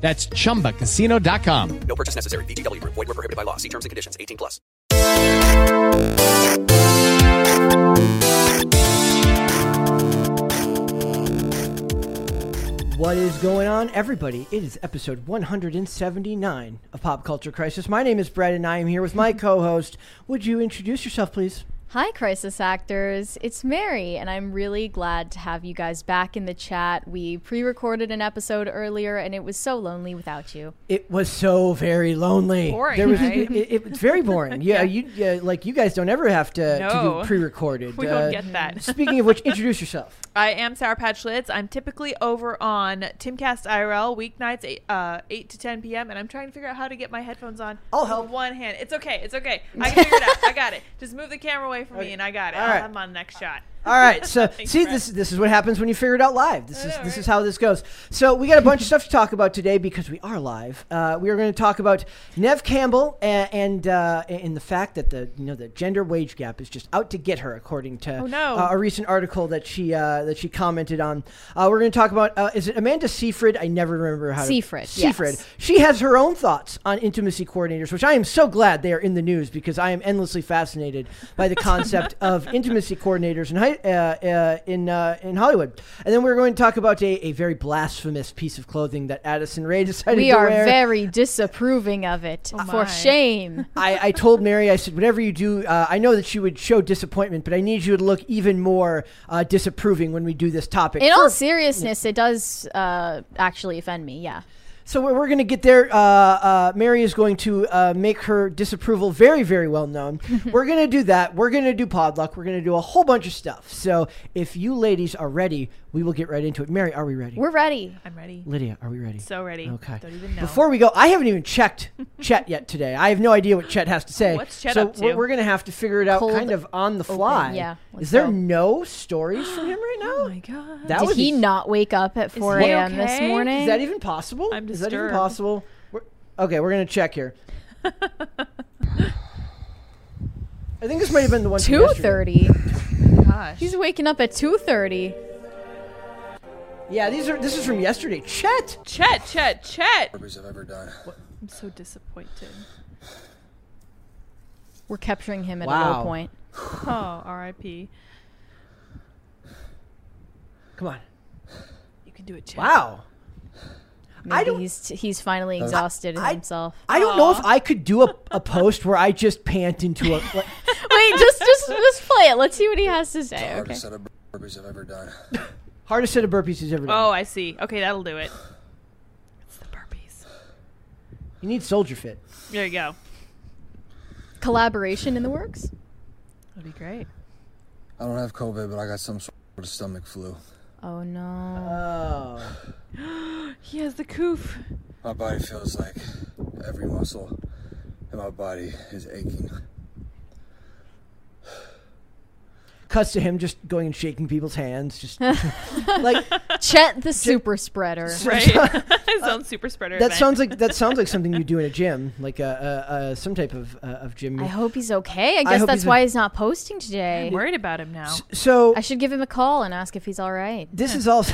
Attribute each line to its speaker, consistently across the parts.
Speaker 1: That's chumbacasino.com.
Speaker 2: No purchase necessary. VGW Group. Void were prohibited by law. See terms and conditions. 18 plus.
Speaker 3: What is going on, everybody? It is episode 179 of Pop Culture Crisis. My name is Brett, and I am here with my co host. Would you introduce yourself, please?
Speaker 4: Hi, Crisis Actors. It's Mary, and I'm really glad to have you guys back in the chat. We pre recorded an episode earlier, and it was so lonely without you.
Speaker 3: It was so very lonely.
Speaker 5: Boring,
Speaker 3: There was,
Speaker 5: right?
Speaker 3: it, it- it was very boring. Yeah, you yeah, like you guys don't ever have to, to
Speaker 5: No.
Speaker 3: do pre-recorded. Uh,
Speaker 5: We don't get that.
Speaker 3: speaking of which, introduce yourself.
Speaker 5: I am Sour Patch Lids. I'm typically over on Timcast IRL weeknights, eight, uh, 8 to 10 p.m., and I'm trying to figure out how to get my headphones on.
Speaker 3: I'll
Speaker 5: with
Speaker 3: help.
Speaker 5: One hand. It's okay. It's okay. I can figure it out. I got it. Just move the camera away from me, and I got it.
Speaker 3: All
Speaker 5: I'll
Speaker 3: right.
Speaker 5: have 'em on the next shot.
Speaker 3: All right, so
Speaker 5: Thanks,
Speaker 3: see
Speaker 5: Brett.
Speaker 3: this this is what happens when you figure it out live. This is
Speaker 5: know,
Speaker 3: this
Speaker 5: right?
Speaker 3: is how this goes. So we got a bunch of stuff to talk about today because we are live. Uh, we are going to talk about Nev Campbell and and, uh, and the fact that the you know the gender wage gap is just out to get her, according to
Speaker 5: Oh, no.
Speaker 3: uh, a recent article that she uh, that she commented on. Uh, we're going to talk about uh, is it Amanda Seyfried? I never remember how to-
Speaker 4: Seyfried,
Speaker 3: Seyfried.
Speaker 4: yes.
Speaker 3: She has her own thoughts on intimacy coordinators, which I am so glad they are in the news because I am endlessly fascinated by the concept of intimacy coordinators in hi- uh, uh, in uh, in Hollywood. And then we're going to talk about a, a very blasphemous piece of clothing that Addison Ray decided
Speaker 4: We
Speaker 3: to
Speaker 4: are
Speaker 3: wear.
Speaker 4: very disapproving of it.
Speaker 5: Oh my.
Speaker 4: For shame.
Speaker 3: I, I told Mary, I said, whatever you do, uh, I know that she would show disappointment, but I need you to look even more uh, disapproving when we do this topic.
Speaker 4: In all
Speaker 3: For-
Speaker 4: seriousness, it does uh, actually offend me, yeah.
Speaker 3: So we're, we're going to get there. Uh, uh, Mary is going to uh, make her disapproval very, very well known. we're going to do that. We're going to do podluck. We're going to do a whole bunch of stuff. So if you ladies are ready, we will get right into it. Mary, are we ready?
Speaker 4: We're ready.
Speaker 5: I'm ready.
Speaker 3: Lydia, are we ready?
Speaker 5: So ready.
Speaker 3: Okay.
Speaker 5: Don't even know.
Speaker 3: Before we go, I haven't even checked Chet yet today. I have no idea what Chet has to say.
Speaker 5: What's Chet
Speaker 3: so
Speaker 5: up to?
Speaker 3: we're, we're going to have to figure it out
Speaker 4: Cold
Speaker 3: kind of on the fly.
Speaker 4: Yeah, let's
Speaker 3: Is there
Speaker 4: go.
Speaker 3: no stories from him right now?
Speaker 5: Oh my God.
Speaker 3: That
Speaker 4: Did
Speaker 3: would
Speaker 4: he
Speaker 3: be-
Speaker 4: not wake up at 4
Speaker 5: he
Speaker 4: a.m. this
Speaker 5: okay?
Speaker 4: morning?
Speaker 3: Is that even possible?
Speaker 5: I'm
Speaker 3: Is that even
Speaker 5: disturbed.
Speaker 3: possible? We're, okay, we're gonna check here. I think this might have been the one. from yesterday.
Speaker 4: 2.30.
Speaker 5: Gosh.
Speaker 4: He's waking up at 2.30.
Speaker 3: Yeah, these are. This is from yesterday. Chet.
Speaker 5: Chet, Chet, Chet.
Speaker 6: I've ever done.
Speaker 5: I'm so disappointed.
Speaker 4: We're capturing him at a
Speaker 3: Wow.
Speaker 4: low point.
Speaker 5: Oh, RIP.
Speaker 3: Come on.
Speaker 5: You can do it, Chet.
Speaker 3: Wow.
Speaker 4: Maybe
Speaker 3: don't-
Speaker 4: he's, he's finally exhausted
Speaker 3: I-
Speaker 4: himself.
Speaker 3: I don't know if I could do a, a post where I just pant into a. like-
Speaker 4: Wait, just just just play it. Let's see what he has to say. Okay.
Speaker 6: Hardest set of burpees I've ever done.
Speaker 3: hardest set of burpees he's ever done.
Speaker 5: Oh, I see. Okay, that'll do it. It's the burpees.
Speaker 3: You need soldier fit.
Speaker 5: There you go.
Speaker 4: Collaboration in the works.
Speaker 5: That'd be great.
Speaker 6: I don't have COVID, but I got some sort of stomach flu.
Speaker 4: Oh no.
Speaker 3: Oh.
Speaker 5: He has the coof.
Speaker 6: My body feels like every muscle in my body is aching.
Speaker 3: Cuts to him just going and shaking people's hands. Just like
Speaker 4: Chet the super spreader.
Speaker 5: Right. His own super spreader.
Speaker 3: that
Speaker 5: event.
Speaker 3: sounds like that sounds like something you do in a gym, like a, a, a some type of uh, of gym.
Speaker 4: I hope he's okay. I guess
Speaker 3: hope
Speaker 4: that's
Speaker 3: he's a-
Speaker 4: why he's not posting
Speaker 5: I'm
Speaker 4: today.
Speaker 5: worried about him now.
Speaker 3: So
Speaker 4: I should give him a call and ask if he's all right.
Speaker 3: this is all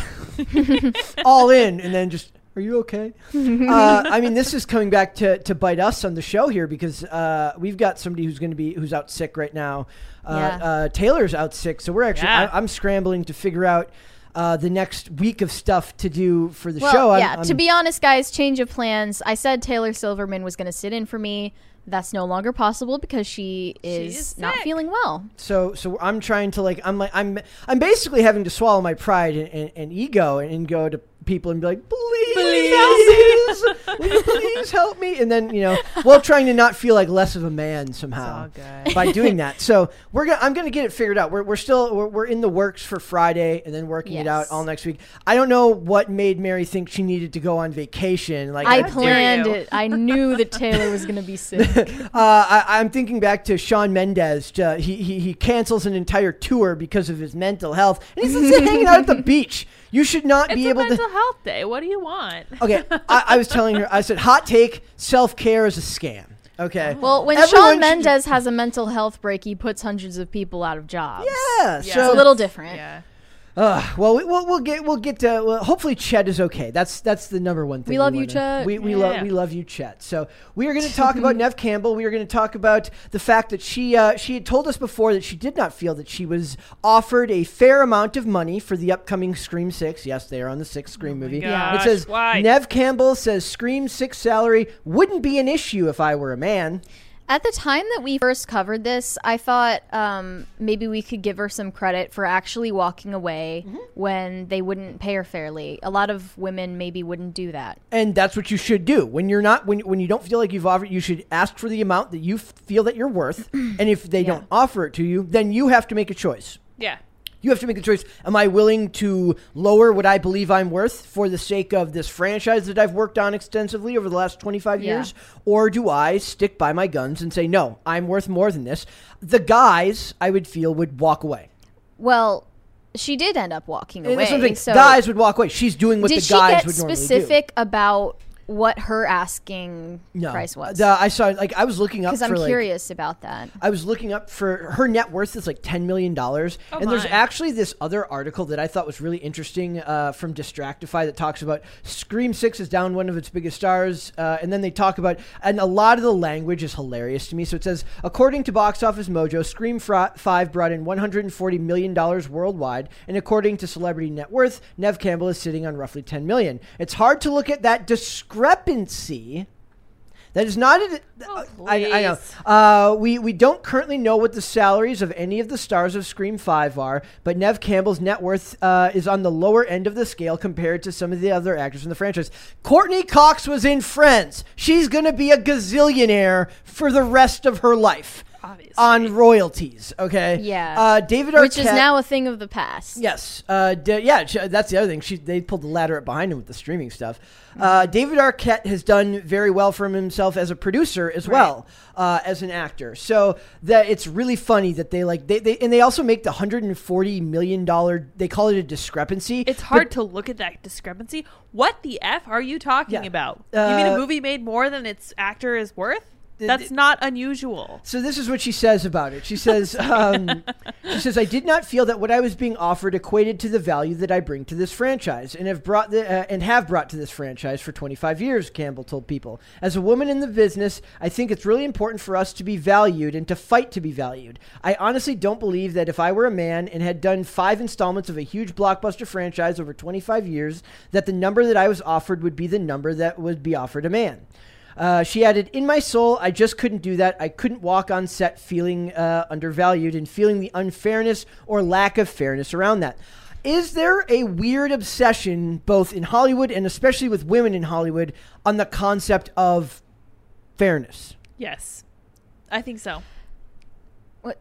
Speaker 3: all in and then just are you okay uh, i mean this is coming back to, to bite us on the show here because uh, we've got somebody who's going to be who's out sick right now uh,
Speaker 4: Yeah.
Speaker 3: uh, taylor's out sick so we're actually
Speaker 5: Yeah.
Speaker 3: I, i'm scrambling to figure out uh, the next week of stuff to do for the
Speaker 4: Well,
Speaker 3: show I'm-
Speaker 4: yeah.
Speaker 3: I'm-
Speaker 4: to be honest, guys, change of plans. I said Taylor Silverman was going to sit in for me. That's no longer possible because she is,
Speaker 5: is
Speaker 4: not
Speaker 5: sick.
Speaker 4: feeling well.
Speaker 3: so so i'm trying to like i'm like i'm i'm basically having to swallow my pride and, and, and ego and, and go to people and be like, please, help me. Will you please help me. And then, you know, while trying to not feel like less of a man somehow
Speaker 5: all
Speaker 3: by doing that. So we're gonna, I'm going to get it figured out. We're, we're still, we're, we're in the works for Friday and then working it out
Speaker 4: Yes.
Speaker 3: all next week. I don't know what made Mary think she needed to go on vacation. Like
Speaker 4: I
Speaker 3: I-
Speaker 4: planned
Speaker 5: you.
Speaker 4: it. I knew that Taylor was going to be sick.
Speaker 3: Uh, I, I'm thinking back to Sean Mendez. Uh, he, he he cancels an entire tour because of his mental health, and he's just hanging out at the beach. You should not
Speaker 5: It's
Speaker 3: be
Speaker 5: a
Speaker 3: able
Speaker 5: mental
Speaker 3: to.
Speaker 5: health day. What do you want?
Speaker 3: Okay, I, I was telling her. I said, "Hot take: self care is a scam." Okay.
Speaker 4: Well, when
Speaker 3: Everyone
Speaker 4: Sean
Speaker 3: should-
Speaker 4: Mendez has a mental health break, he puts hundreds of people out of jobs.
Speaker 3: Yeah.
Speaker 5: Yeah.
Speaker 4: It's
Speaker 3: So
Speaker 4: a little different.
Speaker 5: Yeah.
Speaker 3: Ugh, well, we, we'll we'll get we'll get to. Well, hopefully, Chet is okay. That's that's the number one thing.
Speaker 4: love you,
Speaker 3: wanna-
Speaker 4: Chet.
Speaker 3: We we
Speaker 5: Yeah.
Speaker 3: love we love you, Chet. So we are going to talk about Nev Campbell. We are going to talk about the fact that she uh, she had told us before that she did not feel that she was offered a fair amount of money for the upcoming Scream Six. Yes, they are on the sixth Scream movie.
Speaker 5: Oh gosh,
Speaker 3: it says
Speaker 5: why?
Speaker 3: Nev Campbell says Scream Six salary wouldn't be an issue if I were a man.
Speaker 4: At the time that we first covered this, I thought um, maybe we could give her some credit for actually walking away
Speaker 3: Mm-hmm.
Speaker 4: when they wouldn't pay her fairly. A lot of women maybe wouldn't do that.
Speaker 3: and that's what you should do when you're not when when you don't feel like you've offered you should ask for the amount that you f- feel that you're worth and if they don't offer it to you then you have to make a choice
Speaker 5: Yeah.
Speaker 3: you have to make the choice am i willing to lower what i believe i'm worth for the sake of this franchise that i've worked on extensively over the last 25
Speaker 4: Yeah.
Speaker 3: years or do i stick by my guns and say no i'm worth more than this the guys i would feel would walk away
Speaker 4: Well, she did end up walking
Speaker 3: and
Speaker 4: away.
Speaker 3: that's something
Speaker 4: so
Speaker 3: guys would walk away she's doing what
Speaker 4: did
Speaker 3: the
Speaker 4: she
Speaker 3: guys
Speaker 4: get
Speaker 3: would normally do
Speaker 4: specific about what her asking
Speaker 3: no.
Speaker 4: price was?
Speaker 3: The- I saw like I was looking up
Speaker 4: Because
Speaker 3: for
Speaker 4: I'm
Speaker 3: like,
Speaker 4: curious about that.
Speaker 3: I was looking up for her net worth is like ten million dollars, and there's
Speaker 5: Oh, my.
Speaker 3: actually this other article that I thought was really interesting uh, from Distractify that talks about Scream Six is down one of its biggest stars, uh, and then they talk about and a lot of the language is hilarious to me. So it says, according to Box Office Mojo, Scream Fro- Five brought in one hundred and forty million dollars worldwide, and according to Celebrity Net Worth, Nev Campbell is sitting on roughly ten million. It's hard to look at that discrepancy. That is not. A, I, I know.
Speaker 5: Oh, please.
Speaker 3: Uh, we we don't currently know what the salaries of any of the stars of Scream Five are, but Nev Campbell's net worth uh, is on the lower end of the scale compared to some of the other actors in the franchise. Courtney Cox was in Friends. She's gonna be a gazillionaire for the rest of her life
Speaker 5: Obviously.
Speaker 3: on royalties. Okay.
Speaker 4: Yeah.
Speaker 3: Uh, David Arquette.
Speaker 4: Which is now a thing of the past.
Speaker 3: Yes. Uh, da- yeah, sh- that's the other thing. She, they pulled the ladder up behind him with the streaming stuff. Uh,
Speaker 5: Mm-hmm.
Speaker 3: David Arquette has done very well for himself as a producer as well uh, as an actor. So that it's really funny that they like they, they and they also make the hundred and forty million dollar. They call it a discrepancy.
Speaker 5: It's hard to look at that discrepancy. What the f are you talking
Speaker 3: Yeah.
Speaker 5: about? you mean
Speaker 3: Uh,
Speaker 5: a movie made more than its actor is worth?
Speaker 3: The-
Speaker 5: That's
Speaker 3: the-
Speaker 5: not unusual.
Speaker 3: So this is what she says about it. She says, um, she says, I did not feel that what I was being offered equated to the value that I bring to this franchise, and have brought the, uh, and have brought to this franchise for 25 years. Campbell told People, as a woman in the business, I think it's really important for us to be valued and to fight to be valued. I honestly don't believe that if I were a man and had done five installments of a huge blockbuster franchise over 25 years, that the number that I was offered would be the number that would be offered a man. Uh, she added, "In my soul, I just couldn't do that. I couldn't walk on set feeling uh, undervalued and feeling the unfairness or lack of fairness around that." Is there a weird obsession, both in Hollywood and especially with women in Hollywood, on the concept of fairness?
Speaker 5: Yes. I think so.
Speaker 4: What-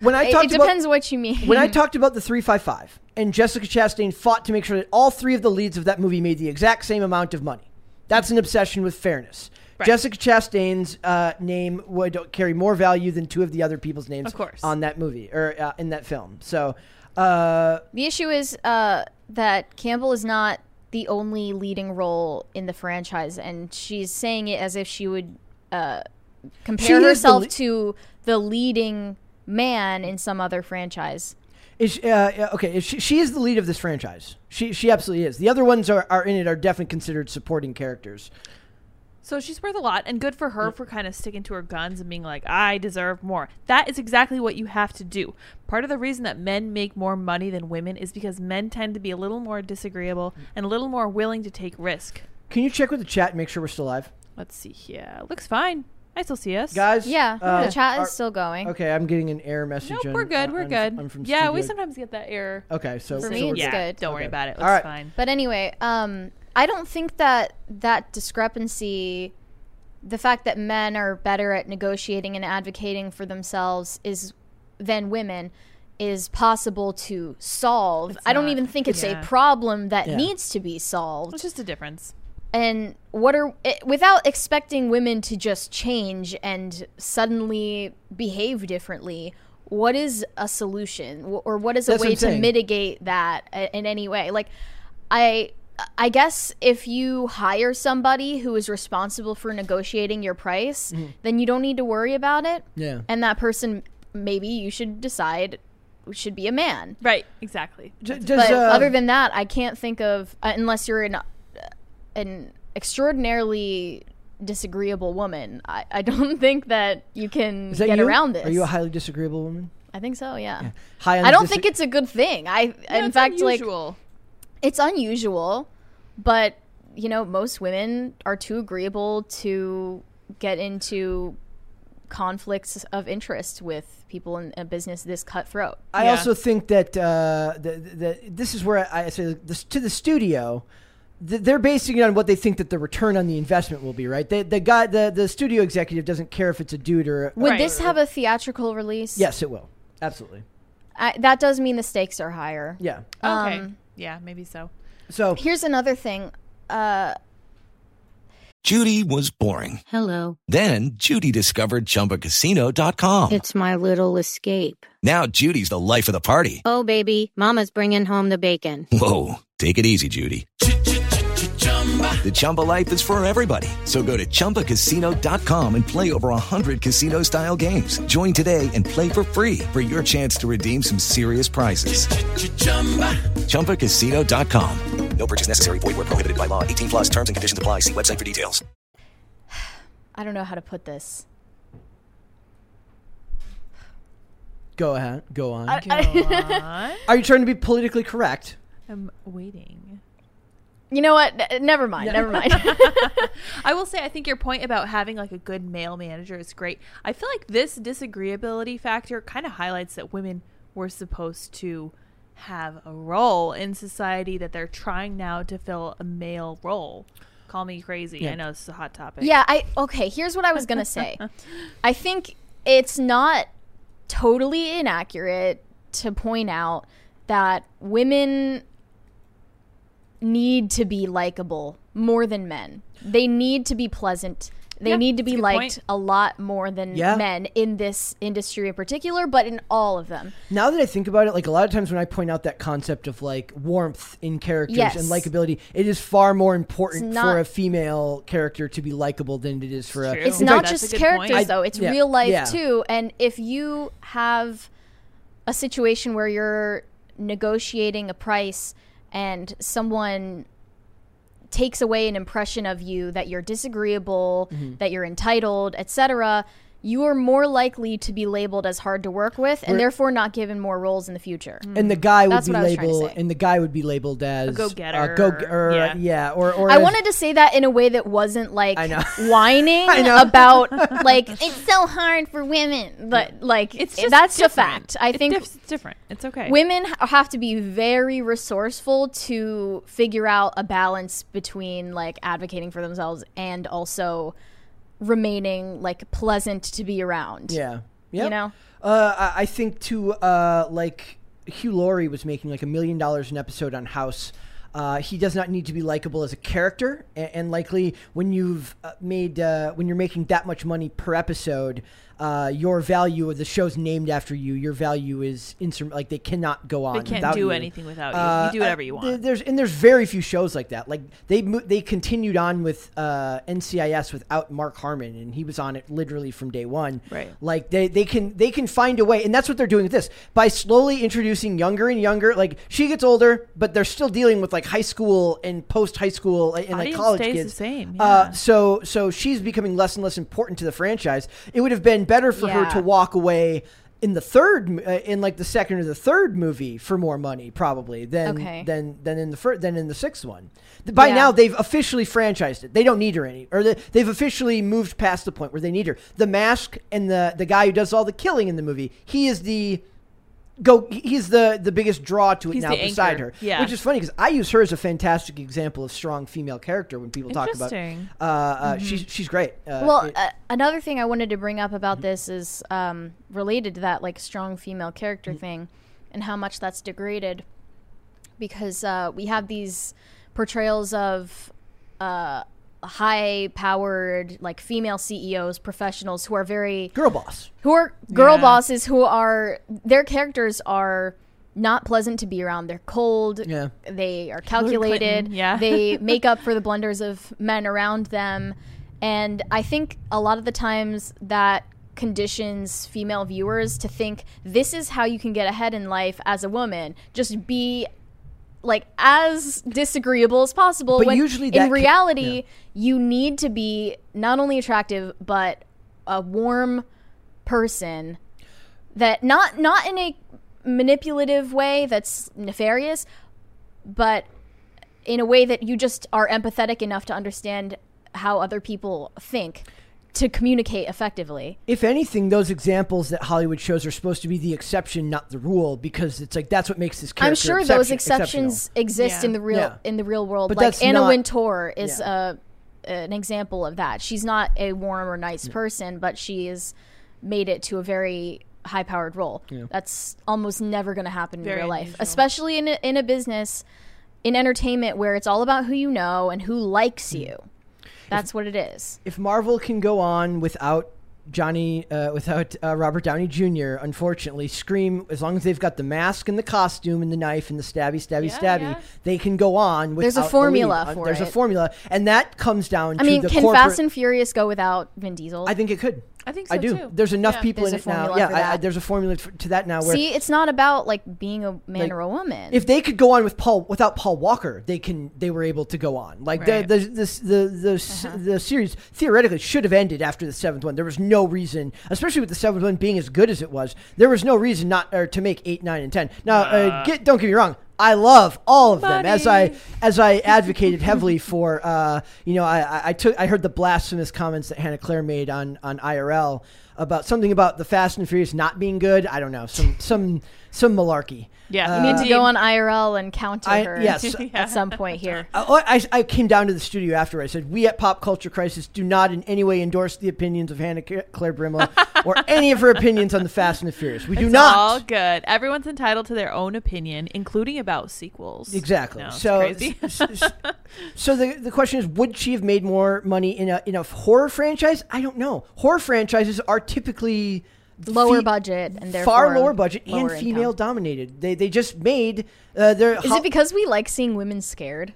Speaker 3: When I
Speaker 4: It-
Speaker 3: talked
Speaker 4: it
Speaker 3: about
Speaker 4: depends what you mean.
Speaker 3: when I talked about the 355 and Jessica Chastain fought to make sure that all three of the leads of that movie made the exact same amount of money. That's an obsession with fairness.
Speaker 5: Right.
Speaker 3: Jessica Chastain's uh, name would carry more value than two of the other people's names
Speaker 5: Of course.
Speaker 3: on that movie or uh, in that film. So, uh,
Speaker 4: The issue is uh, that Campbell is not the only leading role in the franchise, and she's saying it as if she would uh,
Speaker 3: She
Speaker 4: compare
Speaker 3: is the
Speaker 4: herself
Speaker 3: lea-
Speaker 4: to the leading man in some other franchise.
Speaker 3: is uh, okay. Is she, she is the lead of this franchise. She she absolutely is. The other ones are, are in it are definitely considered supporting characters.
Speaker 5: So she's worth a lot, and good for her for kind of sticking to her guns and being like, I deserve more. That is exactly what you have to do. Part of the reason that men make more money than women is because men tend to be a little more disagreeable
Speaker 3: Mm.
Speaker 5: and a little more willing to take risk.
Speaker 3: Can you check with the chat and make sure we're still live?
Speaker 5: Let's see here. Looks fine. I still see us.
Speaker 3: guys.
Speaker 4: Yeah,
Speaker 3: uh,
Speaker 4: the chat
Speaker 3: are-
Speaker 4: is still going.
Speaker 3: Okay, I'm getting an error message.
Speaker 5: Nope,
Speaker 3: in.
Speaker 5: we're good.
Speaker 3: Uh,
Speaker 5: We're
Speaker 3: I'm-
Speaker 5: good.
Speaker 3: I'm from
Speaker 5: yeah, we
Speaker 3: Studio-
Speaker 5: sometimes get that error.
Speaker 3: Okay, so
Speaker 4: For
Speaker 3: so
Speaker 4: me,
Speaker 3: we're
Speaker 4: it's
Speaker 5: yeah,
Speaker 3: good.
Speaker 4: good.
Speaker 5: Don't worry
Speaker 3: Okay.
Speaker 5: about it. It's
Speaker 3: All right.
Speaker 5: fine.
Speaker 4: But anyway, um, I don't think that that discrepancy, the fact that men are better at negotiating and advocating for themselves is than women is possible to solve. I don't
Speaker 5: not.
Speaker 4: even think it's
Speaker 5: Yeah.
Speaker 4: a problem that
Speaker 3: Yeah.
Speaker 4: needs to be solved.
Speaker 5: It's just a difference.
Speaker 4: and what are it, without expecting women to just change and suddenly behave differently what is a solution W- or what is a
Speaker 3: That's what
Speaker 4: way
Speaker 3: I'm
Speaker 4: to
Speaker 3: saying.
Speaker 4: mitigate that a- in any way like i i guess if you hire somebody who is responsible for negotiating your price then you don't need to worry about it
Speaker 3: Mm-hmm. Yeah.
Speaker 4: and that person maybe you should decide should be a man
Speaker 5: Right. Exactly.
Speaker 3: J- does,
Speaker 4: but
Speaker 3: uh,
Speaker 4: other than that, I can't think of uh, unless you're an an extraordinarily disagreeable woman. I, I don't think that you can
Speaker 3: is that
Speaker 4: get
Speaker 3: you?
Speaker 4: around this.
Speaker 3: Are you a highly disagreeable woman?
Speaker 4: I think so. Yeah.
Speaker 3: High on
Speaker 4: I don't
Speaker 3: disa-
Speaker 4: think it's a good thing. I in fact like it's unusual, but you know most women are too agreeable to get into conflicts of interest with people in a business this cutthroat.
Speaker 3: I
Speaker 5: Yeah.
Speaker 3: also think that uh, that, that this is where I say this to the studio. th- They're basing it on what they think that the return on the investment will be, right? They, the guy, the, the studio executive doesn't care if it's a dude or.
Speaker 4: Would
Speaker 5: Right.
Speaker 4: this have a theatrical release?
Speaker 3: yes, it will. Absolutely.
Speaker 4: I, that does mean the stakes are higher.
Speaker 3: Yeah.
Speaker 5: Okay.
Speaker 4: Um,
Speaker 5: yeah. Maybe so.
Speaker 3: So
Speaker 4: Here's another thing. Uh,
Speaker 7: Judy was boring.
Speaker 8: Hello.
Speaker 7: Then Judy discovered ChumbaCasino.com.
Speaker 8: It's my little escape.
Speaker 7: now Judy's the life of the party.
Speaker 8: Oh, baby. Mama's bringing home the bacon.
Speaker 7: Whoa, take it easy, Judy. The Chumba life is for everybody. So go to ChumbaCasino.com and play over 100 casino style games. Join today and play for free for your chance to redeem some serious prizes. ChumbaCasino.com.
Speaker 2: No purchase necessary. Void where prohibited by law. 18 plus terms and conditions apply. See website for details.
Speaker 4: I don't know how to put this.
Speaker 3: go ahead, go on.
Speaker 5: Go
Speaker 3: Are you trying to be politically correct?
Speaker 5: on. I'm waiting.
Speaker 4: You know what? N- never mind. Never mind.
Speaker 5: I will say, I think your point about having like a good male manager is great. I feel like this disagreeability factor kind of highlights that women were supposed to have a role in society that they're trying now to fill a male role. Call me crazy. I know this is a hot topic.
Speaker 4: yeah. I okay. Here's what I was gonna say. I think it's not totally inaccurate to point out that women need to be likable more than men. They need to be pleasant. They
Speaker 5: Yeah,
Speaker 4: need to
Speaker 5: that's a
Speaker 4: be
Speaker 5: good
Speaker 4: liked
Speaker 5: point.
Speaker 4: a lot more than
Speaker 3: Yeah.
Speaker 4: men in this industry in particular, but in all of them.
Speaker 3: Now that I think about it, like a lot of times when I point out that concept of like warmth in characters
Speaker 4: Yes.
Speaker 3: and likability, it is far more important
Speaker 4: It's
Speaker 3: for
Speaker 4: not-
Speaker 3: a female character to be likable than it is for a.
Speaker 5: True.
Speaker 4: it's
Speaker 5: In
Speaker 4: not
Speaker 5: fact-
Speaker 4: just
Speaker 5: That's a good point.
Speaker 4: characters
Speaker 5: I-
Speaker 4: though it's
Speaker 3: yeah,
Speaker 4: real life
Speaker 3: yeah.
Speaker 4: too and if you have a situation where you're negotiating a price and someone takes away an impression of you that you're disagreeable
Speaker 5: Mm-hmm.
Speaker 4: that you're entitled etc you are more likely to be labeled as hard to work with and therefore not given more roles in the future
Speaker 3: and the guy would
Speaker 4: That's
Speaker 3: be
Speaker 4: what I was trying to
Speaker 3: labeled,
Speaker 4: say.
Speaker 3: and the guy would be labeled as
Speaker 5: go-getter,
Speaker 3: go or yeah,
Speaker 5: yeah.
Speaker 3: or, or
Speaker 4: I
Speaker 3: as-
Speaker 4: wanted to say that in a way that wasn't like
Speaker 3: I know.
Speaker 4: whining
Speaker 3: I know.
Speaker 4: about like it's so hard for women, but like
Speaker 5: It's
Speaker 4: it's
Speaker 5: just
Speaker 4: that's a
Speaker 5: different.
Speaker 4: fact. I
Speaker 5: It
Speaker 4: think
Speaker 5: diff- it's different. It's okay.
Speaker 4: women h- have to be very resourceful to figure out a balance between like advocating for themselves and also remaining like pleasant to be around.
Speaker 3: yeah, yeah.
Speaker 4: You know?
Speaker 3: uh, I- I think to uh, like Hugh Laurie was making like a million dollars an episode on House. Uh, he does not need to be likable as a character, and, and likely when you've uh, made uh, when you're making that much money per episode, uh, your value of the show's named after you. Your value is insur- like they cannot go on.
Speaker 5: they can't
Speaker 3: without
Speaker 5: do
Speaker 3: you.
Speaker 5: anything without you.
Speaker 3: Uh,
Speaker 5: you do whatever you
Speaker 3: uh,
Speaker 5: want.
Speaker 3: th- There's and there's very few shows like that. Like they mo- they continued on with uh, NCIS without Mark Harmon, and he was on it literally from day one.
Speaker 5: Right.
Speaker 3: Like they, they can they can find a way, and that's what they're doing with this by slowly introducing younger and younger. Like she gets older, but they're still dealing with like high school and post high school uh, and, and, like
Speaker 5: Audience
Speaker 3: college
Speaker 5: stays the
Speaker 3: kids.
Speaker 5: same,
Speaker 3: Uh,
Speaker 5: yeah.
Speaker 3: so so she's becoming less and less important to the franchise. It would have been better for her
Speaker 4: Yeah.
Speaker 3: to walk away in the third, m- uh, in like the second or the third movie for more money probably than
Speaker 4: Okay.
Speaker 3: than than in the first than in the sixth one. Th- By
Speaker 4: Yeah.
Speaker 3: now they've officially franchised it. They don't need her any, or they, they've officially moved past the point where they need her. The mask and the the guy who does all the killing in the movie, he is the go he's the the biggest draw to it
Speaker 5: He's
Speaker 3: now
Speaker 5: the
Speaker 3: beside
Speaker 5: anchor.
Speaker 3: her
Speaker 5: Yeah.
Speaker 3: which is funny because i use her as a fantastic example of strong female character when people talk about
Speaker 5: Interesting.
Speaker 3: uh, uh she's she's great uh,
Speaker 4: Mm-hmm. Well,
Speaker 3: it-
Speaker 4: uh, another thing I wanted to bring up about this is um, related to that, like strong female character
Speaker 3: Mm-hmm.
Speaker 4: thing, and how much that's degraded, because uh, we have these portrayals of uh, high-powered, like female CEOs, professionals who are very
Speaker 3: girl boss
Speaker 4: who are girl
Speaker 5: Yeah.
Speaker 4: bosses who are their characters are not pleasant to be around. They're cold.
Speaker 3: Yeah.
Speaker 4: They are calculated.
Speaker 5: Clinton, yeah.
Speaker 4: they make up for the blunders of men around them. And I think a lot of the times that conditions female viewers to think this is how you can get ahead in life as a woman. Just be like as disagreeable as possible.
Speaker 3: But
Speaker 4: when
Speaker 3: usually that
Speaker 4: in
Speaker 3: ca-
Speaker 4: reality, you need to be not only attractive but a warm person that not not in a manipulative way that's nefarious, but in a way that you just are empathetic enough to understand how other people think to communicate effectively.
Speaker 3: if anything those examples that hollywood shows are supposed to be the exception not the rule because it's like that's what makes this character
Speaker 4: I'm sure those
Speaker 3: exception-
Speaker 4: exceptions exist
Speaker 5: Yeah.
Speaker 4: in the real
Speaker 3: Yeah.
Speaker 4: in the real world.
Speaker 3: But
Speaker 4: like
Speaker 3: that's
Speaker 4: Anna
Speaker 3: not-
Speaker 4: Wintour is
Speaker 3: Yeah.
Speaker 4: uh, an example of that. She's not a warm or nice person, but she is made it to a very high powered role. That's almost never going to happen in
Speaker 5: Very
Speaker 4: real life,
Speaker 5: unusual.
Speaker 4: especially in a, in a business in entertainment where it's all about who you know and who likes
Speaker 3: Mm.
Speaker 4: you. That's what it is.
Speaker 3: if Marvel can go on without Johnny, uh, without uh, Robert Downey Jr., unfortunately, Scream, as long as they've got the mask and the costume and the knife and the stabby, stabby,
Speaker 5: Yeah,
Speaker 3: stabby,
Speaker 5: yeah.
Speaker 3: they can go on without
Speaker 4: There's a
Speaker 3: the lead.
Speaker 4: formula
Speaker 3: Uh,
Speaker 4: for
Speaker 3: There's a
Speaker 4: it.
Speaker 3: formula, and that comes down to
Speaker 4: I mean,
Speaker 3: the
Speaker 4: can
Speaker 3: corporate.
Speaker 4: Fast and Furious go without Vin Diesel?
Speaker 3: I think it could.
Speaker 5: I think
Speaker 3: I
Speaker 5: so,
Speaker 3: do.
Speaker 5: too.
Speaker 3: There's enough
Speaker 5: Yeah.
Speaker 3: people
Speaker 4: There's
Speaker 3: in
Speaker 4: a
Speaker 3: it now.
Speaker 4: formula
Speaker 3: Yeah,
Speaker 4: for
Speaker 3: I, I,
Speaker 4: that.
Speaker 3: there's a formula for, to that now. Where
Speaker 4: See, it's not about like being a man
Speaker 3: Like,
Speaker 4: or a woman.
Speaker 3: if they could go on with Paul without Paul Walker, they can. They were able to go on. Like
Speaker 5: Right. Uh-huh.
Speaker 3: the the the the, the, s- the series theoretically should have ended after the seventh one. There was no reason, especially with the seventh one being as good as it was. There was no reason not or to make eight, nine, and ten. Now, uh, get don't get me wrong. I love all of them as I
Speaker 5: Buddy.
Speaker 3: as I advocated heavily for. Uh, you know, I, I, I took I heard the blasphemous comments that Hannah Claire made on on IRL about something about the Fast and Furious not being good. I don't know some some some malarkey. Uh,
Speaker 5: Yeah.
Speaker 4: you need to go on IRL and counter
Speaker 3: I-
Speaker 4: her
Speaker 3: yes.
Speaker 4: at some point here.
Speaker 3: I, I, I came down to the studio after I said, We at Pop Culture Crisis do not in any way endorse the opinions of Hannah Ca- Claire Brimlow or any of her opinions on the Fast and the Furious. We do
Speaker 5: it's
Speaker 3: not.
Speaker 5: all good. Everyone's entitled to their own opinion, including about sequels.
Speaker 3: Exactly.
Speaker 5: No, it's
Speaker 3: so,
Speaker 5: crazy.
Speaker 3: s- s- s- so the the question is, would she have made more money in a in a horror franchise? I don't know. Horror franchises are typically
Speaker 4: Lower budget and
Speaker 3: far
Speaker 4: therefore
Speaker 3: lower budget and
Speaker 4: lower income.
Speaker 3: female dominated. They they just made uh, their.
Speaker 4: Is it because we like seeing women scared?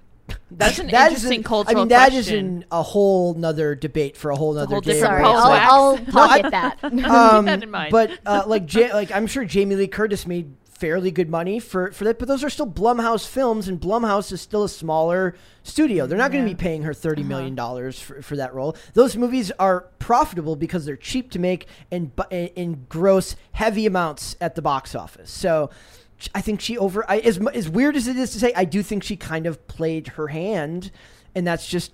Speaker 5: That's an
Speaker 3: that is
Speaker 5: interesting
Speaker 3: an-
Speaker 5: cultural
Speaker 3: I mean, that is
Speaker 5: question.
Speaker 3: in a whole nother debate for a whole nother
Speaker 5: whole
Speaker 3: day.
Speaker 5: different
Speaker 4: Sorry,
Speaker 5: Paul
Speaker 4: I'll,
Speaker 5: Wax.
Speaker 4: I'll
Speaker 3: I-
Speaker 4: pocket that.
Speaker 5: Keep that in mind.
Speaker 3: But uh, like, ja- like I'm sure Jamie Lee Curtis made fairly good money for for that. But those are still Blumhouse films, and Blumhouse is still a smaller studio. They're not going to be paying her thirty million dollars for, for that role. Those movies are profitable because they're cheap to make and bu- and- and gross heavy amounts at the box office. So. I think she over I, as mu- as weird as it is to say. I do think she kind of played her hand, and that's just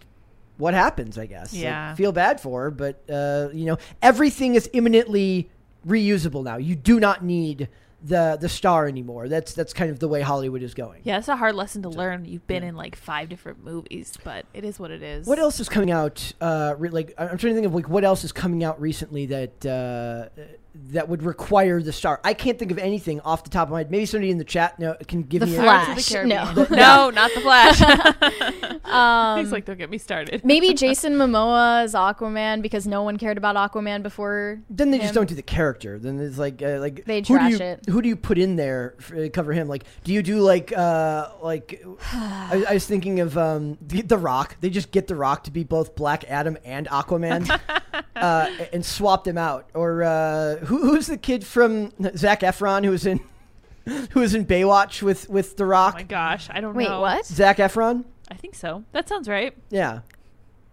Speaker 3: what happens. I guess. Like,
Speaker 5: Yeah.
Speaker 3: feel bad for her, but uh, you know everything is imminently reusable now. You do not need the the star anymore. That's that's kind of the way Hollywood is going.
Speaker 5: yeah, it's a hard lesson to learn. You've been in like five different movies, but it is what it is.
Speaker 3: What else is coming out? Uh, re- like I- I'm trying to think of like what else is coming out recently that uh, that would require the star. I can't think of anything off the top of my head. Maybe somebody in the chat know, can give
Speaker 4: The
Speaker 3: me.
Speaker 4: Flash.
Speaker 5: Pirates of the
Speaker 4: No.
Speaker 5: Caribbean. no, not the Flash. He's like, don't get me started.
Speaker 4: Um, Maybe Jason Momoa is Aquaman because no one cared about Aquaman before.
Speaker 3: A, then they just
Speaker 4: him.
Speaker 3: don't do the character. Then it's like uh, like
Speaker 4: They
Speaker 3: who do
Speaker 4: trash
Speaker 3: you,
Speaker 4: it.
Speaker 3: Who do you put in there f- uh, cover him? Like do you do like uh like I, I was thinking of um the, the Rock. They just get the Rock to be both Black Adam and Aquaman. uh, and swap them out. Or uh, who, who's the kid from Zach Efron who was in who was in Baywatch with with The
Speaker 5: Oh
Speaker 3: Rock?
Speaker 5: my gosh, I don't
Speaker 4: Wait,
Speaker 5: know.
Speaker 4: what?
Speaker 3: Zach Efron.
Speaker 5: I think so. That sounds right.
Speaker 3: Yeah,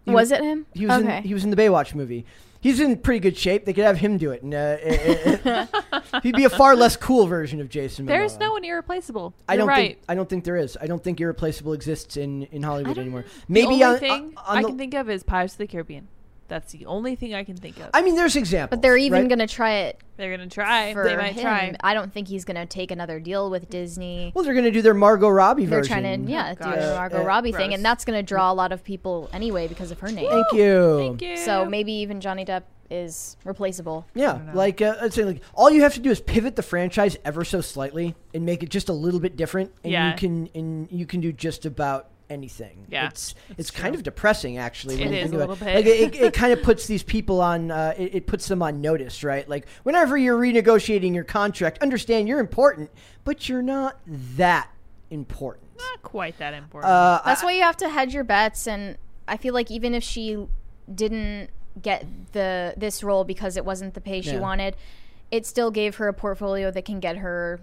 Speaker 4: was it him?
Speaker 3: he was
Speaker 4: okay.
Speaker 3: in he was in the Baywatch movie. He's in pretty good shape. They could have him do it, and uh, eh, eh, eh. He'd be a far less cool version of Jason.
Speaker 5: There's
Speaker 3: Momoa.
Speaker 5: no one irreplaceable.
Speaker 3: I
Speaker 5: You're
Speaker 3: don't
Speaker 5: right.
Speaker 3: think I don't think there is. I don't think irreplaceable exists in, in Hollywood
Speaker 5: don't
Speaker 3: anymore.
Speaker 5: know.
Speaker 3: Maybe
Speaker 5: the only
Speaker 3: on, uh,
Speaker 5: thing
Speaker 3: on
Speaker 5: I
Speaker 3: the-
Speaker 5: can think of is Pirates of the Caribbean. That's the only thing I can think of.
Speaker 3: I mean, there's examples,
Speaker 4: But they're even
Speaker 3: right?
Speaker 4: going to try it
Speaker 5: They're gonna try.
Speaker 4: for
Speaker 5: they might
Speaker 4: him.
Speaker 5: try.
Speaker 4: I don't think he's going to take another deal with Disney.
Speaker 3: Well, they're going to do their Margot Robbie
Speaker 4: They're
Speaker 3: version.
Speaker 4: trying to yeah do
Speaker 5: gosh.
Speaker 4: the
Speaker 5: Uh,
Speaker 4: Margot
Speaker 3: uh,
Speaker 4: Robbie thing,
Speaker 5: gross.
Speaker 4: and that's going to draw a lot of people anyway because of her name.
Speaker 3: Thank you.
Speaker 5: Thank you.
Speaker 4: So maybe even Johnny Depp is replaceable.
Speaker 3: Yeah, like uh, I'd say, like all you have to do is pivot the franchise ever so slightly and make it just a little bit different, and
Speaker 5: Yeah.
Speaker 3: you can and you can do just about anything.
Speaker 5: Yeah,
Speaker 3: it's it's kind of depressing actually. When
Speaker 5: It
Speaker 3: you
Speaker 5: is
Speaker 3: think
Speaker 5: a
Speaker 3: about
Speaker 5: little
Speaker 3: it.
Speaker 5: bit.
Speaker 3: Like it, it, it kind of puts these people on. Uh, it, it puts them on notice, right? Like whenever you're renegotiating your contract, understand you're important, but you're not that important.
Speaker 5: Not quite that important.
Speaker 3: Uh,
Speaker 4: That's why you have to hedge your bets, and I feel like even if she didn't get the this role because it wasn't the pay she
Speaker 3: Yeah.
Speaker 4: wanted, it still gave her a portfolio that can get her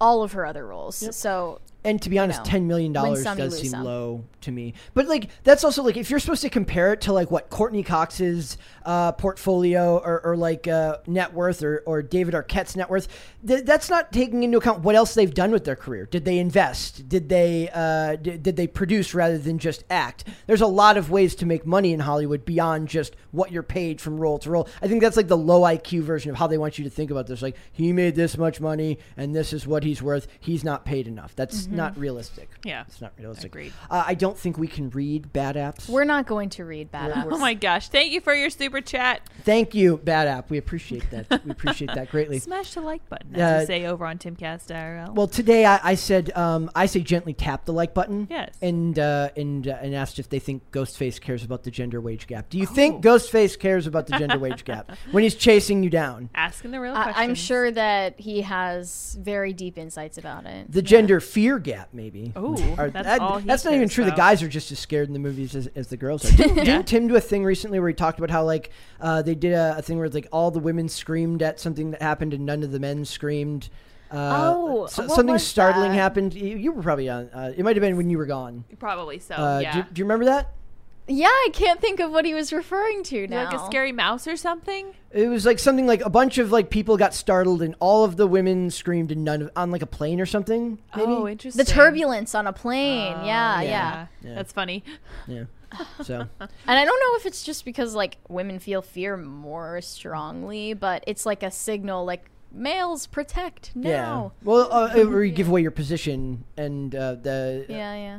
Speaker 4: all of her other roles. So
Speaker 3: And to be honest,
Speaker 4: know,
Speaker 3: ten million dollars
Speaker 4: win some, you
Speaker 3: does
Speaker 4: lose
Speaker 3: seem
Speaker 4: some.
Speaker 3: low to me. But like that's also like if you're supposed to compare it to like what Courtney Cox's uh, portfolio or, or like uh, net worth or, or David Arquette's net worth, th- that's not taking into account what else they've done with their career. Did they invest? Did they uh, d- did they produce rather than just act? There's a lot of ways to make money in Hollywood beyond just what you're paid from role to role. I think that's like the low IQ version of how they want you to think about this. Like he made this much money and this is what he's worth. He's not paid enough. That's not realistic.
Speaker 5: Yeah.
Speaker 3: it's not realistic.
Speaker 5: Agreed.
Speaker 3: Uh, I don't think we can read bad apps.
Speaker 4: we're not going to read Bad Apples.
Speaker 5: oh my gosh! Thank you for your super chat.
Speaker 3: Thank you, bad app. We appreciate that. we appreciate that greatly.
Speaker 5: Smash the like button, as
Speaker 3: Yeah.
Speaker 5: we say over on Timcast IRL.
Speaker 3: Well, today I, I said um, I say gently tap the like button.
Speaker 5: Yes.
Speaker 3: And uh, and uh, and asked if they think Ghostface cares about the gender wage gap. Do
Speaker 5: Oh.
Speaker 3: you think Ghostface cares about the gender wage gap when he's chasing you down?
Speaker 5: asking the real
Speaker 4: I-
Speaker 5: question.
Speaker 4: I'm sure that he has very deep insights about it.
Speaker 3: The gender fear gap, maybe.
Speaker 5: Ooh,
Speaker 3: Or-
Speaker 5: that's
Speaker 3: that-
Speaker 5: all he
Speaker 3: that's not even
Speaker 5: cares
Speaker 3: true. The
Speaker 5: about.
Speaker 3: guys are just as scared in the movies as, as the girls are. Didn't, didn't Tim do a thing recently where he talked about how like uh, they did a, a thing where like all the women screamed at something that happened and none of the men screamed. Uh,
Speaker 4: Oh,
Speaker 3: so-
Speaker 4: what
Speaker 3: something
Speaker 4: was
Speaker 3: startling
Speaker 4: that?
Speaker 3: happened. You, you were probably on. Uh, it might have been when you were gone.
Speaker 5: Probably so.
Speaker 3: Uh, do,
Speaker 5: yeah.
Speaker 3: you- do you remember that?
Speaker 4: Yeah, I can't think of what he was referring to now.
Speaker 5: like a scary mouse or something.
Speaker 3: It was like something like a bunch of like people got startled and all of the women screamed and none of, on like a plane or something. Maybe?
Speaker 5: Oh, interesting.
Speaker 4: the turbulence on a plane. Oh, yeah, yeah,
Speaker 5: That's funny.
Speaker 3: Yeah. So
Speaker 4: And I don't know if it's just because like women feel fear more strongly, but it's like a signal like males protect now.
Speaker 3: yeah. Well, uh, or you give away your position and uh, the
Speaker 4: Yeah, yeah.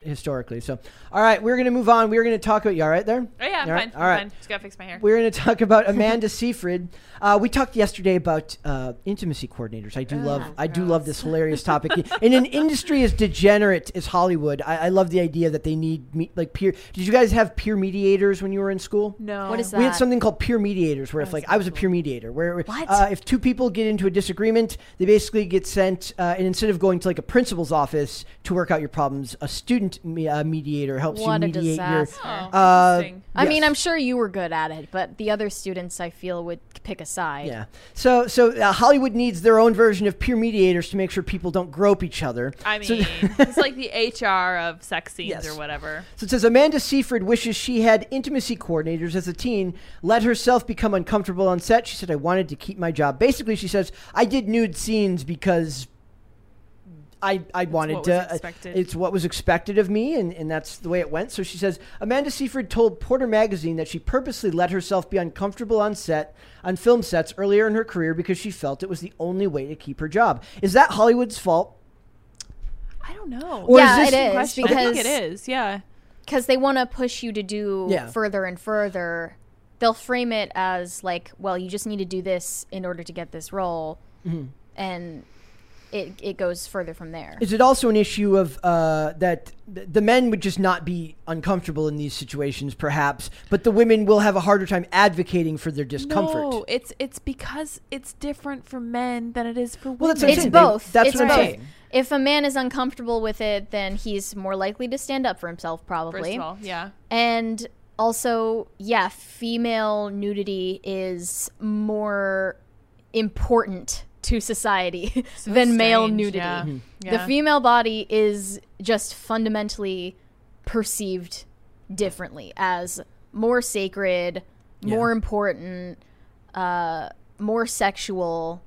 Speaker 3: historically. So, all right, we're going to move on. We're going to talk about you. All right, there.
Speaker 5: Oh yeah, I'm
Speaker 3: All
Speaker 5: fine.
Speaker 3: right,
Speaker 5: I'm
Speaker 3: all right.
Speaker 5: fine. Just gotta fix my hair.
Speaker 3: We're going to talk about Amanda Seyfried. Uh, we talked yesterday about uh, intimacy coordinators. I do
Speaker 5: Ah,
Speaker 3: love, I do love this hilarious topic. In an industry as degenerate as Hollywood, I, I love the idea that they need me, like peer. Did you guys have peer mediators when you were in school?
Speaker 5: no.
Speaker 4: What is that?
Speaker 3: We had something called peer mediators, where if like I was a peer mediator, where Uh, if two people get into a disagreement, they basically get sent, uh, and instead of going to like a principal's office to work out your problems, a student me- uh, mediator helps
Speaker 4: What a
Speaker 3: you mediate your.
Speaker 4: disaster.
Speaker 5: Oh,
Speaker 3: Uh,
Speaker 5: interesting.
Speaker 4: I mean,
Speaker 3: yes.
Speaker 4: I'm sure you were good at it, but the other students I feel would pick a side.
Speaker 3: Yeah. So so uh, Hollywood needs their own version of peer mediators to make sure people don't grope each other.
Speaker 5: I
Speaker 3: So-
Speaker 5: mean, it's like the HR of sex scenes
Speaker 3: Yes.
Speaker 5: or whatever.
Speaker 3: So it says Amanda Seyfried wishes she had intimacy coordinators as a teen, let herself become uncomfortable on set. She said, I wanted to keep my job. Basically, she says, I did nude scenes because. I, I wanted
Speaker 5: what was
Speaker 3: to. uh,
Speaker 5: expected.
Speaker 3: It's what was expected of me, and, and that's the way it went. So she says Amanda Seyfried told Porter Magazine that she purposely let herself be uncomfortable on set, on film sets earlier in her career because she felt it was the only way to keep her job. Is that Hollywood's fault?
Speaker 5: I don't know.
Speaker 3: Or is
Speaker 4: yeah,
Speaker 3: this
Speaker 4: it
Speaker 3: the
Speaker 4: is
Speaker 5: Question. I
Speaker 4: because
Speaker 5: think it is. Yeah.
Speaker 4: because they want to push you to do
Speaker 3: Yeah.
Speaker 4: further and further. They'll frame it
Speaker 3: Mm-hmm.
Speaker 4: as like, well, you just need to do this in order to get this role, and it, it goes further from there.
Speaker 3: Is it also an issue of uh, that th- the men would just not be uncomfortable in these situations, perhaps, but the women will have a harder time advocating for their discomfort?
Speaker 5: No, it's it's because it's different for men than it is for women.
Speaker 3: Well, that's what I'm
Speaker 4: it's
Speaker 3: saying. They-
Speaker 4: both.
Speaker 3: that's
Speaker 4: it's
Speaker 3: what I'm
Speaker 4: both.
Speaker 3: saying.
Speaker 4: If a man is uncomfortable with it, then he's more likely to stand up for himself, probably.
Speaker 5: First of all, yeah.
Speaker 4: And also, yeah, female nudity is more important to society than male
Speaker 5: strange,
Speaker 4: nudity.
Speaker 5: yeah.
Speaker 3: Mm-hmm.
Speaker 5: Mhm.
Speaker 4: The
Speaker 5: Yeah.
Speaker 4: female body is just fundamentally perceived differently as more sacred, more important, uh, more sexual,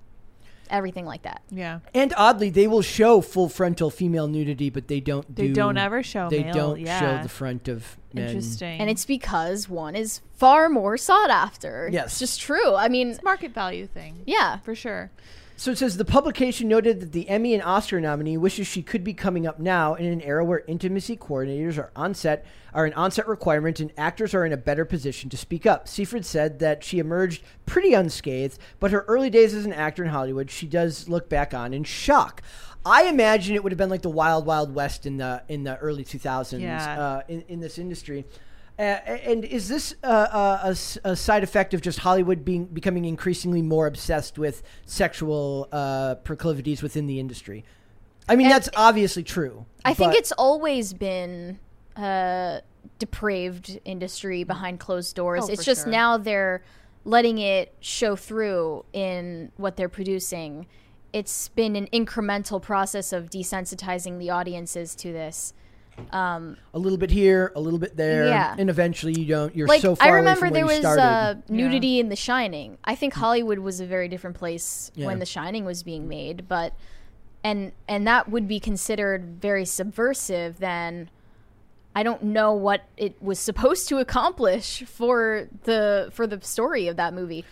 Speaker 4: everything like that.
Speaker 5: Yeah.
Speaker 3: And oddly, they will show full frontal female nudity, but they don't.
Speaker 5: They
Speaker 3: do,
Speaker 5: don't ever show
Speaker 3: They
Speaker 5: male,
Speaker 3: don't show
Speaker 5: yeah.
Speaker 3: the front of men.
Speaker 5: Interesting.
Speaker 4: And it's because one is far more sought after.
Speaker 3: Yes.
Speaker 4: It's just true. I mean,
Speaker 5: market value thing.
Speaker 4: yeah.
Speaker 5: For sure.
Speaker 3: So it says the publication noted that the Emmy and Oscar nominee wishes she could be coming up now in an era where intimacy coordinators are on set are an on-set requirement and actors are in a better position to speak up. Seyfried said that she emerged pretty unscathed, but her early days as an actor in Hollywood she does look back on in shock. I imagine it would have been like the wild, wild west in the in the early two thousands
Speaker 5: Yeah.
Speaker 3: uh, in in this industry. Uh, and is this uh, uh, a, s- a side effect of just Hollywood being becoming increasingly more obsessed with sexual uh, proclivities within the industry? I mean, that's obviously true.
Speaker 4: I think
Speaker 3: but-
Speaker 4: it's always been a depraved industry behind closed doors.
Speaker 5: Mm-hmm. Oh,
Speaker 4: it's
Speaker 5: for
Speaker 4: just
Speaker 5: sure.
Speaker 4: now they're letting it show through in what they're producing. It's been an incremental process of desensitizing the audiences to this.
Speaker 3: a little bit here, a little bit there,
Speaker 4: Yeah.
Speaker 3: and eventually you don't. You're
Speaker 4: Like
Speaker 3: so far
Speaker 4: I remember
Speaker 3: away from
Speaker 4: there
Speaker 3: where
Speaker 4: was
Speaker 3: you started.
Speaker 4: uh, nudity in The Shining. I think Hollywood was a very different place
Speaker 3: Yeah.
Speaker 4: when The Shining was being made, but and and that would be considered very subversive then I don't know what it was supposed to accomplish for the for the story of that movie.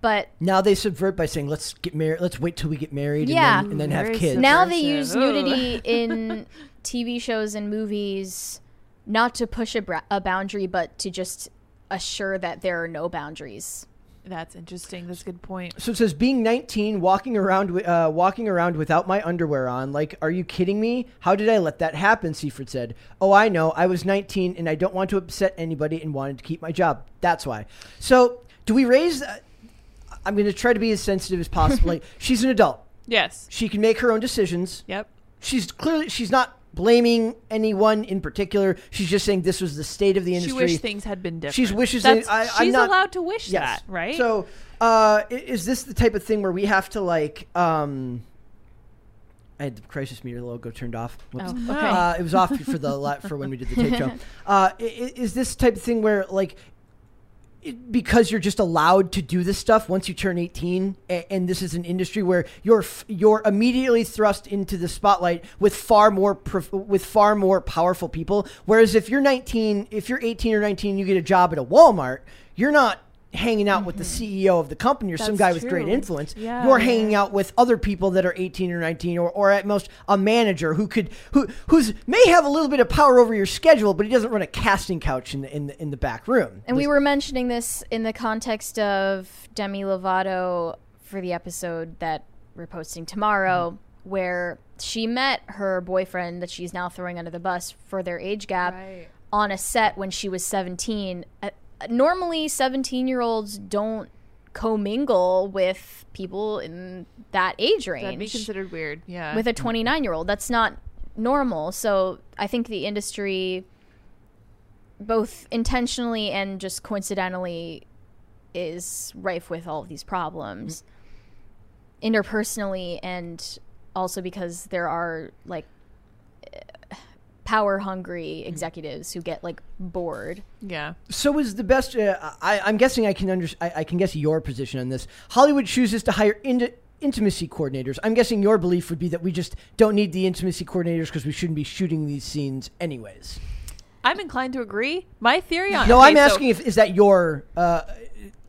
Speaker 4: But
Speaker 3: now they subvert by saying, "Let's get married. Let's wait till we get married,
Speaker 4: Yeah.
Speaker 3: and, then, and then have
Speaker 5: Very
Speaker 3: kids."
Speaker 5: sub-
Speaker 4: now they use
Speaker 5: Subversive.
Speaker 4: nudity in TV shows and movies not to push a, bra- a boundary but to just assure that there are no boundaries.
Speaker 5: That's interesting. That's a good point.
Speaker 3: So it says being 19, walking around, wi- uh, walking around without my underwear on. Like, are you kidding me? How did I let that happen? Seaford said. Oh, I know. I was 19, and I don't want to upset anybody, and wanted to keep my job. That's why. So, do we raise? Uh, I'm going to try to be as sensitive as possible. like, she's an adult.
Speaker 5: Yes.
Speaker 3: She can make her own decisions.
Speaker 5: Yep.
Speaker 3: She's clearly she's not blaming anyone in particular. She's just saying this was the state of the
Speaker 5: She
Speaker 3: industry.
Speaker 5: wished things had been different.
Speaker 3: She's wishes
Speaker 5: That's,
Speaker 3: that- I-
Speaker 5: she's
Speaker 3: I'm not-
Speaker 5: allowed to wish that, right?
Speaker 3: So, uh, i- is this the type of thing where we have to like? Um, I had the crisis meter logo turned off. Whoops.
Speaker 4: Oh, okay.
Speaker 3: Uh, it was off for the la- for when we did the tape show. Uh, i- i- is this type of thing where like? it- Because you're just allowed to do this stuff once you turn 18, a- and this is an industry where you're f- you're immediately thrust into the spotlight with far more prof- with far more powerful people. Whereas if you're 19, if you're 18 or 19, you get a job at a Walmart, you're not hanging out with the CEO of the company or some
Speaker 5: Mm-hmm. That's
Speaker 3: guy with great
Speaker 5: true.
Speaker 3: influence.
Speaker 5: Yeah.
Speaker 3: You're hanging hanging out with other people that are 18 or 19 or, or at most a manager who could who who's may have a little bit of power over your schedule but he doesn't run a casting couch in the in the, in the back room
Speaker 4: And we were mentioning this in the context of Demi Lovato for the episode that we're posting tomorrow, where she met her boyfriend that she's now throwing under the bus for their age gap
Speaker 5: Right.
Speaker 4: on a set when she was 17. Uh, normally, 17 year olds don't commingle with people in that age range
Speaker 5: that'd be considered weird. Yeah.
Speaker 4: with a 29 year old. That's not normal. So I think the industry, both intentionally and just coincidentally, is rife with all of these problems interpersonally and also because there are like power
Speaker 3: Mm-hmm.
Speaker 4: hungry executives who get like bored.
Speaker 5: yeah.
Speaker 3: so is the best uh, I, i'm guessing i can under I, I can guess your position on this hollywood chooses to hire into intimacy coordinators i'm guessing your belief would be that we just don't need the intimacy coordinators because we shouldn't be shooting these scenes anyways
Speaker 5: I'm inclined to agree. My theory on
Speaker 3: no
Speaker 5: okay,
Speaker 3: i'm
Speaker 5: so-
Speaker 3: asking if is that your uh,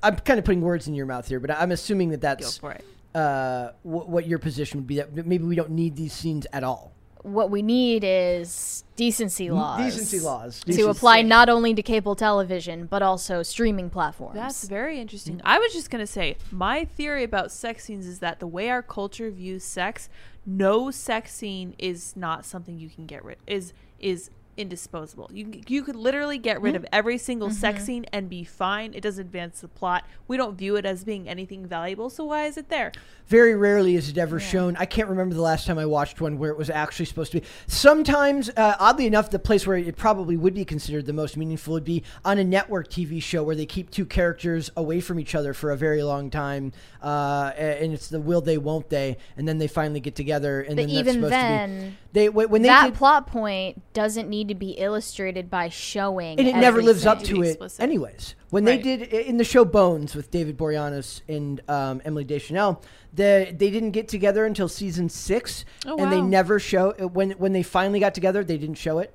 Speaker 3: i'm kind of putting words in your mouth here but i'm assuming that
Speaker 5: Go
Speaker 3: that's
Speaker 5: for it.
Speaker 3: uh, wh- what your position would be that maybe we don't need these scenes at all.
Speaker 4: what we need is decency laws.
Speaker 3: Decency laws.
Speaker 4: To
Speaker 3: Decency.
Speaker 4: apply not only to cable television, but also streaming platforms.
Speaker 5: That's very interesting.
Speaker 3: Mm.
Speaker 5: I was just gonna say, my theory about sex scenes is that the way our culture views sex, no sex scene is not something you can get rid is is indisposable. You can- you could literally get rid
Speaker 3: Mm-hmm.
Speaker 5: of every single
Speaker 4: Mm-hmm.
Speaker 5: sex scene and be fine. It doesn't advance the plot. We don't view it as being anything valuable. So why is it there?
Speaker 3: Very rarely is it ever shown. I can't remember the last time I watched one where it was actually supposed to be. Sometimes, uh, oddly enough, the place where it probably would be considered the most meaningful would be on a network TV show where they keep two characters away from each other for a very long time, uh, a- and it's the will they, won't they, and then they finally get together. And
Speaker 4: But
Speaker 3: then that's
Speaker 4: even
Speaker 3: supposed to be
Speaker 4: then,
Speaker 3: they wh- when they
Speaker 4: that
Speaker 3: did,
Speaker 4: plot point doesn't need to be illustrated by showing.
Speaker 3: and it never lives up
Speaker 4: everything.
Speaker 3: to
Speaker 5: Be
Speaker 3: it
Speaker 5: explicit.
Speaker 3: anyways when
Speaker 5: Right.
Speaker 3: they did in the show bones with david boreanaz and um, emily deschanel the, they didn't get together until season six
Speaker 5: Oh,
Speaker 3: and they
Speaker 5: wow.
Speaker 3: never show when when they finally got together they didn't show it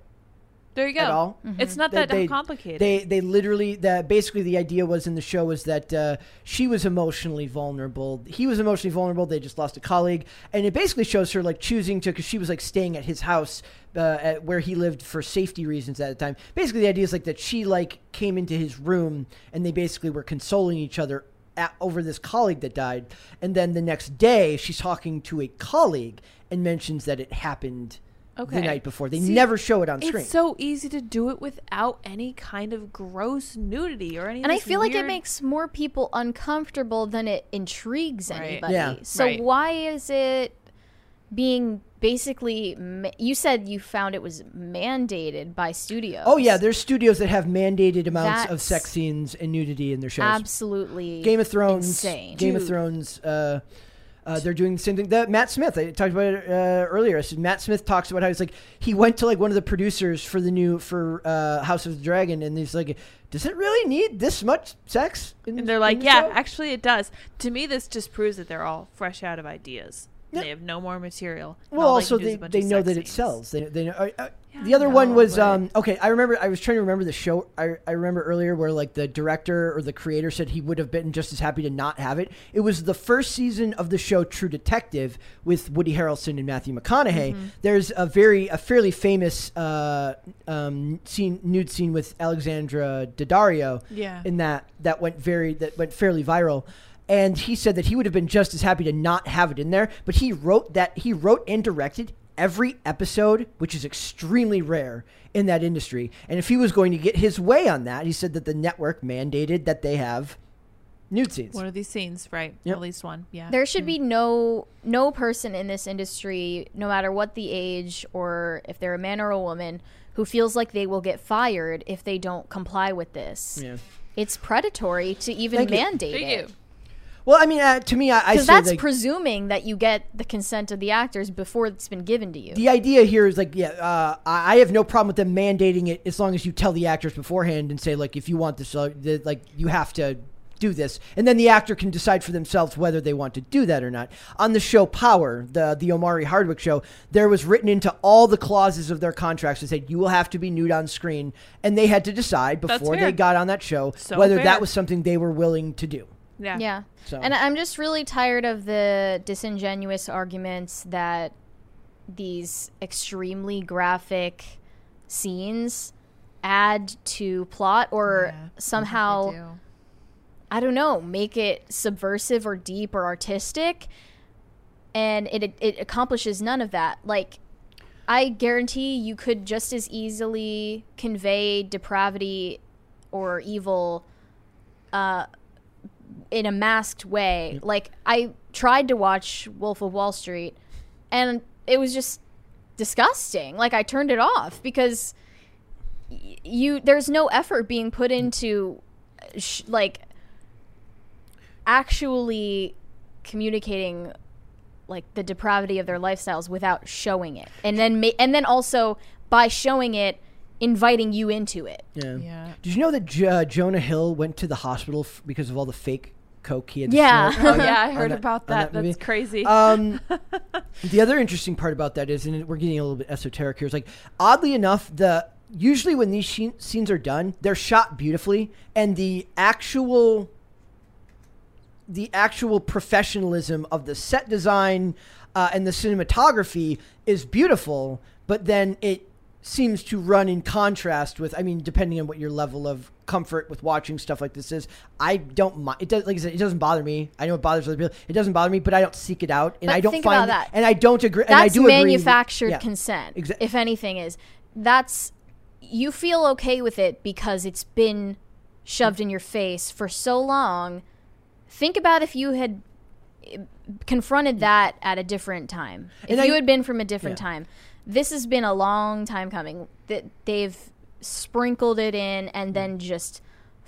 Speaker 5: There you go.
Speaker 3: At all? Mm-hmm.
Speaker 5: It's not that complicated.
Speaker 3: They they literally the basically the idea was in the show was that uh, she was emotionally vulnerable. He was emotionally vulnerable. They just lost a colleague, and it basically shows her like choosing to because she was like staying at his house uh, at where he lived for safety reasons at the time. Basically, the idea is like that she like came into his room and they basically were consoling each other. At, over this colleague that died, and then the next day she's talking to a colleague and mentions that it happened the
Speaker 5: Okay.
Speaker 3: night before. They
Speaker 5: See,
Speaker 3: never show it on screen.
Speaker 5: it's so easy to do it without any kind of gross nudity or any. of
Speaker 4: And I
Speaker 5: this
Speaker 4: feel like it
Speaker 5: weird-
Speaker 4: makes more people uncomfortable than it intrigues
Speaker 5: Right.
Speaker 4: anybody.
Speaker 3: Yeah.
Speaker 4: So
Speaker 5: Right.
Speaker 4: why is it being basically? Ma- you said you found it was mandated by studios.
Speaker 3: Oh yeah, there's studios that have mandated amounts of
Speaker 4: That's-
Speaker 3: sex scenes and nudity in their shows.
Speaker 4: absolutely
Speaker 3: Game of Thrones,
Speaker 4: insane.
Speaker 3: Game of Thrones. Uh, uh, they're doing the same thing. The, Matt Smith, I talked about it uh, earlier. I said Matt Smith talks about how he's like he went to like one of the producers for the new for uh, House of the Dragon, and he's like, "Does it really need this much sex?" In,
Speaker 5: And they're
Speaker 3: in
Speaker 5: like,
Speaker 3: the
Speaker 5: yeah,
Speaker 3: show?"
Speaker 5: actually, it does. To me, this just proves that they're all fresh out of ideas.
Speaker 3: Yeah.
Speaker 5: They have no more material. and
Speaker 3: Well,
Speaker 5: all
Speaker 3: also
Speaker 5: can do is
Speaker 3: they,
Speaker 5: a bunch
Speaker 3: they
Speaker 5: of
Speaker 3: know
Speaker 5: sex
Speaker 3: that it
Speaker 5: scenes.
Speaker 3: sells. They, they know. Uh, uh,
Speaker 5: Yeah,
Speaker 3: the other
Speaker 5: I
Speaker 3: one
Speaker 5: know,
Speaker 3: was
Speaker 5: but-
Speaker 3: um, okay. I remember. I was trying to remember the show. I, I remember earlier where like the director or the creator said he would have been just as happy to not have it. It was the first season of the show True Detective with Woody Harrelson and Matthew McConaughey.
Speaker 5: Mm-hmm.
Speaker 3: There's a very a fairly famous uh, um, scene nude scene with Alexandra Daddario
Speaker 5: Yeah.
Speaker 3: in that that went very that went fairly viral and he said that he would have been just as happy to not have it in there but he wrote that he wrote and directed every episode which is extremely rare in that industry and if he was going to get his way on that he said that the network mandated that they have nude scenes
Speaker 5: One of these scenes, right?
Speaker 3: Yep.
Speaker 5: At least one. Yeah.
Speaker 4: There should be no no person in this industry, no matter what the age or if they're a man or a woman, who feels like they will get fired if they don't comply with this.
Speaker 3: Yeah.
Speaker 4: It's predatory to even
Speaker 3: Thank you.
Speaker 4: mandate
Speaker 5: Thank
Speaker 4: it.
Speaker 5: you.
Speaker 3: well i mean uh, to me i, I say
Speaker 4: Because that's
Speaker 3: like,
Speaker 4: presuming that you get the consent of the actors before it's been given to you.
Speaker 3: the idea here is like, yeah, uh, I I have no problem with them mandating it as long as you tell the actors beforehand and say like, if you want this, uh, the- like you have to do this, and then the actor can decide for themselves whether they want to do that or not. On the show Power, the the Omari Hardwick show, there was written into all the clauses of their contracts that said you will have to be nude on screen, and they had to decide before
Speaker 5: fair.
Speaker 3: they got on that show
Speaker 5: So
Speaker 3: whether
Speaker 5: fair.
Speaker 3: that was something they were willing to do.
Speaker 5: Yeah.
Speaker 4: Yeah.
Speaker 3: So-
Speaker 4: And I'm just really tired of the disingenuous arguments that these extremely graphic scenes add to plot or somehow I don't know, make it subversive or deep or artistic and it it accomplishes none of that. Like I guarantee you could just as easily convey depravity or evil uh, in a masked way. Like I tried to watch Wolf of Wall Street and it was just disgusting. Like I turned it off because y- you there's no effort being put into uh, sh- like actually communicating like the depravity of their lifestyles without showing it. And then ma- and then also by showing it inviting you into it.
Speaker 3: Yeah.
Speaker 5: Yeah.
Speaker 3: Did you know that J- uh, Jonah Hill went to the hospital f- because of all the fake coke he had?
Speaker 4: Yeah.
Speaker 3: smoked?
Speaker 5: Oh, yeah, I heard
Speaker 3: that-
Speaker 5: about
Speaker 3: on
Speaker 5: that.
Speaker 3: that movie.
Speaker 5: That's crazy.
Speaker 3: Um, the other interesting part about that is, and we're getting a little bit esoteric here, is like oddly enough, the usually when these sheen- scenes are done, they're shot beautifully, and the actual the actual professionalism of the set design uh, and the cinematography is beautiful, but then it seems to run in contrast with. I mean, depending on what your level of comfort with watching stuff like this is, I don't mind. It does, like I said, it doesn't bother me. I know it bothers other people. It doesn't bother me, but I don't seek it out, and
Speaker 4: But
Speaker 3: I don't
Speaker 4: think
Speaker 3: find
Speaker 4: about
Speaker 3: it-
Speaker 4: that.
Speaker 3: and I don't agree. and I
Speaker 4: that's
Speaker 3: do agree with-
Speaker 4: manufactured
Speaker 3: yeah.
Speaker 4: consent
Speaker 3: Exa-
Speaker 4: if anything is that's you feel okay with it because it's been shoved in your face for so long think about if you had eh, confronted that at a different time if
Speaker 3: And I-
Speaker 4: you had been from a different
Speaker 3: Yeah.
Speaker 4: time this has been a long time coming that they've sprinkled it in
Speaker 3: Mm.
Speaker 4: and then just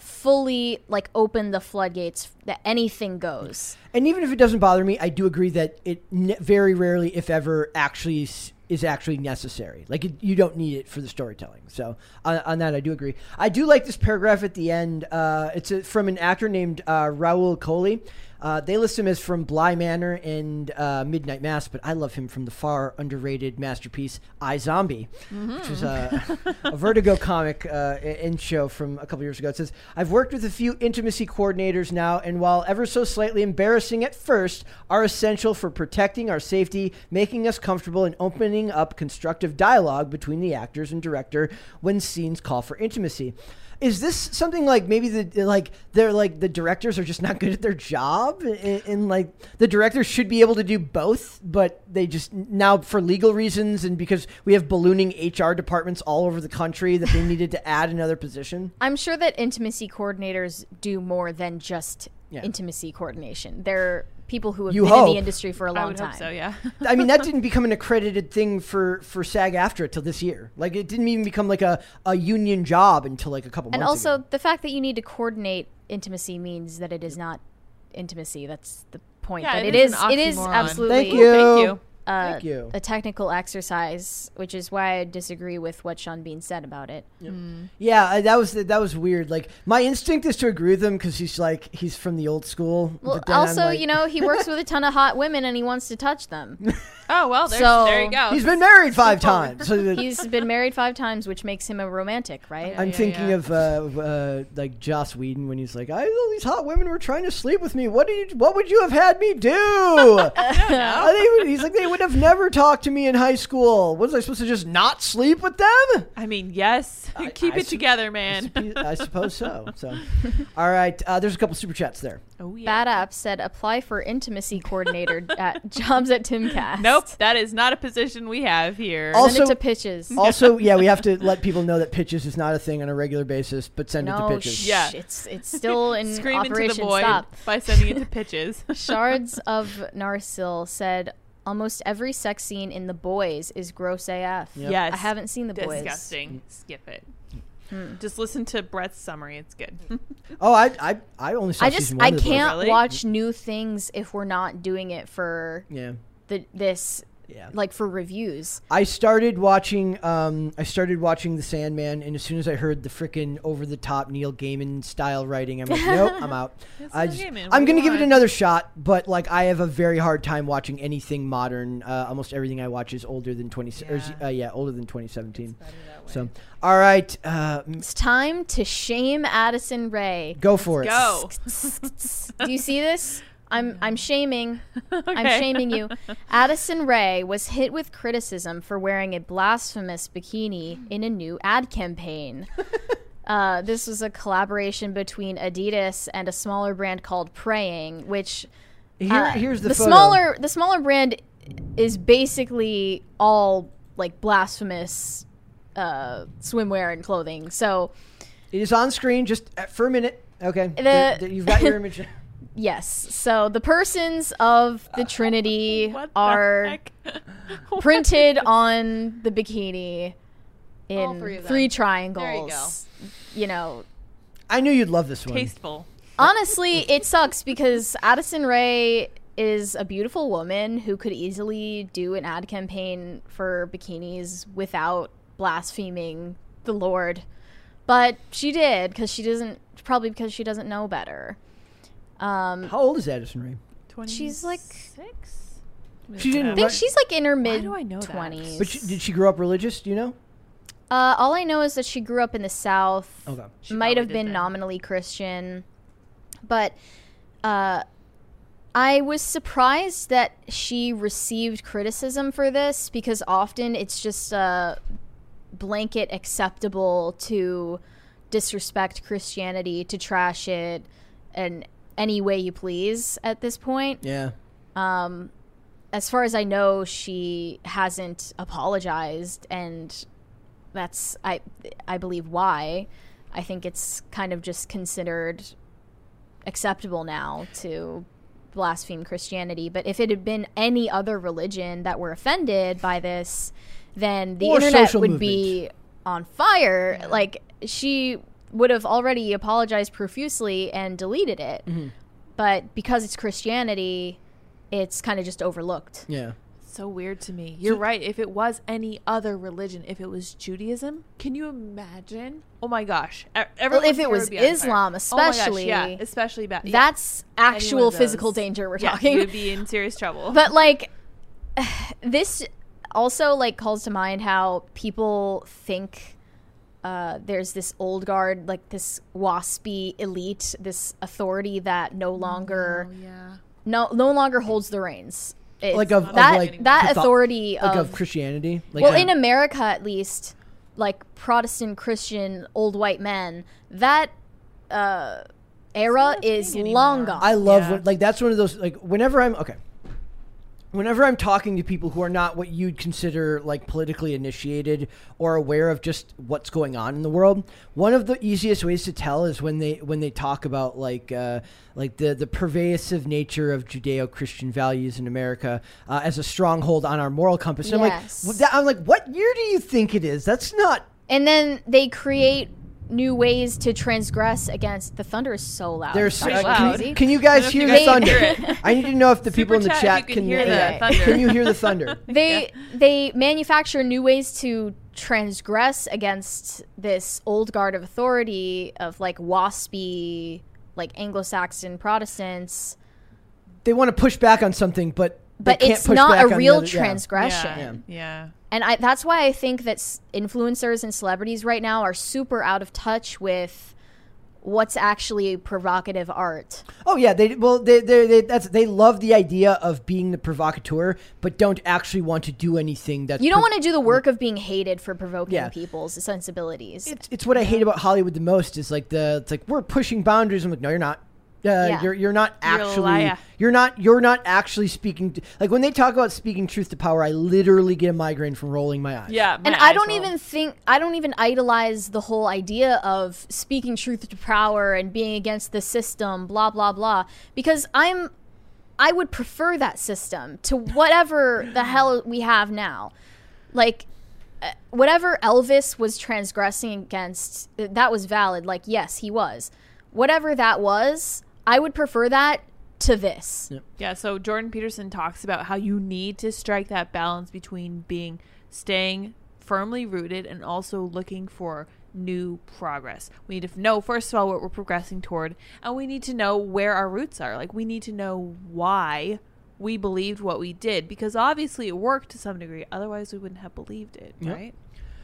Speaker 4: fully like opened the floodgates that anything goes
Speaker 3: And even if it doesn't bother me, I do agree that it ne- very rarely, if ever, actually is, is actually necessary. Like it, you don't need it for the storytelling. So on, on that, I do agree. I do like this paragraph at the end. Uh, it's a, from an actor named uh, Raul Coley. Uh, they list him as from Bly Manor and uh, Midnight Mass, but I love him from the far underrated masterpiece I Zombie, which was a, a Vertigo comic uh, in show from a couple years ago. It says, "I've worked with a few intimacy coordinators now, and while ever so slightly embarrassing at first, are essential for protecting our safety, making us comfortable, and opening up constructive dialogue between the actors and director when scenes call for intimacy." Is this something like maybe the like they're like the directors are just not good at their job, and, and like the directors should be able to do both, but they just now for legal reasons and because we have ballooning HR departments all over the country that they needed to add another position.
Speaker 4: I'm sure that intimacy coordinators do more than just
Speaker 3: Yeah.
Speaker 4: intimacy coordination. They're people who have
Speaker 3: You
Speaker 4: been in
Speaker 3: hope.
Speaker 4: the industry for a long
Speaker 5: I would
Speaker 4: time.
Speaker 5: hope so. Yeah.
Speaker 3: I mean, that didn't become an accredited thing for for SAG-AFTRA till this year. Like, it didn't even become like a, a union job until like a couple
Speaker 4: And
Speaker 3: months
Speaker 4: also,
Speaker 3: ago.
Speaker 4: the fact that you need to coordinate intimacy means that it is not intimacy. That's the point.
Speaker 5: Yeah,
Speaker 4: that
Speaker 5: it
Speaker 4: it
Speaker 5: is
Speaker 4: is.
Speaker 5: an
Speaker 4: It is
Speaker 5: oxymoron.
Speaker 4: absolutely.
Speaker 3: Thank
Speaker 5: Ooh,
Speaker 3: you.
Speaker 5: Thank you.
Speaker 4: uh,
Speaker 3: Thank you.
Speaker 4: A technical exercise, which is why I disagree with what Sean Bean said about it.
Speaker 3: Yeah, I, that was that was weird. Like, my instinct is to agree with him because he's like he's from the old school.
Speaker 4: Well,
Speaker 3: but then I'm
Speaker 4: also,
Speaker 3: like-
Speaker 4: you know, he works with a ton of hot women and he wants to touch them.
Speaker 5: Oh well, there's,
Speaker 4: So-
Speaker 5: there you go.
Speaker 3: he's been married five times. So that-
Speaker 4: He's been married five times, which makes him a romantic, right?
Speaker 3: I'm
Speaker 5: yeah,
Speaker 3: thinking
Speaker 5: yeah.
Speaker 3: of uh, of, uh, like Joss Whedon when he's like, "I all these hot women were trying to sleep with me. What did you? What would you have had me do?" Uh, they would- he's like, "They would have never talked to me in high school. Was I supposed to just not sleep with them?"
Speaker 5: I mean, yes. Keep
Speaker 3: I
Speaker 5: it
Speaker 3: sup-
Speaker 5: together, man.
Speaker 3: I suppose so. So, all right. Uh, there's a couple super chats there.
Speaker 5: Oh yeah.
Speaker 4: Bad App said apply for intimacy coordinator at jobs at Timcast.
Speaker 5: Nope, that is not a position we have here.
Speaker 3: Also-
Speaker 4: Send it to pitches.
Speaker 3: Also, yeah, we have to let people know that pitches is not a thing on a regular basis, but send it
Speaker 4: no,
Speaker 3: to pitches.
Speaker 4: shh,
Speaker 5: Yeah.
Speaker 4: it's it's still in
Speaker 5: Scream into the
Speaker 4: operation.
Speaker 5: void
Speaker 4: Stop.
Speaker 5: by sending it to pitches.
Speaker 4: Shards of Narsil said almost every sex scene in The Boys is gross AF.
Speaker 5: Yes.
Speaker 4: I haven't seen The Boys.
Speaker 5: Disgusting. Skip it.
Speaker 4: Hmm.
Speaker 5: Just listen to Brett's summary. It's good.
Speaker 3: Oh, I, I, I only saw
Speaker 4: I just
Speaker 3: season one
Speaker 4: I
Speaker 3: of the boys.
Speaker 4: can't
Speaker 5: Really?
Speaker 4: watch new things if we're not doing it for
Speaker 3: Yeah.
Speaker 4: the this
Speaker 3: Yeah.
Speaker 4: like for reviews.
Speaker 3: I started watching. Um, I started watching The Sandman, and as soon as I heard the frickin' over-the-top Neil Gaiman style writing, I'm like, nope, I'm out. I
Speaker 5: Neil
Speaker 3: just,
Speaker 5: Gaiman, what
Speaker 3: I'm
Speaker 5: do
Speaker 3: gonna
Speaker 5: you
Speaker 3: give it
Speaker 5: want?
Speaker 3: another shot, but like, I have a very hard time watching anything modern. Uh, almost everything I watch is older than 20. Yeah, or, is- uh, yeah older than 2017. So, all right, uh, m-
Speaker 4: It's time to shame Addison Ray.
Speaker 3: go for it.
Speaker 5: Go.
Speaker 4: Do you see this? I'm I'm shaming.
Speaker 5: Okay.
Speaker 4: I'm shaming you. Addison Ray was hit with criticism for wearing a blasphemous bikini in a new ad campaign. Uh, this was a collaboration between Adidas and a smaller brand called Praying, which
Speaker 3: Here,
Speaker 4: uh,
Speaker 3: here's the, photo.
Speaker 4: smaller the smaller brand is basically all like blasphemous uh, swimwear and clothing. So
Speaker 3: It is on screen just uh, for a minute. Okay, the, you've got your image.
Speaker 4: yes, so the persons of the Trinity
Speaker 5: What
Speaker 4: are.
Speaker 5: the heck? What
Speaker 4: printed on the bikini in
Speaker 5: three
Speaker 4: three,
Speaker 5: of them.
Speaker 4: triangles.
Speaker 5: There you go.
Speaker 4: You know,
Speaker 3: I knew you'd love this one.
Speaker 5: Tasteful.
Speaker 4: honestly, it sucks because Addison Ray is a beautiful woman who could easily do an ad campaign for bikinis without blaspheming the Lord. But she did because she doesn't, probably because she doesn't know better. Um,
Speaker 3: How old is Addison Ray?
Speaker 4: she's like,
Speaker 5: six.
Speaker 3: She didn't.
Speaker 4: I think
Speaker 3: write-
Speaker 4: she's like in her mid
Speaker 5: do I know that?
Speaker 4: 20s.
Speaker 3: but she, did she grow up religious? Do you know?
Speaker 4: Uh, all I know is that she grew up in the South.
Speaker 3: Okay.
Speaker 4: Might
Speaker 5: probably
Speaker 4: have
Speaker 5: did
Speaker 4: been
Speaker 5: then.
Speaker 4: nominally Christian, but uh, I was surprised that she received criticism for this because often it's just uh, blanket acceptable to disrespect Christianity, to trash it, and any way you please at this point.
Speaker 3: Yeah.
Speaker 4: As far as I know, she hasn't apologized, and that's I I believe why. I think it's kind of just considered acceptable now to blaspheme Christianity. But if it had been any other religion that were offended by this, then the
Speaker 3: Or
Speaker 4: internet
Speaker 3: social
Speaker 4: would be on fire. Like she would have already apologized profusely and deleted it.
Speaker 3: Mm-hmm.
Speaker 4: But because it's Christianity, it's kind of just overlooked.
Speaker 3: Yeah.
Speaker 5: So weird to me. You're right. If it was any other religion, if it was Judaism, can you imagine? Oh my gosh! E- everyone
Speaker 4: if it
Speaker 5: here
Speaker 4: was
Speaker 5: would be on fire.
Speaker 4: Islam
Speaker 5: Oh my gosh,
Speaker 4: especially,
Speaker 5: yeah, especially bad. yeah.
Speaker 4: That's
Speaker 5: Any one of
Speaker 4: actual physical
Speaker 5: those.
Speaker 4: danger we're
Speaker 5: Yeah,
Speaker 4: talking.
Speaker 5: You'd be in serious trouble.
Speaker 4: But like this also like calls to mind how people think uh, there's this old guard, like this waspy elite, this authority that no longer
Speaker 5: yeah.
Speaker 4: no no longer holds the reins. It's-
Speaker 3: Like of- of,
Speaker 4: that
Speaker 3: like,
Speaker 4: that
Speaker 3: Catho-
Speaker 4: authority
Speaker 3: Like
Speaker 4: of,
Speaker 3: of Christianity. Like
Speaker 4: well
Speaker 3: that-
Speaker 4: in America at least, like Protestant Christian old white men that uh, era is long gone.
Speaker 3: I love
Speaker 5: Yeah.
Speaker 3: when, like that's one of those like whenever I'm okay. Whenever I'm talking to people who are not what you'd consider like politically initiated or aware of just what's going on in the world, one of the easiest ways to tell is when they when they talk about like uh, like the the pervasive nature of Judeo-Christian values in America uh, as a stronghold on our moral compass. And
Speaker 4: Yes.
Speaker 3: I'm like, wh- that- I'm like, what year do you think it is? That's not
Speaker 4: And then they create new ways to transgress against the thunder is so loud.
Speaker 3: There's
Speaker 4: Sorry,
Speaker 5: pretty
Speaker 3: uh, can-
Speaker 5: loud.
Speaker 4: Susie.
Speaker 3: Can, you guys
Speaker 5: if
Speaker 3: hear
Speaker 5: you
Speaker 3: the
Speaker 4: guys
Speaker 3: thunder?
Speaker 5: can hear
Speaker 3: I need to know if the people in the
Speaker 5: chat,
Speaker 3: chat
Speaker 5: you can
Speaker 3: can
Speaker 5: hear
Speaker 3: uh,
Speaker 5: the
Speaker 3: yeah.
Speaker 5: thunder.
Speaker 3: Can you hear the thunder?
Speaker 4: they they manufacture new ways to transgress against this old guard of authority of like waspy like Anglo-Saxon Protestants,
Speaker 3: They want to push back on something, but they
Speaker 4: but
Speaker 3: can't
Speaker 4: it's
Speaker 3: push
Speaker 4: not
Speaker 3: back on
Speaker 4: a
Speaker 3: the
Speaker 4: real
Speaker 3: other- yeah.
Speaker 4: transgression.
Speaker 5: Yeah. yeah.
Speaker 4: And I, that's why I think that s- influencers and celebrities right now are super out of touch with what's actually provocative art.
Speaker 3: Oh yeah, they well they they they, that's, they love the idea of being the provocateur, but don't actually want to do anything that
Speaker 4: You don't want to do the work of being hated for provoking
Speaker 3: Yeah.
Speaker 4: people's sensibilities.
Speaker 3: It's, it's what I hate about Hollywood the most is like the it's like we're pushing boundaries. I'm like, no, you're not. Uh,
Speaker 4: Yeah.
Speaker 3: You're you're not
Speaker 5: You're a
Speaker 3: actually
Speaker 5: liar.
Speaker 3: you're, not you're not actually speaking to, like when they talk about speaking truth to power. I literally get a migraine from rolling my eyes.
Speaker 5: Yeah.
Speaker 4: and
Speaker 5: my
Speaker 4: I
Speaker 5: eyes
Speaker 4: don't
Speaker 5: roll.
Speaker 4: even think I don't even idolize the whole idea of speaking truth to power and being against the system, blah blah blah. Because I'm I would prefer that system to whatever the hell we have now. Like uh, whatever Elvis was transgressing against, uh, that was valid. Like yes, he was. Whatever that was, I would prefer that to this.
Speaker 5: Yeah, so Jordan Peterson talks about how you need to strike that balance between being staying firmly rooted and also looking for new progress. We need to know first of all what we're progressing toward and we need to know where our roots are. Like we need to know why we believed what we did because obviously it worked to some degree. Otherwise we wouldn't have believed it, right?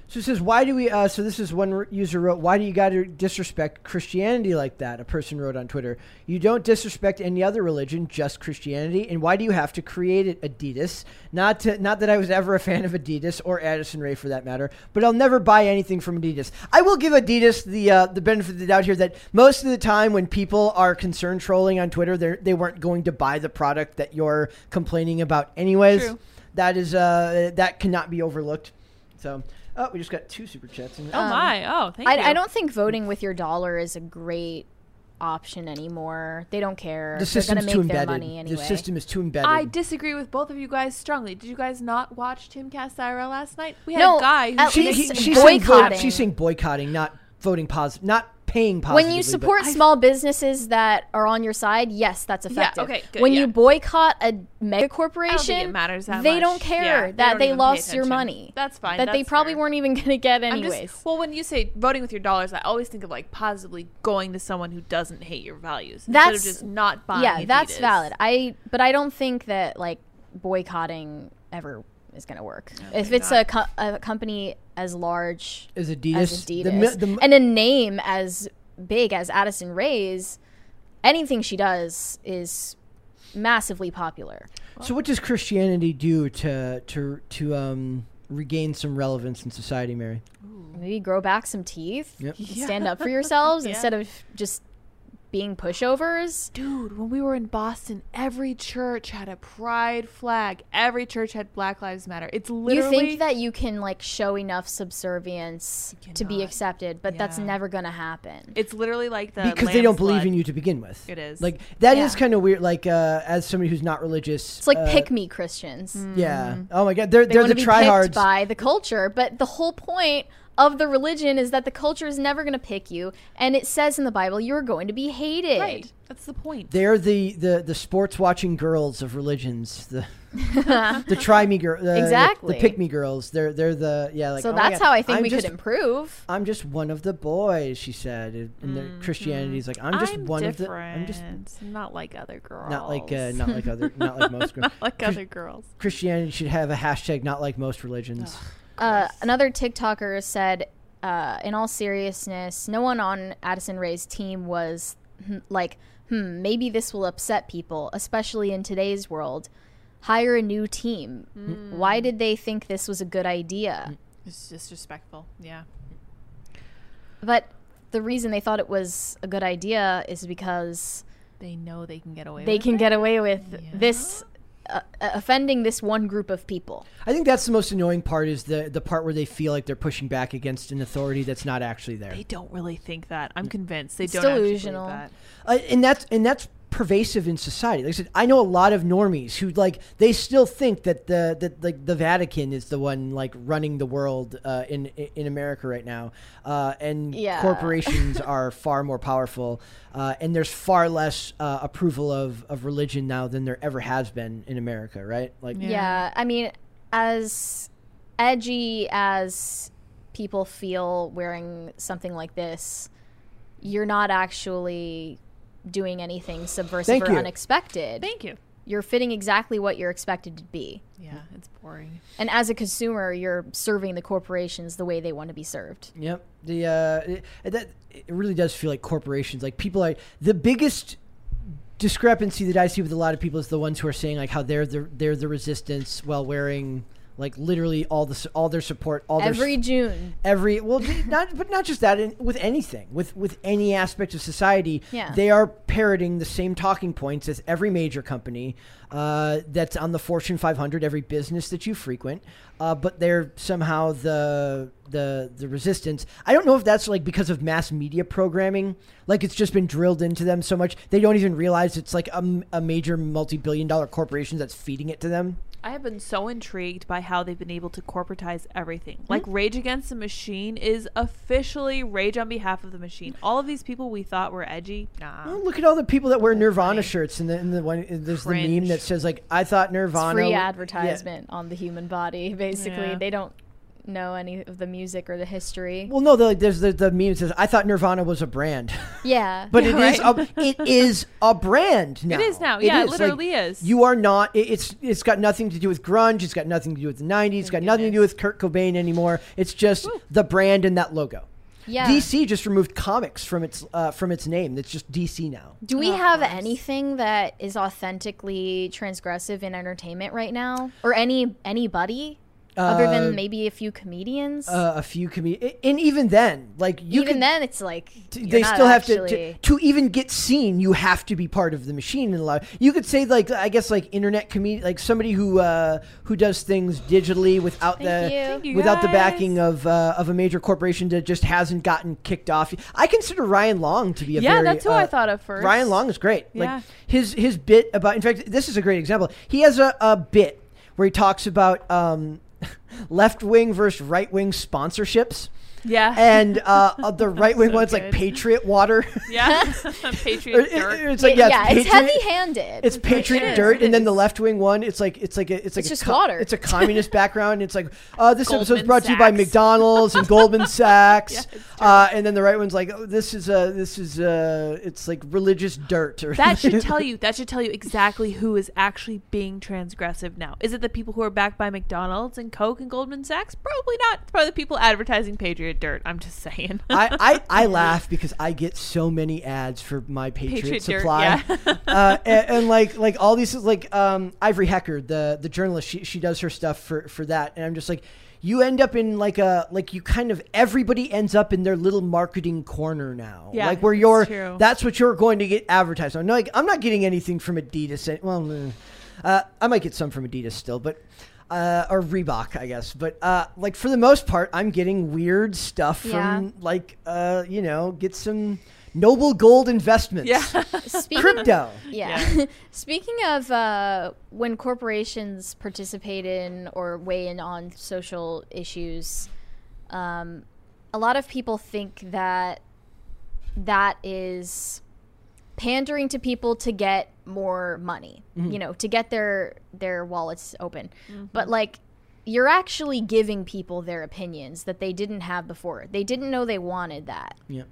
Speaker 3: So it says, why do we? Uh, so this is one r- user wrote, why do you got to disrespect Christianity like that? A person wrote on Twitter, you don't disrespect any other religion, just Christianity, and why do you have to create it, Adidas? Not to, not that I was ever a fan of Adidas or Addison Ray for that matter, but I'll never buy anything from Adidas. I will give Adidas the uh, the benefit of the doubt here that most of the time when people are concerned trolling on Twitter, they they weren't going to buy the product that you're complaining about anyways.
Speaker 5: True.
Speaker 3: That is uh, that cannot be overlooked. So, oh, we just got two super chats. In
Speaker 5: Oh my. Oh, thank you.
Speaker 4: Um, I, I don't think voting with your dollar is a great option anymore. They don't care.
Speaker 3: the
Speaker 4: They're going
Speaker 3: system's
Speaker 4: to
Speaker 3: too
Speaker 4: make their
Speaker 3: embedded.
Speaker 4: money anyway.
Speaker 3: The system is too embedded.
Speaker 5: I disagree with both of you guys strongly. Did you guys not watch Tim Castira last night? We had
Speaker 4: No,
Speaker 5: a guy who
Speaker 4: at
Speaker 3: she,
Speaker 4: least
Speaker 3: he- she's saying vote-
Speaker 4: boycotting.
Speaker 3: she's saying boycotting, not voting positive, not paying positive.
Speaker 4: when you support small businesses that are on your side, yes, that's effective.
Speaker 5: okay, good,
Speaker 4: when
Speaker 5: yeah.
Speaker 4: you boycott a mega corporation,
Speaker 5: it matters that
Speaker 4: they
Speaker 5: much.
Speaker 4: don't care
Speaker 5: Yeah, they
Speaker 4: that
Speaker 5: don't
Speaker 4: they
Speaker 5: even pay
Speaker 4: lost your
Speaker 5: attention.
Speaker 4: money.
Speaker 5: That's fine,
Speaker 4: That they
Speaker 5: that's
Speaker 4: probably
Speaker 5: fair.
Speaker 4: weren't even going to get
Speaker 5: I'm just-
Speaker 4: anyways.
Speaker 5: well, when you say voting with your dollars, I always think of like positively going to someone who doesn't hate your values
Speaker 4: That's-
Speaker 5: instead of just not buying.
Speaker 4: yeah,
Speaker 5: Adidas.
Speaker 4: that's valid. I but I don't think that like boycotting ever is going to work. if it's a, co- a company as large
Speaker 3: As Adidas,
Speaker 4: as Adidas,
Speaker 3: The mi- the mi-
Speaker 4: and a name as big as Addison Rae's, anything she does is massively popular.
Speaker 3: So, what does Christianity do to to to um, regain some relevance in society, Mary?
Speaker 4: Maybe grow back some teeth,
Speaker 3: Yep.
Speaker 4: stand up for yourselves
Speaker 5: Yeah.
Speaker 4: instead of just being pushovers.
Speaker 5: Dude, when we were in Boston, every church had a pride flag. Every church had Black Lives Matter. It's literally
Speaker 4: you think that you can like show enough subservience to be
Speaker 5: cannot.
Speaker 4: accepted, but that's
Speaker 5: Yeah.
Speaker 4: never going to happen.
Speaker 5: it's literally like the
Speaker 3: Because they don't
Speaker 5: lamb's
Speaker 3: believe
Speaker 5: blood.
Speaker 3: in you to begin with.
Speaker 5: It is.
Speaker 3: like that is
Speaker 4: Yeah.
Speaker 3: kind of weird. Like uh, as somebody who's not religious,
Speaker 4: it's like
Speaker 3: uh,
Speaker 4: pick me Christians.
Speaker 3: Yeah. Oh my God, they're
Speaker 4: They
Speaker 3: they are
Speaker 4: want
Speaker 3: the
Speaker 4: to be picked
Speaker 3: tryhards.
Speaker 4: by the culture, but the whole point of the religion is that the culture is never going to pick you, and it says in the Bible you're going to be hated.
Speaker 5: Right. That's the point.
Speaker 3: They're the, the, the sports watching girls of religions. The the try me girl. The,
Speaker 4: Exactly.
Speaker 3: The pick me girls. They're they're the yeah. Like
Speaker 4: so
Speaker 3: oh my
Speaker 4: that's
Speaker 3: God,
Speaker 4: how I think
Speaker 3: I'm
Speaker 4: we
Speaker 3: just,
Speaker 4: could improve.
Speaker 3: I'm just one of the boys, she said, and and
Speaker 4: Mm-hmm.
Speaker 3: the Christianity's like I'm just one of the. I'm just
Speaker 5: different. not like other girls.
Speaker 3: not like uh, not like other not like most. Girls.
Speaker 5: like other girls.
Speaker 3: Christianity should have a hashtag not like most religions.
Speaker 4: Uh, another TikToker said, uh, in all seriousness, no one on Addison Ray's team was hmm, like, hmm, maybe this will upset people, especially in today's world. Hire a new team.
Speaker 3: Hmm.
Speaker 4: Why did they think this was a good idea?
Speaker 5: It's disrespectful. Yeah.
Speaker 4: But the reason they thought it was a good idea is because
Speaker 5: They know they can get away
Speaker 4: they
Speaker 5: with
Speaker 4: can
Speaker 5: it.
Speaker 4: get away with this uh, uh, offending this one group of people.
Speaker 3: I think that's the most annoying part is the the part where they feel like they're pushing back against an authority that's not actually there.
Speaker 5: They don't really think that. I'm convinced they
Speaker 4: It's
Speaker 5: don't actually believe
Speaker 4: delusional.
Speaker 5: that.
Speaker 3: uh, and that's and that's pervasive in society. Like I said, I know a lot of normies who like they still think that the that like the Vatican is the one like running the world uh, in in America right now, uh, and
Speaker 4: Yeah.
Speaker 3: corporations are far more powerful, uh, and there's far less uh, approval of of religion now than there ever has been in America. Right? Like,
Speaker 4: Yeah. I mean, as edgy as people feel wearing something like this, you're not actually doing anything subversive
Speaker 3: Thank
Speaker 4: or
Speaker 3: you.
Speaker 4: unexpected.
Speaker 5: Thank you.
Speaker 4: you're fitting exactly what you're expected to be.
Speaker 5: Yeah, it's boring.
Speaker 4: And as a consumer, you're serving the corporations the way they want to be served.
Speaker 3: Yep. The uh, it, that it really does feel like corporations. Like people are the biggest discrepancy that I see with a lot of people is the ones who are saying like how they're the they're the resistance while wearing like literally all the su- all their support all their
Speaker 4: Every
Speaker 3: s-
Speaker 4: June.
Speaker 3: every well d- not but not just that in, with anything with with any aspect of society
Speaker 4: Yeah.
Speaker 3: they are parroting the same talking points as every major company uh, that's on the fortune 500 every business that you frequent uh, but they're somehow the the the resistance i don't know if that's like because of mass media programming like it's just been drilled into them so much they don't even realize it's like a, m- a major multi-billion dollar corporation that's feeding it to them
Speaker 5: I have been so intrigued by how they've been able to corporatize everything.
Speaker 4: Mm-hmm.
Speaker 5: Like Rage Against the Machine is officially Rage on behalf of the machine. All of these people we thought were edgy, nah.
Speaker 4: Mm.
Speaker 3: Well, look at all the people that wear Nirvana shirts, and, the, and the one there's the meme
Speaker 5: Cringe.
Speaker 3: that says like, "I thought
Speaker 4: It's
Speaker 3: Nirvana."
Speaker 4: free
Speaker 3: w- yeah."
Speaker 4: advertisement on the human body, basically.
Speaker 5: Yeah.
Speaker 4: They don't know any of the music or the history.
Speaker 3: Well, no, the, there's the, the meme that says, "I thought Nirvana was a brand,"
Speaker 4: yeah.
Speaker 3: but it is a, it is a brand now.
Speaker 5: is now. Yeah, it
Speaker 3: Like,
Speaker 5: literally is.
Speaker 3: You are not. It, it's it's got nothing to do with grunge. It's got nothing to do with the '90s.
Speaker 5: Oh,
Speaker 3: It's got nothing to do with Kurt Cobain anymore. It's just the brand and that logo.
Speaker 4: yeah.
Speaker 3: DC just removed comics from its uh, from its name. It's just DC now.
Speaker 4: Do we have anything that is authentically transgressive in entertainment right now, or any anybody other
Speaker 3: Uh,
Speaker 4: than maybe a few comedians?
Speaker 3: Uh, a few comedians, and even then, like you
Speaker 4: Even
Speaker 3: can,
Speaker 4: then, it's like
Speaker 3: t-
Speaker 4: you're
Speaker 3: they
Speaker 4: not
Speaker 3: still have to, to
Speaker 4: actually-
Speaker 3: to even get seen you have to be part of the machine and allow you could say like i guess like internet comedian like somebody who uh who does things digitally without
Speaker 4: Thank
Speaker 3: the
Speaker 4: you. Thank
Speaker 5: you,
Speaker 3: without the
Speaker 5: guys.
Speaker 3: backing of uh, of a major corporation that just hasn't gotten kicked off i consider ryan long to be a
Speaker 5: Yeah,
Speaker 3: very,
Speaker 5: that's who I
Speaker 3: uh,
Speaker 5: thought of first.
Speaker 3: ryan long is great
Speaker 5: Yeah.
Speaker 3: like his his bit about in fact this is a great example he has a, a bit where he talks about um left wing versus right wing sponsorships
Speaker 5: Yeah.
Speaker 3: and uh, uh, the right wing
Speaker 5: So
Speaker 3: one's like
Speaker 5: good.
Speaker 3: Patriot Water.
Speaker 5: yeah.
Speaker 3: Or
Speaker 5: Patriot
Speaker 3: it- it-
Speaker 5: dirt.
Speaker 3: it's like yeah, it's,
Speaker 4: it's
Speaker 3: Patriot,
Speaker 4: heavy-handed.
Speaker 3: It's Patriot
Speaker 5: is,
Speaker 3: Dirt,
Speaker 5: it
Speaker 3: and then the
Speaker 5: is.
Speaker 3: left wing one. It's like it's like a, it's like
Speaker 4: It's
Speaker 3: a
Speaker 4: just water.
Speaker 3: It's a communist background. It's like uh, this episode is
Speaker 5: Goldman
Speaker 3: brought to you by
Speaker 5: Sachs.
Speaker 3: McDonald's and Goldman Sachs, uh, and then the right one's like oh, this is uh, this is uh, it's like religious dirt. Or
Speaker 5: That should tell you. That should tell you exactly who is actually being transgressive now. Is it the people who are backed by McDonald's and Coke and Goldman Sachs? Probably not. It's probably the people advertising Patriot Patriot dirt. I'm just saying.
Speaker 3: I, I, I laugh because I get so many ads for my Patriot,
Speaker 5: Patriot Dirt,
Speaker 3: supply,
Speaker 5: yeah.
Speaker 3: uh, and, and like like all these like um, Ivory Hecker, the the journalist, she she does her stuff for for that, and I'm just like, you end up in like a like you kind of everybody ends up in their little marketing corner now,
Speaker 5: Yeah,
Speaker 3: like where
Speaker 5: it's
Speaker 3: you're
Speaker 5: true.
Speaker 3: that's what you're going to get advertised on. No, like I'm not getting anything from Adidas. an- Well, eh. uh, I might get some from Adidas still, but uh, or Reebok, I guess. But uh, like for the most part, I'm getting weird stuff from
Speaker 4: Yeah.
Speaker 3: like uh, you know, get some noble gold investments,
Speaker 5: yeah.
Speaker 4: Speaking
Speaker 3: crypto.
Speaker 4: Yeah. Speaking of uh, when corporations participate in or weigh in on social issues, um, a lot of people think that that is pandering to people to get more money, you know, to get their their wallets open. But like you're actually giving people their opinions that they didn't have before. They didn't know they wanted that.
Speaker 3: yeah.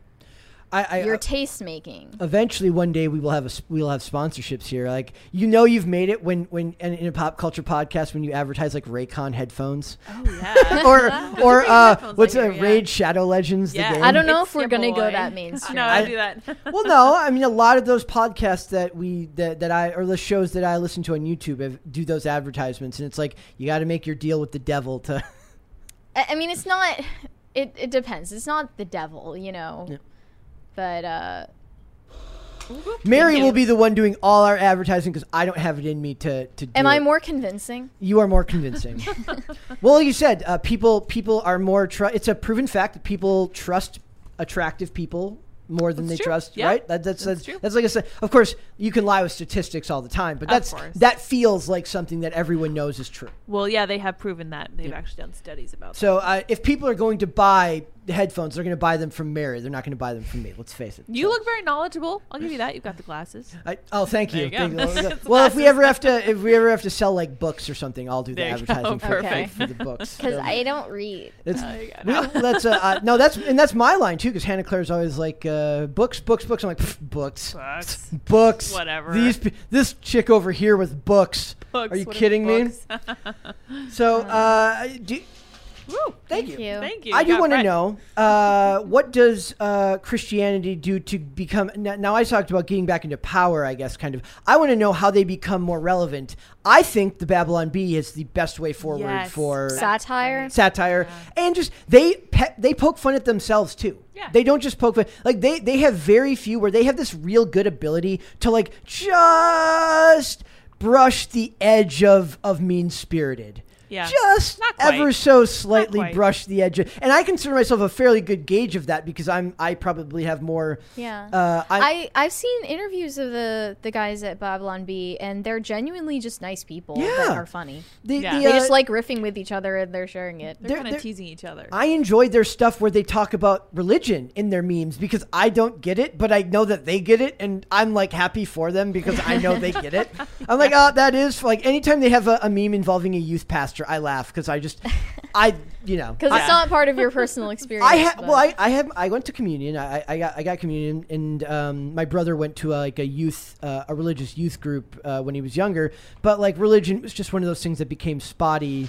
Speaker 3: I, I,
Speaker 4: Your taste making.
Speaker 3: eventually one day we will have a, s- we'll have sponsorships here. Like you know, you've made it when when and in a pop culture podcast when you advertise like Raycon headphones.
Speaker 5: yeah.
Speaker 3: or or
Speaker 5: big
Speaker 3: uh,
Speaker 5: headphones
Speaker 3: what's
Speaker 5: I
Speaker 3: a
Speaker 5: hear, yeah.
Speaker 3: Raid Shadow Legends?
Speaker 5: Yeah.
Speaker 3: The game?
Speaker 4: I don't know
Speaker 5: It's
Speaker 4: if we're
Speaker 5: your
Speaker 4: going to
Speaker 5: boy.
Speaker 4: go that mainstream.
Speaker 5: no, I do that.
Speaker 3: well, no. I mean, a lot of those podcasts that we that, that I or the shows that I listen to on YouTube have, do those advertisements, and it's like you got to make your deal with the devil to.
Speaker 4: I, I mean, it's not. It, it depends. It's not the devil, you know. But uh,
Speaker 3: Mary will be the one doing all our advertising because I don't have it in me to to. Do
Speaker 4: am I
Speaker 3: it.
Speaker 4: more convincing?
Speaker 3: You are more convincing. well, you said uh, people people are more. Tr- it's a proven fact that people trust attractive people more than
Speaker 5: That's
Speaker 3: they
Speaker 5: true.
Speaker 3: trust,
Speaker 5: Yeah.
Speaker 3: right? That, that's that's,
Speaker 5: true.
Speaker 3: that's like I said. Of course, you can lie with statistics all the time, but that's
Speaker 5: course.
Speaker 3: that feels like something that everyone knows is true.
Speaker 5: Well, yeah, they have proven that. They've actually done studies about that.
Speaker 3: So uh, if people are going to buy the headphones, they're going to buy them from Mary. They're not going to buy them from me. Let's face it.
Speaker 5: You look very knowledgeable. I'll give you that. You've got the glasses.
Speaker 3: I, oh, thank you.
Speaker 5: you go.
Speaker 3: Thank you.
Speaker 5: That's
Speaker 3: Well, if we ever have to, if we ever have to sell like books or something, I'll do the
Speaker 5: There you go.
Speaker 3: advertising for,
Speaker 5: Perfect.
Speaker 3: for the books.
Speaker 4: Because
Speaker 3: Um,
Speaker 4: I don't read.
Speaker 3: That's, we- that's uh, uh, no, that's and that's my line too. Because Hannah Claire's always like uh, books, books, books. I'm like "Pff, books,
Speaker 5: Books.
Speaker 3: books.
Speaker 5: Whatever.
Speaker 3: These pe- this chick over here with books.
Speaker 5: Books,
Speaker 3: Are you
Speaker 5: what are
Speaker 3: kidding me?
Speaker 5: books?
Speaker 4: Oh.
Speaker 3: So, uh, do,
Speaker 5: Woo.
Speaker 3: thank you.
Speaker 4: you.
Speaker 5: Thank you.
Speaker 3: I do
Speaker 5: Got
Speaker 3: want to
Speaker 5: Brett.
Speaker 3: know uh, what does uh, Christianity do to become? Now, now I talked about getting back into power. I guess kind of. I want to know how they become more relevant. I think the Babylon Bee is the best way forward
Speaker 5: Yes.
Speaker 3: for
Speaker 4: Satire.
Speaker 3: satire and just they pe- they poke fun at themselves too
Speaker 5: Yeah.
Speaker 3: they don't just poke fun like they they have very few where they have this real good ability to like just brush the edge of of mean spirited
Speaker 5: Yeah.
Speaker 3: just
Speaker 5: Not quite.
Speaker 3: ever so slightly
Speaker 5: quite.
Speaker 3: brush the edge of, and i consider myself a fairly good gauge of that because i'm i probably have more
Speaker 4: Yeah.
Speaker 3: uh i,
Speaker 4: I, I've seen interviews of the, the guys at Babylon B, and they're genuinely just nice people that
Speaker 3: Yeah.
Speaker 4: are funny.
Speaker 3: the,
Speaker 5: Yeah.
Speaker 3: the,
Speaker 4: They
Speaker 3: uh,
Speaker 4: just like riffing with each other and they're sharing it.
Speaker 5: They're,
Speaker 3: They're-
Speaker 5: kind
Speaker 3: they're-
Speaker 5: of teasing each other.
Speaker 3: I enjoy their stuff where they talk about religion in their memes because I don't get it, but I know that they get it, and I'm like happy for them because I know they get it. I'm like, oh, that is like anytime they have a, a meme involving a youth pastor, I laugh because I just, I you know,
Speaker 4: Because it's not part of your personal experience.
Speaker 3: I ha-
Speaker 4: but-
Speaker 3: well, I, I have I went to communion. I, I- I got I got communion, and um, my brother went to a, like a youth uh, a religious youth group uh, when he was younger. But like religion was just one of those things that became spotty.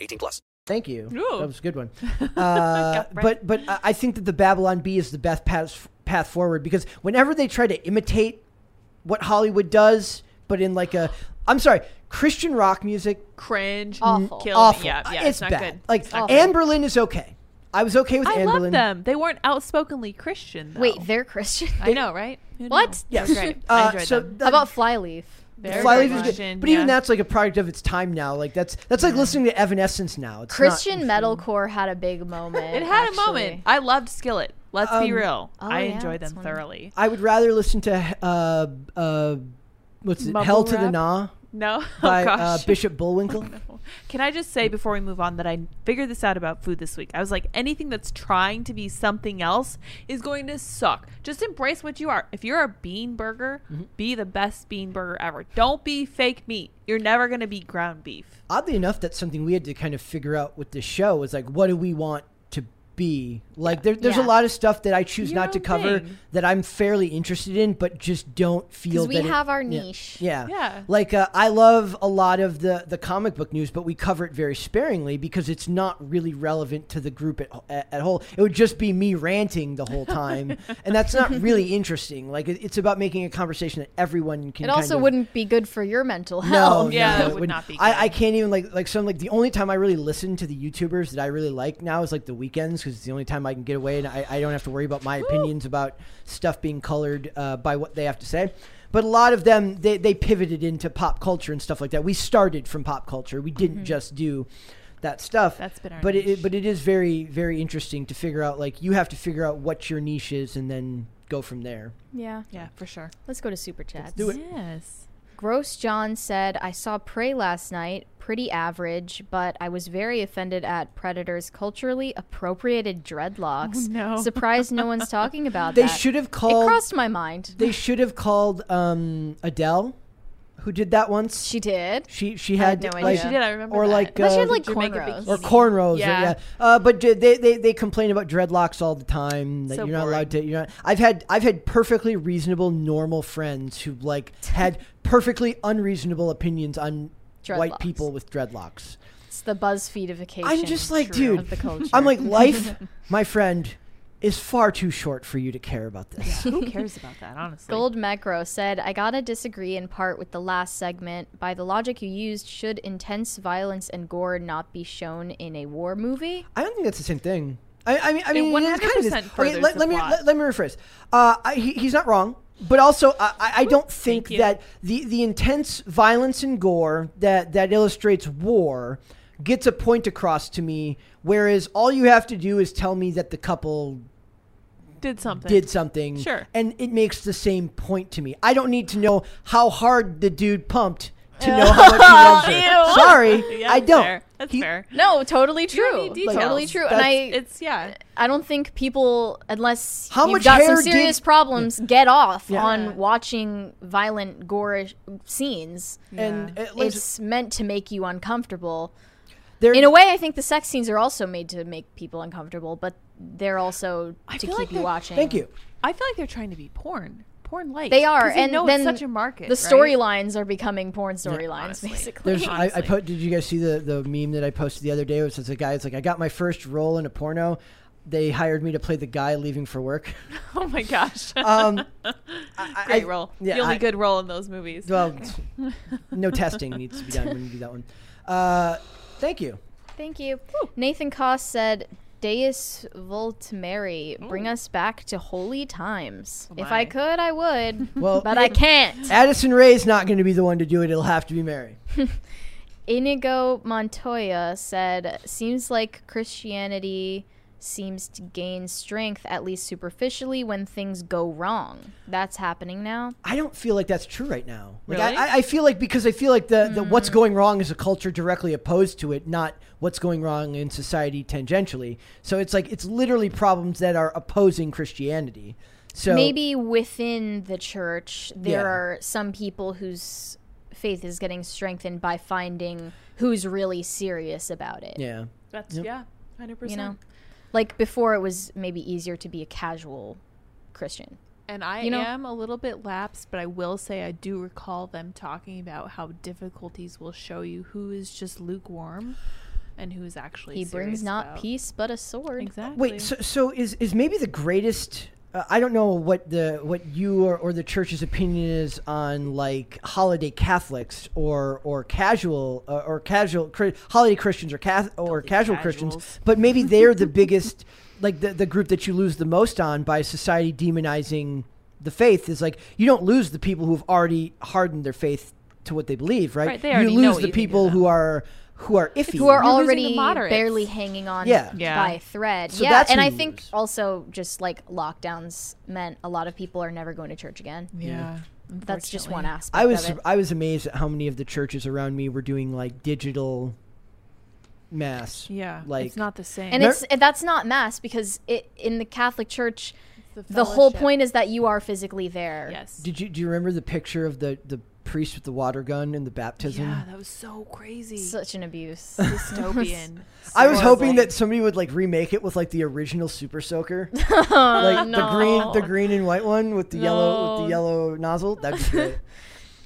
Speaker 2: 18 plus.
Speaker 3: Thank you.
Speaker 5: Ooh.
Speaker 3: That was a good one. Uh, but but I I think that the Babylon B is the best path path forward because whenever they try to imitate what Hollywood does, but in like a I'm sorry, Christian rock music,
Speaker 5: Cringe.
Speaker 4: Awful.
Speaker 5: Kill.
Speaker 3: Mm, awful.
Speaker 5: Yeah, yeah,
Speaker 3: it's,
Speaker 5: it's, not
Speaker 3: bad.
Speaker 5: good.
Speaker 3: Like
Speaker 5: It's not
Speaker 3: Anne Boleyn is okay. I was okay with
Speaker 5: I
Speaker 3: Anne
Speaker 5: love
Speaker 3: Boleyn.
Speaker 5: them. They weren't outspokenly Christian. Though.
Speaker 4: Wait, they're Christian?
Speaker 5: I know, right? Who
Speaker 4: What?
Speaker 5: knew? They were
Speaker 3: Yes.
Speaker 5: great.
Speaker 3: Uh,
Speaker 5: I enjoyed
Speaker 3: so
Speaker 5: them.
Speaker 4: How about Flyleaf?
Speaker 5: They're
Speaker 3: Flyleaf
Speaker 5: great.
Speaker 3: is
Speaker 5: Christian,
Speaker 3: good, but even
Speaker 5: yeah.
Speaker 3: that's like a product of its time now. Like that's that's like listening to Evanescence now. It's not-
Speaker 4: Christian metalcore had a big moment.
Speaker 5: It oh, had
Speaker 4: actually.
Speaker 5: a moment. I loved Skillet. Let's
Speaker 3: Um,
Speaker 5: be real. I
Speaker 4: yeah,
Speaker 5: enjoyed
Speaker 4: that's
Speaker 5: them
Speaker 4: one.
Speaker 5: thoroughly.
Speaker 3: I would rather listen to uh, uh, what's it?
Speaker 5: Mumble
Speaker 3: Hell to the
Speaker 5: Rap?
Speaker 3: Nah
Speaker 5: No,
Speaker 3: by
Speaker 5: oh,
Speaker 3: uh,
Speaker 5: gosh.
Speaker 3: Bishop Bullwinkle.
Speaker 5: Can I just say before we move on that I figured this out about food this week? I was like, anything that's trying to be something else is going to suck. Just embrace what you are. If you're a bean burger,
Speaker 3: Mm-hmm.
Speaker 5: be the best bean burger ever. Don't be fake meat. You're never going to be ground beef.
Speaker 3: Oddly enough, that's something we had to kind of figure out with this show was like, what do we want to be? Like, there, there's a
Speaker 4: Yeah.
Speaker 3: lot of stuff that I choose
Speaker 5: Your
Speaker 3: not to
Speaker 5: own
Speaker 3: cover
Speaker 5: thing.
Speaker 3: that I'm fairly interested in, but just don't feel
Speaker 4: Because we
Speaker 3: that it-
Speaker 4: have our
Speaker 3: yeah.
Speaker 4: niche.
Speaker 3: Yeah.
Speaker 5: Yeah.
Speaker 3: Like uh, I love a lot of the the comic book news, but we cover it very sparingly because it's not really relevant to the group at at, at whole. It would just be me ranting the whole time, and that's not really interesting. Like it, it's about making a conversation that everyone can.
Speaker 4: It
Speaker 3: kind
Speaker 4: also
Speaker 3: of-
Speaker 4: wouldn't be good for your mental
Speaker 3: no,
Speaker 4: health.
Speaker 3: no,
Speaker 5: Yeah,
Speaker 3: it
Speaker 5: that would
Speaker 3: wouldn't.
Speaker 5: not be good.
Speaker 3: I, I can't even like like some like the only time I really listen to the YouTubers that I really like now is like the weekends because it's the only time I can get away and I, I don't have to worry about my opinions about stuff being colored uh, by what they have to say. But a lot of them they they pivoted into pop culture and stuff like that. We started from pop culture. We didn't just do that stuff.
Speaker 5: Mm-hmm. That's been our
Speaker 3: but it- it
Speaker 5: niche.
Speaker 3: but it is very very interesting to figure out like you have to figure out what your niche is and then go from there.
Speaker 4: Yeah.
Speaker 5: Yeah, for sure.
Speaker 4: Let's go to super chats.
Speaker 3: do it.
Speaker 5: Yes.
Speaker 4: Gross John said, I saw Prey last night, pretty average, but I was very offended at Predator's culturally appropriated dreadlocks.
Speaker 5: Oh, no.
Speaker 4: Surprised no one's talking about
Speaker 3: They
Speaker 4: that.
Speaker 3: should have
Speaker 4: It
Speaker 3: called.
Speaker 4: crossed my mind.
Speaker 3: They should have called um, Adele, who did that once.
Speaker 4: She did.
Speaker 3: She she
Speaker 4: I
Speaker 3: had
Speaker 4: had no
Speaker 3: like,
Speaker 4: idea.
Speaker 5: She did. I remember.
Speaker 3: or
Speaker 5: that.
Speaker 3: like
Speaker 4: But she
Speaker 3: uh,
Speaker 4: had like
Speaker 5: Jamaica
Speaker 4: cornrows.
Speaker 3: or
Speaker 5: bikini.
Speaker 3: cornrows. Yeah,
Speaker 5: Yeah.
Speaker 3: yeah. Uh, but j- they, they they complain about dreadlocks all the time. That
Speaker 5: So
Speaker 3: you're not allowed to. You're not. I've had I've had perfectly reasonable, normal friends who like had perfectly unreasonable opinions on white
Speaker 4: Dreadlocks.
Speaker 3: people with dreadlocks.
Speaker 4: It's the BuzzFeedification.
Speaker 3: I'm just like,
Speaker 4: true,
Speaker 3: dude.
Speaker 4: Of the culture.
Speaker 3: I'm like, life, my friend, is far too short for you to care about this.
Speaker 5: Who cares about that? Honestly.
Speaker 4: Gold Macro said, I gotta disagree in part with the last segment. By the logic you used, should intense violence and gore not be shown in a war movie?
Speaker 3: I don't think that's the same thing. I, I mean, I mean, it kind of is.
Speaker 5: 100%
Speaker 3: Okay,
Speaker 5: furthers
Speaker 3: let,
Speaker 5: the
Speaker 3: let me
Speaker 5: plot.
Speaker 3: let, let me rephrase. Uh, I, he, he's not wrong, but also I, I I don't think
Speaker 5: you.
Speaker 3: that the the intense violence and gore that that illustrates war gets a point across to me. Whereas all you have to do is tell me that the couple
Speaker 5: Did something.
Speaker 3: did something,
Speaker 5: Sure.
Speaker 3: and it makes the same point to me. I don't need to know how hard the dude pumped to know how much he loves her.
Speaker 5: Ew.
Speaker 3: Sorry,
Speaker 5: Yeah,
Speaker 3: I
Speaker 5: that's
Speaker 3: don't.
Speaker 5: fair. That's
Speaker 3: He-
Speaker 5: fair.
Speaker 4: No, totally true.
Speaker 5: need details.
Speaker 4: totally true. And
Speaker 3: That's-
Speaker 4: I,
Speaker 5: It's yeah.
Speaker 4: I don't think people, unless
Speaker 3: How
Speaker 4: you've
Speaker 3: much
Speaker 4: got
Speaker 3: hair
Speaker 4: some
Speaker 3: did-
Speaker 4: serious problems, get off
Speaker 3: Yeah.
Speaker 5: Yeah.
Speaker 4: on watching violent, gore scenes.
Speaker 3: And uh, like-
Speaker 4: It's meant to make you uncomfortable.
Speaker 3: there-
Speaker 4: In a way, I think the sex scenes are also made to make people uncomfortable, but they're also to
Speaker 5: feel
Speaker 4: keep
Speaker 5: like
Speaker 4: you
Speaker 5: they're-
Speaker 4: watching.
Speaker 3: Thank you.
Speaker 5: I feel like they're trying to be porn, porn light.
Speaker 4: They are,
Speaker 5: 'Cause they
Speaker 4: and
Speaker 5: know
Speaker 4: then
Speaker 5: it's such a market.
Speaker 4: the
Speaker 5: right?
Speaker 4: storylines are becoming porn storylines,
Speaker 5: honestly.
Speaker 4: basically.
Speaker 3: There's, I, I
Speaker 5: honestly.
Speaker 3: put. Did you guys see the the meme that I posted the other day? It was a guy. It's like I got my first role in a porno. They hired me to play the guy leaving for work.
Speaker 5: Oh my gosh,
Speaker 4: Uh,
Speaker 3: Um,
Speaker 5: great role.
Speaker 3: yeah,
Speaker 5: the only
Speaker 3: I-
Speaker 5: good role in those movies.
Speaker 3: well, no testing needs to be done when you do that one. Uh, thank you.
Speaker 4: Thank you. Nathan Koss said, Deus Volt Mary, bring us back to holy times. if I
Speaker 5: Oh my.
Speaker 4: could, I would,
Speaker 3: Well,
Speaker 4: but I can't.
Speaker 3: Addison Ray's not going to be the one to do it. It'll have to be Mary.
Speaker 4: Inigo Montoya said, seems like Christianity seems to gain strength, at least superficially, when things go wrong. That's happening now.
Speaker 3: I don't feel like that's true right now. Like
Speaker 5: Really?
Speaker 3: I, I- I feel like because I feel like the, the what's going wrong is a culture directly opposed to it, not what's going wrong in society tangentially. So it's like it's literally problems that are opposing Christianity. So
Speaker 4: Maybe within the church, there
Speaker 3: Yeah.
Speaker 4: are some people whose faith is getting strengthened by finding who's really serious about it.
Speaker 3: yeah,
Speaker 5: That's yeah, hundred
Speaker 4: you know
Speaker 5: percent.
Speaker 4: like before it was maybe easier to be a casual christian
Speaker 5: And I
Speaker 4: You know-
Speaker 5: am a little bit lapsed, but I will say I do recall them talking about how difficulties will show you who is just lukewarm and who is actually.
Speaker 4: he brings
Speaker 5: serious
Speaker 4: not
Speaker 5: about-
Speaker 4: peace but a sword
Speaker 5: Exactly.
Speaker 3: Wait, so, so is is maybe the greatest? Uh, I don't know what the what you or, or the church's opinion is on like holiday Catholics or or casual uh, or casual cri- holiday Christians or cath- or casual Christians,
Speaker 5: casuals.
Speaker 3: but maybe they're the biggest like the the group that you lose the most on by society demonizing the faith is like you don't lose the people who've already hardened their faith to what they believe, right?
Speaker 5: Right, they
Speaker 3: you
Speaker 5: already know
Speaker 3: lose
Speaker 5: what
Speaker 3: the
Speaker 5: you think of
Speaker 3: people who
Speaker 5: them.
Speaker 3: are who are iffy,
Speaker 4: who are
Speaker 5: You're losing the
Speaker 4: already
Speaker 5: moderates.
Speaker 4: barely hanging on
Speaker 3: Yeah.
Speaker 5: Yeah.
Speaker 4: by a thread
Speaker 3: So
Speaker 4: yeah
Speaker 3: that's
Speaker 4: and
Speaker 3: who
Speaker 4: i
Speaker 3: you
Speaker 4: think
Speaker 3: lose.
Speaker 4: also just like lockdowns meant a lot of people are never going to church again
Speaker 5: yeah,
Speaker 4: that's just one
Speaker 5: unfortunately.
Speaker 4: aspect
Speaker 3: I was
Speaker 4: of it.
Speaker 3: I was amazed at how many of the churches around me were doing like digital mass.
Speaker 5: Yeah,
Speaker 3: like
Speaker 5: it's not the same.
Speaker 4: And
Speaker 3: There-
Speaker 4: it's that's not mass because it, in the Catholic Church,
Speaker 5: the,
Speaker 4: the whole
Speaker 5: fellowship.
Speaker 4: point is that you are physically there.
Speaker 5: Yes.
Speaker 3: Did you do you remember the picture of the the priest with the water gun and the baptism?
Speaker 5: yeah, that was so crazy.
Speaker 4: Such an abuse.
Speaker 5: dystopian.
Speaker 3: I was
Speaker 5: So
Speaker 3: hoping
Speaker 5: like-
Speaker 3: that somebody would like remake it with like the original Super Soaker, like the green, the green and white one with the yellow, with
Speaker 4: No.
Speaker 3: the yellow nozzle. That'd be great.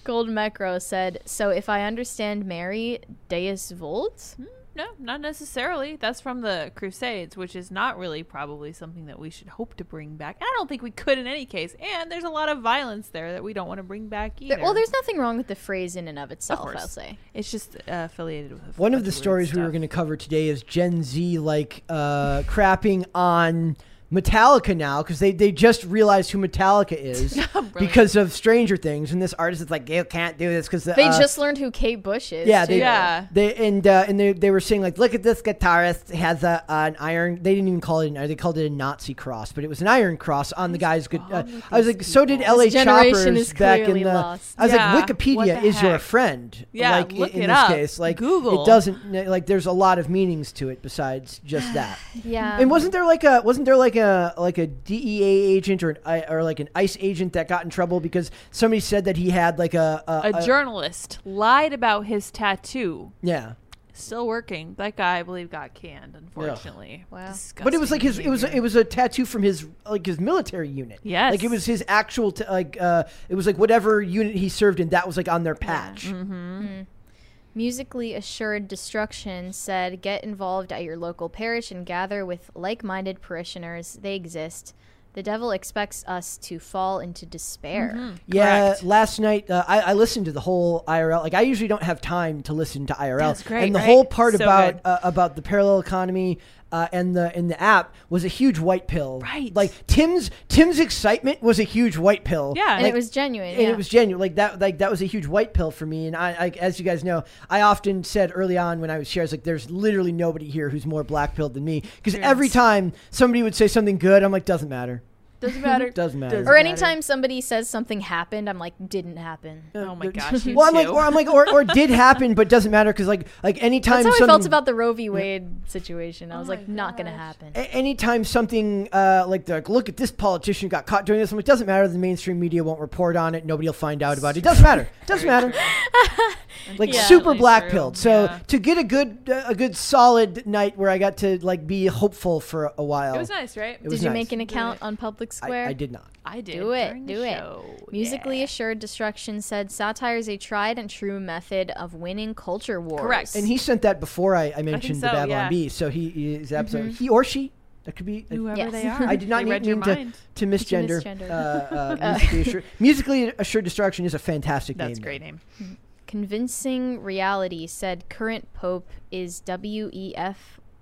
Speaker 4: Gold Macro said, "So if I understand Mary, Deus Volt."
Speaker 5: No, not necessarily. That's from the Crusades, which is not really probably something that we should hope to bring back. And I don't think we could in any case. And there's a lot of violence there that we don't want to bring back either.
Speaker 4: Well, there's nothing wrong with the phrase in and of itself.
Speaker 5: course.
Speaker 4: I'll say.
Speaker 5: It's just uh, affiliated with a
Speaker 3: One of
Speaker 5: bunch
Speaker 3: the
Speaker 5: weird
Speaker 3: stories we were
Speaker 5: stuff.
Speaker 3: going to cover today is Gen Z like uh, crapping on Metallica now because they, they just realized who Metallica is because of Stranger Things, and this artist is like, you can't do this because the,
Speaker 4: They
Speaker 3: uh,
Speaker 4: just learned who Kate Bush is.
Speaker 3: yeah they,
Speaker 4: too.
Speaker 5: Yeah.
Speaker 3: they and uh, and they, they were saying like, look at this guitarist has a an iron. They didn't even call it an iron; they called it a Nazi cross, but it was an iron cross on the guy's. Good, uh, I was like, so did L.A.
Speaker 4: This generation
Speaker 3: Choppers
Speaker 4: is
Speaker 3: back in
Speaker 4: clearly
Speaker 3: the.
Speaker 4: lost.
Speaker 3: I was
Speaker 5: Yeah,
Speaker 3: like,
Speaker 5: what
Speaker 3: Wikipedia
Speaker 5: the
Speaker 3: is your
Speaker 5: heck?
Speaker 3: friend.
Speaker 5: Yeah,
Speaker 3: like i-
Speaker 5: look
Speaker 3: in
Speaker 5: it
Speaker 3: this
Speaker 5: up.
Speaker 3: case, like It
Speaker 5: Google.
Speaker 3: doesn't like there's a lot of meanings to it besides just that.
Speaker 4: Yeah.
Speaker 3: And wasn't there like a wasn't there like a like a DEA agent or an I, or like an ICE agent that got in trouble because somebody said that he had like a, a,
Speaker 5: A journalist lied about his tattoo.
Speaker 3: yeah.
Speaker 5: Still working. That guy, I believe, got canned. Unfortunately.
Speaker 4: Wow.
Speaker 5: Disgusting
Speaker 3: But it was like his it was
Speaker 5: behavior.
Speaker 3: it was a tattoo from his like his military unit.
Speaker 5: Yes.
Speaker 3: like it was his actual t- like uh it was like whatever unit he served in that was like on their patch.
Speaker 5: Mm-hmm.
Speaker 4: Musically Assured Destruction said, Get involved at your local parish and gather with like minded parishioners. They exist. The devil expects us to fall into despair.
Speaker 3: Yeah,
Speaker 5: Correct.
Speaker 3: last night uh, I, I listened to the whole IRL. Like I usually don't have time to listen to IRL.
Speaker 5: That's great,
Speaker 3: And the
Speaker 5: right?
Speaker 3: whole part
Speaker 5: So
Speaker 3: about
Speaker 5: good.
Speaker 3: uh, about the parallel economy uh, and the and the app was a huge white pill.
Speaker 5: Right.
Speaker 3: Like Tim's Tim's excitement was a huge white pill.
Speaker 5: Yeah.
Speaker 4: And
Speaker 5: Like-
Speaker 4: it was genuine.
Speaker 3: and
Speaker 4: yeah.
Speaker 3: it was genuine. Like that, like that was a huge white pill for me. And I, I, as you guys know, I often said early on when I was here, I was like, "There's literally nobody here who's more black pilled than me." Because every time somebody would say something good, I'm like, "Doesn't matter,
Speaker 5: Doesn't matter.
Speaker 3: doesn't matter."
Speaker 4: or anytime somebody says something happened, I'm like, didn't happen.
Speaker 5: Oh my gosh. you
Speaker 3: well, I'm like,
Speaker 5: too.
Speaker 3: or I'm like, or, or did happen, but doesn't matter because like, like anytime
Speaker 4: That's how I
Speaker 3: something,
Speaker 4: felt about the Roe v. Wade situation.
Speaker 5: Oh
Speaker 4: I was like, not going to happen.
Speaker 3: a- anytime something uh, like, they're like, look at this politician got caught doing this. I'm like, doesn't matter. The mainstream media won't report on it. Nobody will find out about it. Doesn't matter. Doesn't matter. like
Speaker 4: Yeah.
Speaker 3: super
Speaker 5: Totally
Speaker 3: black
Speaker 5: true.
Speaker 3: pilled. So
Speaker 5: Yeah.
Speaker 3: to get a good, uh, a good solid night where I got to like be hopeful for a while.
Speaker 5: It was nice, right?
Speaker 3: was
Speaker 4: Did you
Speaker 3: nice.
Speaker 4: make an account on Public Square?
Speaker 3: I, I did not.
Speaker 5: I did.
Speaker 4: Do it,
Speaker 5: during the
Speaker 4: do it.
Speaker 5: show.
Speaker 4: Musically
Speaker 5: Yeah.
Speaker 4: Assured Destruction said satire is a tried and true method of winning culture wars.
Speaker 5: Correct.
Speaker 3: And he sent that before I, I mentioned the
Speaker 5: so,
Speaker 3: Babylon
Speaker 5: yeah.
Speaker 3: Bee. So he, he is absolutely he or she. That could be
Speaker 5: Whoever
Speaker 4: Yes.
Speaker 5: they are.
Speaker 3: I did
Speaker 5: They
Speaker 3: not need
Speaker 5: read your
Speaker 3: mean to,
Speaker 5: mind.
Speaker 3: to misgender.
Speaker 4: misgender.
Speaker 3: Uh, uh, musically, assured, musically assured destruction is a fantastic name.
Speaker 5: That's a
Speaker 3: though.
Speaker 5: great name.
Speaker 4: Convincing Reality said current pope is WEF.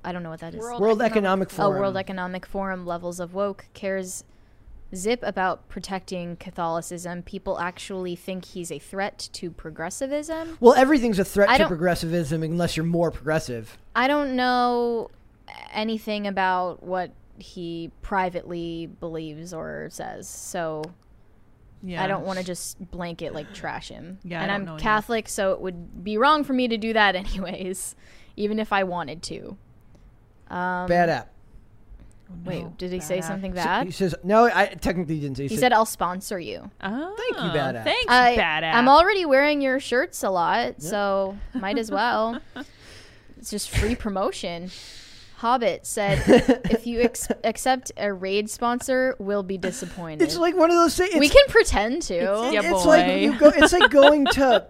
Speaker 4: I don't know what that is.
Speaker 3: World Economic
Speaker 4: oh,
Speaker 3: Forum.
Speaker 4: World Economic Forum levels of woke cares zip about protecting Catholicism. People actually think he's a threat to progressivism.
Speaker 3: well, everything's a threat
Speaker 4: I
Speaker 3: to
Speaker 4: don't-
Speaker 3: progressivism unless you're more progressive.
Speaker 4: I don't know anything about what he privately believes or says. So
Speaker 5: Yeah.
Speaker 4: I don't want to just blanket like trash him.
Speaker 5: Yeah, I
Speaker 4: and
Speaker 5: don't
Speaker 4: I'm
Speaker 5: know anything.
Speaker 4: Catholic, so it would be wrong for me to do that anyways, even if I wanted to. Um,
Speaker 3: Bad app.
Speaker 4: Wait, did he say
Speaker 5: bad.
Speaker 4: something
Speaker 3: He
Speaker 4: bad?
Speaker 3: says no. I technically didn't say.
Speaker 4: He said, "I'll sponsor you."
Speaker 5: Oh,
Speaker 3: Thank you, badass.
Speaker 5: Thanks,
Speaker 4: I,
Speaker 5: badass.
Speaker 4: Uh, I'm already wearing your shirts a lot, so might as well. It's just free promotion. Hobbit said, "If you ex- accept a raid sponsor, we'll be disappointed."
Speaker 3: It's like one of those things.
Speaker 4: we
Speaker 3: it's-
Speaker 4: can pretend to.
Speaker 5: Yeah,
Speaker 3: It's
Speaker 5: boy.
Speaker 3: like you go, it's like going to.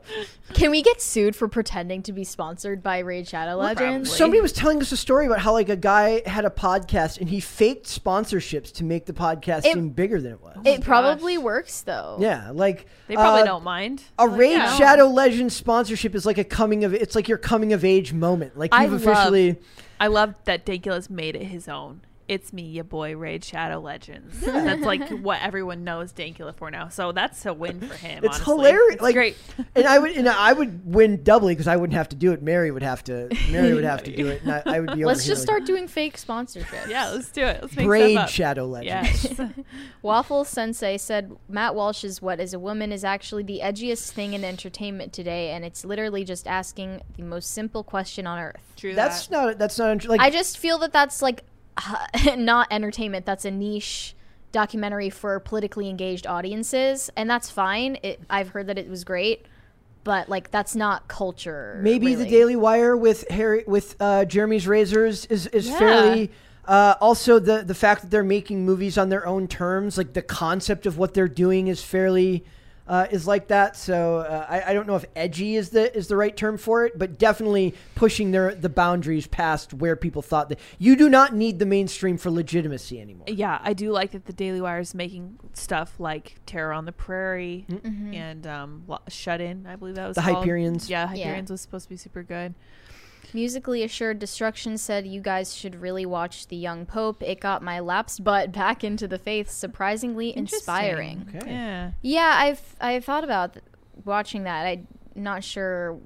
Speaker 4: Can we get sued for pretending to be sponsored by Raid Shadow Legends?
Speaker 5: probably.
Speaker 3: Somebody was telling us a story about how like a guy had a podcast and he faked sponsorships to make the podcast
Speaker 4: It-
Speaker 3: seem bigger than it was.
Speaker 4: It probably works though.
Speaker 3: yeah, like
Speaker 5: they probably
Speaker 3: uh,
Speaker 5: don't mind.
Speaker 3: A
Speaker 5: Like,
Speaker 3: Raid
Speaker 5: yeah.
Speaker 3: Shadow Legends sponsorship is like a coming of it's like your coming of age moment. Like
Speaker 5: I
Speaker 3: you've
Speaker 5: love,
Speaker 3: officially
Speaker 5: I love that Dankulus made it his own. It's me, your boy Raid Shadow Legends. that's like what everyone knows Dankula for now. So that's a win for him.
Speaker 3: It's
Speaker 5: honestly.
Speaker 3: hilarious.
Speaker 5: It's
Speaker 3: like,
Speaker 5: great.
Speaker 3: and I would and I would win doubly because I wouldn't have to do it. Mary would have to. Mary would have to do it, and I, I would be. over
Speaker 4: Let's
Speaker 3: here
Speaker 4: just
Speaker 3: like,
Speaker 4: start doing fake sponsorships.
Speaker 5: Yeah, let's do it. Let's make stuff
Speaker 3: Braid
Speaker 5: up.
Speaker 3: Shadow Legends.
Speaker 5: Yes.
Speaker 4: Waffle Sensei said Matt Walsh's What is a Woman is actually the edgiest thing in entertainment today, and it's literally just asking the most simple question on earth.
Speaker 5: True
Speaker 3: That's
Speaker 5: that.
Speaker 3: not. That's not int- like.
Speaker 4: I just feel that that's like not entertainment, that's a niche documentary for politically engaged audiences, and that's fine. It, I've heard that it was great, but like that's not culture.
Speaker 3: Maybe the
Speaker 4: really.
Speaker 3: Daily Wire with Harry with uh, Jeremy's Razors is is fairly. Uh, also, the the fact that they're making movies on their own terms, like the concept of what they're doing, is fairly uh, is like that. So uh, I, I don't know if edgy is the is the right term for it, but definitely pushing their the boundaries past where people thought that you do not need the mainstream for legitimacy anymore.
Speaker 5: yeah, I do like that the Daily Wire is making stuff like Terror on the Prairie
Speaker 4: Mm-hmm.
Speaker 5: and um, Lo- Shut In. I believe that was
Speaker 3: Mm. The
Speaker 5: called.
Speaker 3: Hyperions.
Speaker 5: Yeah, Hyperions was supposed to be super good.
Speaker 4: Musically Assured Destruction said, You guys should really watch The Young Pope. It got my lapsed butt back into the faith. Surprisingly inspiring.
Speaker 3: Okay.
Speaker 5: Yeah,
Speaker 4: Yeah, I've I've thought about th- watching that. I'm not sure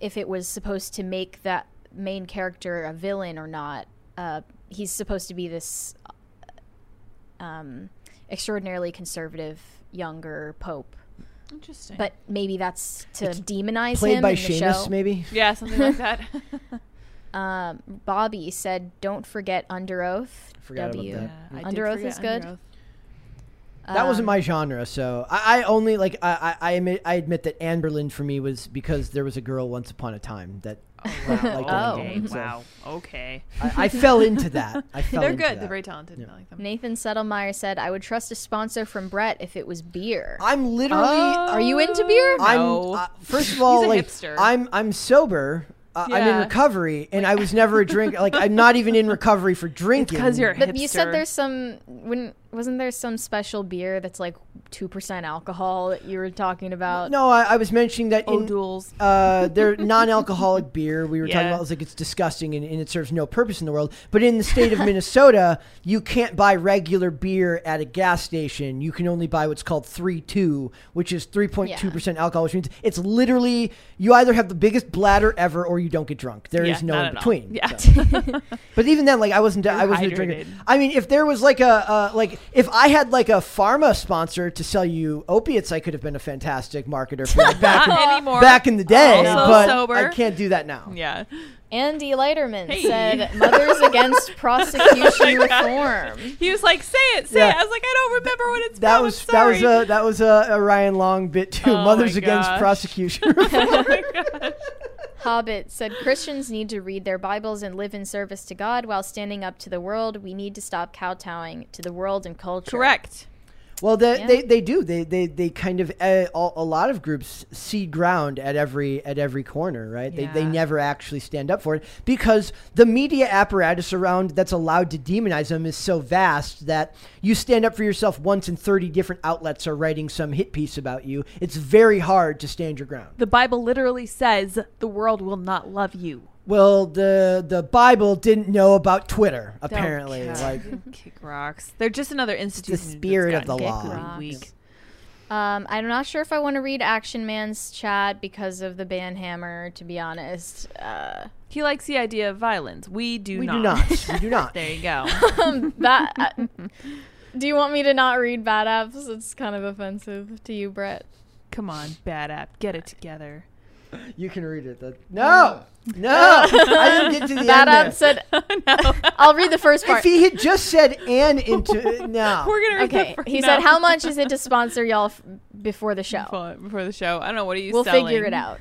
Speaker 4: if it was supposed to make that main character a villain or not. Uh, he's supposed to be this um, extraordinarily conservative younger pope,
Speaker 5: interesting.
Speaker 4: but maybe that's to demonize
Speaker 3: Played
Speaker 4: him
Speaker 3: by
Speaker 4: in the show.
Speaker 3: Seamus, maybe.
Speaker 5: yeah, something like that.
Speaker 4: Um, Bobby said, "Don't forget Under Oath."
Speaker 3: Forgot about
Speaker 4: w.
Speaker 3: that.
Speaker 5: I did
Speaker 4: Under Oath
Speaker 5: forget
Speaker 4: is good.
Speaker 5: Under Oath.
Speaker 3: That
Speaker 4: Um,
Speaker 3: wasn't my genre, so I, I only like I, I I admit I admit that Anne Boleyn for me was because there was a girl once upon a time that
Speaker 5: Oh,
Speaker 3: Oh, Wow.
Speaker 5: Wow. okay.
Speaker 3: Like that.
Speaker 5: wow. Okay.
Speaker 3: I, I fell into that. I fell
Speaker 5: They're
Speaker 3: into
Speaker 5: good. They're
Speaker 3: that.
Speaker 5: very talented. I like them.
Speaker 4: Nathan Settlemeyer said, "I would trust a sponsor from Brett if it was beer."
Speaker 3: I'm literally.
Speaker 4: Are you into beer?
Speaker 3: I'm
Speaker 5: Oh, No.
Speaker 3: uh, first of all
Speaker 5: He's a
Speaker 3: like
Speaker 5: hipster.
Speaker 3: I'm I'm sober. Uh, I'm in
Speaker 5: Yeah.
Speaker 3: recovery, and I was never a drink. Like I'm not even in recovery for drinking.
Speaker 5: Because you're a
Speaker 4: But you said
Speaker 5: hipster.
Speaker 4: there's some wouldn't wasn't there some special beer that's like two percent alcohol that you were talking about?
Speaker 3: No, I, I was mentioning that in
Speaker 5: O'Doul's.
Speaker 3: uh, their non-alcoholic beer we were talking
Speaker 5: Yeah.
Speaker 3: about. It was like it's disgusting and, and it serves no purpose in the world. But in the state of Minnesota, you can't buy regular beer at a gas station. You can only buy what's called three two, which is three point two percent alcohol, which means it's literally you either have the biggest bladder ever or you don't get drunk. There is
Speaker 5: Yeah,
Speaker 3: no
Speaker 5: not
Speaker 3: in
Speaker 5: at all.
Speaker 3: between.
Speaker 5: Yeah.
Speaker 3: But even then, like I wasn't, I wasn't a drinker.
Speaker 5: hydrated.
Speaker 3: I mean, if there was like a, uh, like if I had like a pharma sponsor to sell you opiates, I could have been a fantastic marketer for like, back in,
Speaker 5: Not anymore.
Speaker 3: back in the day.
Speaker 5: Also
Speaker 3: but
Speaker 5: sober.
Speaker 3: I can't do that now.
Speaker 5: Yeah.
Speaker 4: Andy Leiterman
Speaker 5: Hey. Oh
Speaker 4: said Mothers Against Prosecution Reform.
Speaker 5: He was like, say it, say
Speaker 3: Yeah.
Speaker 5: it. I was like, I don't remember what it's
Speaker 3: That
Speaker 5: from.
Speaker 3: was
Speaker 5: I'm
Speaker 3: that was
Speaker 5: sorry.
Speaker 3: a that was a, a Ryan Long bit too.
Speaker 5: Oh
Speaker 3: Mothers
Speaker 5: my
Speaker 3: against
Speaker 5: gosh.
Speaker 3: prosecution.
Speaker 4: Hobbit said Christians need to read their Bibles and live in service to God while standing up to the world. We need to stop kowtowing to the world and culture.
Speaker 5: Correct.
Speaker 3: well, they,
Speaker 4: Yeah.
Speaker 3: they they do. They they they kind of uh, all, a lot of groups seed ground at every at every corner, right? They they
Speaker 5: Yeah.
Speaker 3: never actually stand up for it because the media apparatus around that's allowed to demonize them is so vast that you stand up for yourself once and thirty different outlets are writing some hit piece about you. It's very hard to stand your ground.
Speaker 5: The Bible literally says the world will not love you.
Speaker 3: Well, the the Bible didn't know about Twitter apparently.
Speaker 5: Don't
Speaker 3: Like
Speaker 5: kick rocks. They're just another institution. that's
Speaker 3: spirit of
Speaker 5: gotten
Speaker 3: the law.
Speaker 5: really
Speaker 4: Rocks.
Speaker 5: Weak.
Speaker 4: Um, I'm not sure if I want to read Action Man's chat because of the band Hammer. To be honest, uh,
Speaker 5: He likes the idea of violence. We do
Speaker 3: we
Speaker 5: not.
Speaker 3: do not. We do not.
Speaker 5: There you go.
Speaker 4: that. I- do you want me to not read bad apps? It's kind of offensive to you, Brett.
Speaker 5: Come on, bad app. Get it together.
Speaker 3: You can read it. That- no, no, I didn't get to the
Speaker 4: Bad
Speaker 3: end.
Speaker 4: app
Speaker 3: There.
Speaker 4: said, "I'll read the first
Speaker 3: If
Speaker 4: part."
Speaker 3: he had just said "and" into no,
Speaker 5: We're going to read
Speaker 4: Okay,
Speaker 5: that for-
Speaker 4: he
Speaker 5: no.
Speaker 4: said, "How much is it to sponsor y'all f- before the show?"
Speaker 5: Before- Before the show. I don't know. What are you
Speaker 4: We'll
Speaker 5: selling?
Speaker 4: figure it out.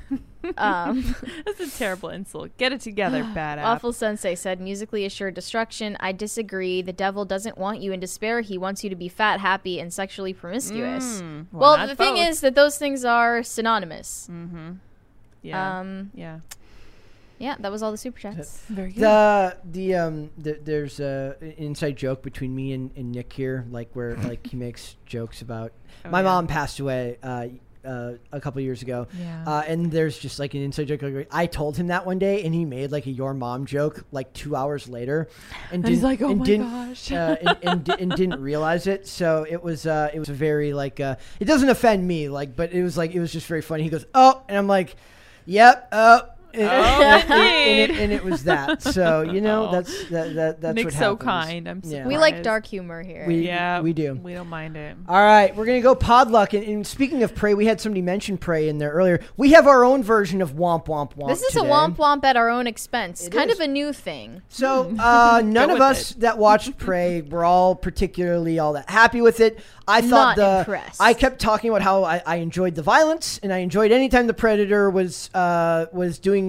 Speaker 4: Um,
Speaker 5: That's a terrible insult. Get it together, bad app.
Speaker 4: Awful Sensei said, "Musically assured destruction." I disagree. The devil doesn't want you in despair. He wants you to be fat, happy, and sexually promiscuous.
Speaker 5: Mm, well,
Speaker 4: well,
Speaker 5: not
Speaker 4: the thing
Speaker 5: both.
Speaker 4: is that those things are synonymous.
Speaker 5: Yeah.
Speaker 4: Um,
Speaker 5: yeah.
Speaker 4: yeah, that was all the super chats.
Speaker 5: Very good.
Speaker 3: the the um the, there's a an inside joke between me and, and Nick here, like where like he makes jokes about my
Speaker 5: Oh, yeah.
Speaker 3: mom passed away uh, uh, a couple years ago.
Speaker 5: Yeah.
Speaker 3: Uh, and there's just like an inside joke. like, I told him that one day, and he made like a your mom joke like two hours later, and,
Speaker 5: he's
Speaker 3: didn't-
Speaker 5: like, "Oh
Speaker 3: and
Speaker 5: my
Speaker 3: didn't,
Speaker 5: gosh."
Speaker 3: uh, and, and, di- and didn't realize it. So it was uh, it was very like uh, it doesn't offend me like, but it was like it was just very funny. He goes, "Oh," and I'm like, "Yep, oh." And- and, and, it, and it was that. So you know that's that, that that's
Speaker 5: Oh. Nick's
Speaker 3: what
Speaker 5: so
Speaker 3: happens.
Speaker 5: kind. I'm
Speaker 3: Yeah.
Speaker 4: We
Speaker 3: Right.
Speaker 4: like
Speaker 5: surprised.
Speaker 4: dark humor here.
Speaker 3: We
Speaker 5: Yeah,
Speaker 3: we do. Uh,
Speaker 5: We don't mind it.
Speaker 3: All right, we're gonna go podluck. And, and speaking of prey, we had somebody mention prey in there earlier. We have our own version of womp womp womp.
Speaker 4: this is
Speaker 3: today.
Speaker 4: a womp womp at our own expense. kind
Speaker 3: is.
Speaker 4: of a new thing.
Speaker 3: So
Speaker 4: Hmm.
Speaker 3: uh, none of
Speaker 5: with
Speaker 3: us that watched Prey were all particularly all that happy with it. I thought
Speaker 4: Not
Speaker 3: the
Speaker 4: impressed.
Speaker 3: I kept talking about how I, I enjoyed the violence and I enjoyed any time the predator was uh, was doing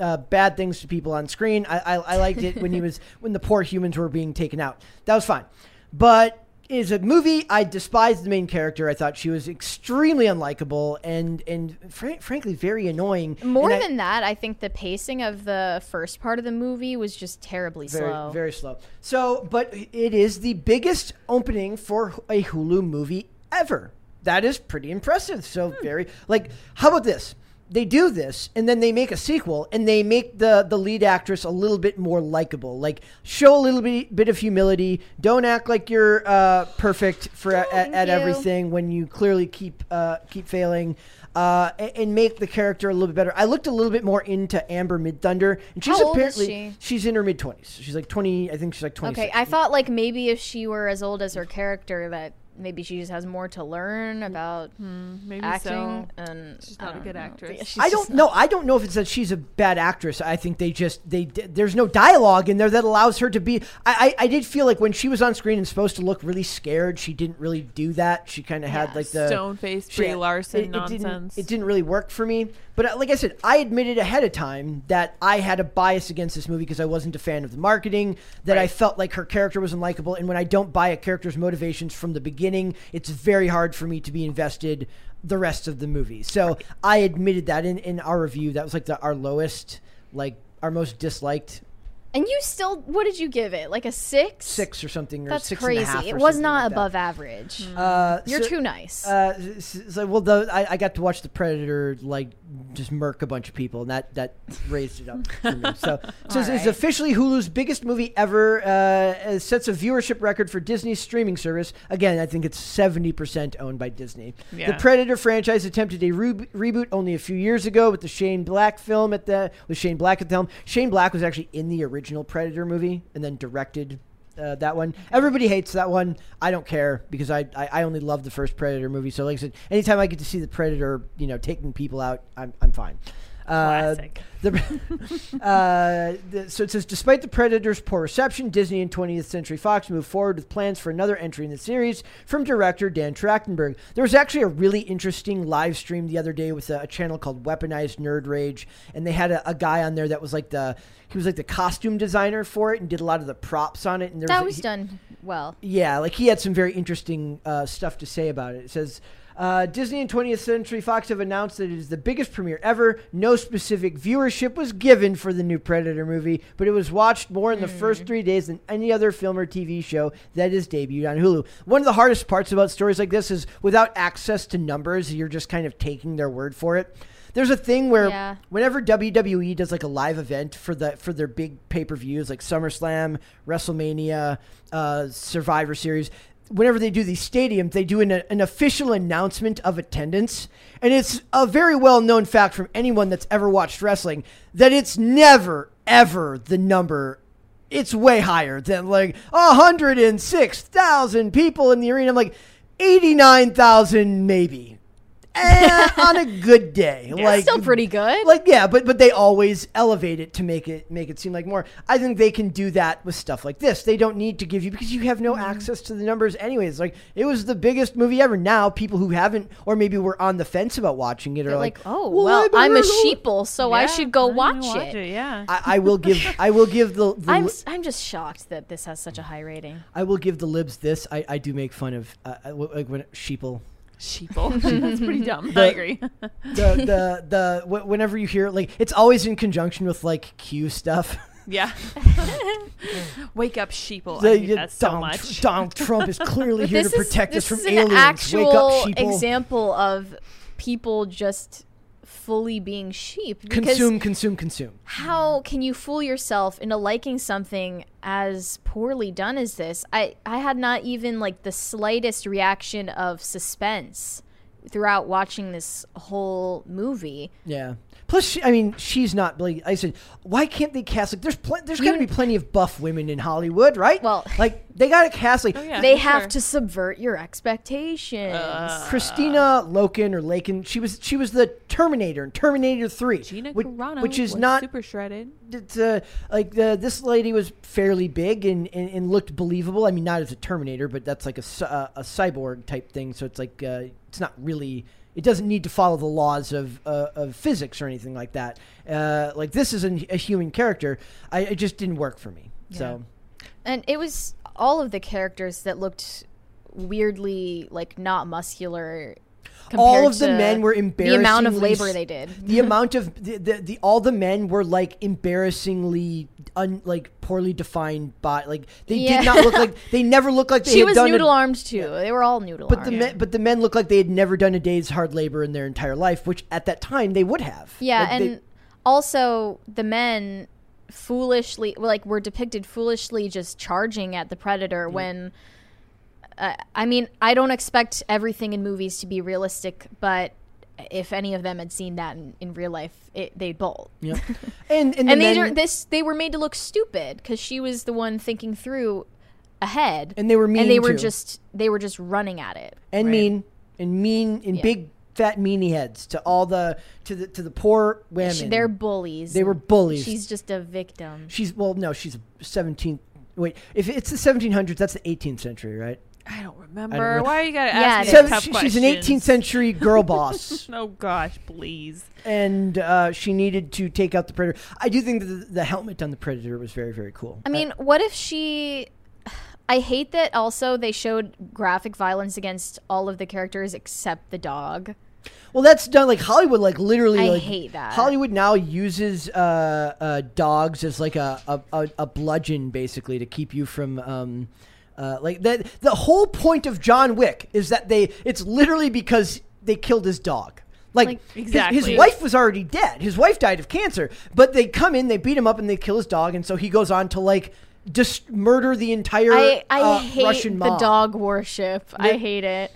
Speaker 3: uh, bad things to people on screen. I, I, I liked it when he was when the poor humans were being taken out. That was fine, but. Is a movie. I despised the main character. I thought she was extremely unlikable and and fran- frankly very annoying.
Speaker 4: More
Speaker 3: And I-
Speaker 4: than that, I think the pacing of the first part of the movie was just terribly
Speaker 3: very,
Speaker 4: slow.
Speaker 3: Very slow. So, but it is the biggest opening for a Hulu movie ever. That is pretty impressive. So
Speaker 4: Hmm.
Speaker 3: very like how about this? They do this and then they make a sequel and they make the the lead actress a little bit more likable. Like show a little bit, bit of humility. Don't act like you're uh, perfect for at,
Speaker 4: Thank
Speaker 3: at
Speaker 4: you.
Speaker 3: everything when you clearly keep uh, keep failing. Uh, a- and, make the character a little bit better. I looked a little bit more into Amber Mid Thunder, and she's
Speaker 4: How old is
Speaker 3: apparently
Speaker 4: she?
Speaker 3: She's in her mid twenties. She's like twenty. I think she's like twenty.
Speaker 4: Okay, I thought like maybe if she were as old as her character, that maybe she just has more to
Speaker 3: Hmm.
Speaker 4: learn about
Speaker 5: Hmm, Maybe
Speaker 4: acting.
Speaker 5: so.
Speaker 4: And
Speaker 5: She's
Speaker 4: I
Speaker 5: not a
Speaker 4: don't
Speaker 5: good
Speaker 4: know.
Speaker 5: actress.
Speaker 4: Yeah, she's
Speaker 3: I
Speaker 4: just
Speaker 3: don't know. I don't know if it's that she's a bad actress. I think they just they d- there's no dialogue in there that allows her to be. I, I I did feel like when she was on screen and supposed to look really scared, she didn't really do that. She kind of had like the
Speaker 5: Stone face,
Speaker 3: She-
Speaker 5: Brie Larson
Speaker 3: didn't-
Speaker 5: nonsense.
Speaker 3: it didn't really work for me. But uh, like I said, I admitted ahead of time that I had a bias against this movie because I wasn't a fan of the marketing, that I felt like her character was unlikable. And when I don't buy a character's motivations from the beginning, it's very hard for me to be invested the rest of the movie. So I admitted that in, in our review. That was like the, our lowest, like our most disliked
Speaker 4: And you still, what did you give it? Like a six?
Speaker 3: six or something. Or
Speaker 4: That's
Speaker 3: six and a
Speaker 4: crazy.
Speaker 3: half
Speaker 4: it
Speaker 3: or
Speaker 4: was
Speaker 3: something
Speaker 4: not
Speaker 3: like that.
Speaker 4: above average.
Speaker 3: Uh,
Speaker 4: You're
Speaker 3: so-
Speaker 4: too nice.
Speaker 3: Uh, s- so, well, though I, I got to watch the Predator like just murk a bunch of people, and that that raised it up. for me. So, so it's, it's
Speaker 4: right.
Speaker 3: officially Hulu's biggest movie ever. Uh, it sets a viewership record for Disney's streaming service. Again, I think it's seventy percent owned by Disney. The
Speaker 5: Yeah.
Speaker 3: Predator franchise attempted a re- reboot only a few years ago with the Shane Black film at the with Shane Black at the helm. Shane Black was actually in the original Predator movie and then directed uh, that one. Everybody hates that one. I don't care because I, I, I only love the first Predator movie. So like I said, anytime I get to see the Predator, you know, taking people out, I'm I'm fine. Uh,
Speaker 5: Classic.
Speaker 3: the, uh, the, so it says, despite the Predator's poor reception, Disney and 20th Century Fox moved forward with plans for another entry in the series from director Dan Trachtenberg. There was actually a really interesting live stream the other day with a, a channel called Weaponized Nerd Rage, and they had a, a guy on there that was like the he was like the costume designer for it and did a lot of the props on it. And there
Speaker 4: that
Speaker 3: was,
Speaker 4: was
Speaker 3: he-
Speaker 4: done well.
Speaker 3: yeah, like he had some very interesting uh, stuff to say about it. It says uh, Disney and 20th Century Fox have announced that it is the biggest premiere ever. No specific viewership was given for the new Predator movie, but it was watched more in the first three days than any other film or TV show that is debuted on Hulu. One of the hardest parts about stories like this is without access to numbers, you're just kind of taking their word for it. There's a thing where
Speaker 4: Yeah.
Speaker 3: whenever WWE does like a live event for the for their big pay per views like SummerSlam, WrestleMania, uh, Survivor Series, whenever they do these stadiums, they do an, an official announcement of attendance, and it's a very well known fact from anyone that's ever watched wrestling that it's never ever the number. It's way higher than like 106,000 people in the arena. I'm like 89,000 maybe. Eh, on a good day. like
Speaker 4: Still pretty good.
Speaker 3: like yeah, but but they always elevate it to make it make it seem like more. I think they can do that with stuff like this. They don't need to give you because you have
Speaker 4: Mm-hmm.
Speaker 3: no access to the numbers anyways. Like it was the biggest movie ever. Now people who haven't or maybe were on the fence about watching it are
Speaker 4: They're
Speaker 3: like,
Speaker 4: like, oh,
Speaker 3: "Well,
Speaker 4: well,
Speaker 3: I've been
Speaker 4: I'm a
Speaker 3: heard all-"
Speaker 4: sheeple, so I
Speaker 5: Yeah,
Speaker 4: should go
Speaker 5: I'm
Speaker 4: watch,
Speaker 5: gonna
Speaker 4: it.
Speaker 5: Yeah.
Speaker 3: I, I will give I will give the, the
Speaker 4: I'm,
Speaker 3: li-
Speaker 4: s- I'm just shocked that this has such a high rating.
Speaker 3: I will give the libs this. I, I do make fun of uh, I- like when sheeple
Speaker 5: Sheeple. That's pretty dumb. I agree.
Speaker 3: the the the wh- whenever you hear it, like it's always in conjunction with like Q stuff.
Speaker 5: yeah. Wake up, sheeple. I
Speaker 3: The-
Speaker 5: hate
Speaker 3: the-
Speaker 5: that so
Speaker 3: Donald,
Speaker 5: much.
Speaker 3: Donald Trump is clearly here to
Speaker 4: this
Speaker 3: protect
Speaker 4: is,
Speaker 3: us from
Speaker 4: this is
Speaker 3: aliens.
Speaker 4: an actual
Speaker 3: Wake up, sheeple.
Speaker 4: example of people just fully being sheep because
Speaker 3: consume, consume, consume.
Speaker 4: how can you fool yourself into liking something as poorly done as this i i had not even like the slightest reaction of suspense throughout watching this whole movie
Speaker 3: Yeah. Plus, she, I mean, she's not. Like, I said, why can't they cast? Like, there's pl- there's got to be
Speaker 5: Mm.
Speaker 3: plenty of buff women in Hollywood, right?
Speaker 4: Well-
Speaker 3: like they got to cast like
Speaker 5: Oh, Yeah,
Speaker 4: they
Speaker 5: for
Speaker 4: have
Speaker 5: sure.
Speaker 4: to subvert your expectations
Speaker 5: Uh,
Speaker 3: Christina Loken or Laken. She was she was the Terminator in Terminator Three,
Speaker 5: Gina
Speaker 3: which,
Speaker 5: Carano
Speaker 3: which is
Speaker 5: was
Speaker 3: not
Speaker 5: super shredded.
Speaker 3: it's, uh, like the, this lady was fairly big and, and, and looked believable. I mean, not as a Terminator, but that's like a, cy- uh, a cyborg type thing. So it's like uh, it's not really. It doesn't need to follow the laws of uh, of physics or anything like that. Uh, like this is an, a human character. I it just didn't work for me. So
Speaker 4: and it was all of the characters that looked weirdly like not muscular
Speaker 3: all
Speaker 4: compared
Speaker 3: of the
Speaker 4: to
Speaker 3: men were embarrassing.
Speaker 4: the amount of labor they did
Speaker 3: the amount of the, the, the all the men were like embarrassingly un, like poorly defined by like they
Speaker 4: Yeah.
Speaker 3: did not look like they never looked like they
Speaker 4: she
Speaker 3: had
Speaker 4: was
Speaker 3: done a-
Speaker 4: noodle armed too they were all noodle
Speaker 3: But
Speaker 4: armed
Speaker 3: the men, but the men looked like they had never done a day's hard labor in their entire life, which at that time they would have.
Speaker 4: Yeah,
Speaker 3: Like,
Speaker 4: and
Speaker 3: they-
Speaker 4: also the men foolishly like were depicted foolishly just charging at the predator when uh, I mean, I don't expect everything in movies to be realistic, but if any of them had seen that in, in real life, it, they'd bolt.
Speaker 3: yeah. and and, the
Speaker 4: And they
Speaker 3: men-
Speaker 4: don't- this they were made to look stupid cuz she was the one thinking through ahead.
Speaker 3: And they were mean,
Speaker 4: And they were
Speaker 3: too.
Speaker 4: just they were just running at it.
Speaker 3: and mean and mean and big fat meanie heads to all the to the to the poor women.
Speaker 4: She, they're bullies.
Speaker 3: They were bullies.
Speaker 4: She's just a victim.
Speaker 3: she's well, no, she's seventeenth. Wait, if it's the seventeen hundreds, that's the eighteenth century, right?
Speaker 5: I don't remember.
Speaker 3: remember.
Speaker 5: Why you gotta
Speaker 4: Yeah,
Speaker 5: ask
Speaker 4: it is.
Speaker 5: me these
Speaker 3: Seven,
Speaker 5: tough
Speaker 3: she-
Speaker 5: questions?
Speaker 3: she's an eighteenth century girl boss.
Speaker 5: Oh gosh, please.
Speaker 3: and uh, she needed to take out the predator. I do think that the, the helmet on the predator was very, very cool.
Speaker 4: I mean, what if she? I hate that. Also, they showed graphic violence against all of the characters except the dog.
Speaker 3: well, that's done like Hollywood, like literally.
Speaker 4: I
Speaker 3: like,
Speaker 4: hate that.
Speaker 3: Hollywood now uses uh, uh, dogs as like a, a, a, a bludgeon, basically, to keep you from. Um, uh, like that, the whole point of John Wick is that they. It's literally because they killed his dog. Like,
Speaker 4: Like,
Speaker 3: his- his,
Speaker 5: exactly.
Speaker 3: wife was already dead. His wife died of cancer. But they come in, they beat him up, and they kill his dog, and so he goes on to like just murder the entire
Speaker 4: I I
Speaker 3: uh,
Speaker 4: hate
Speaker 3: Russian
Speaker 4: the
Speaker 3: mob.
Speaker 4: dog worship. I hate it.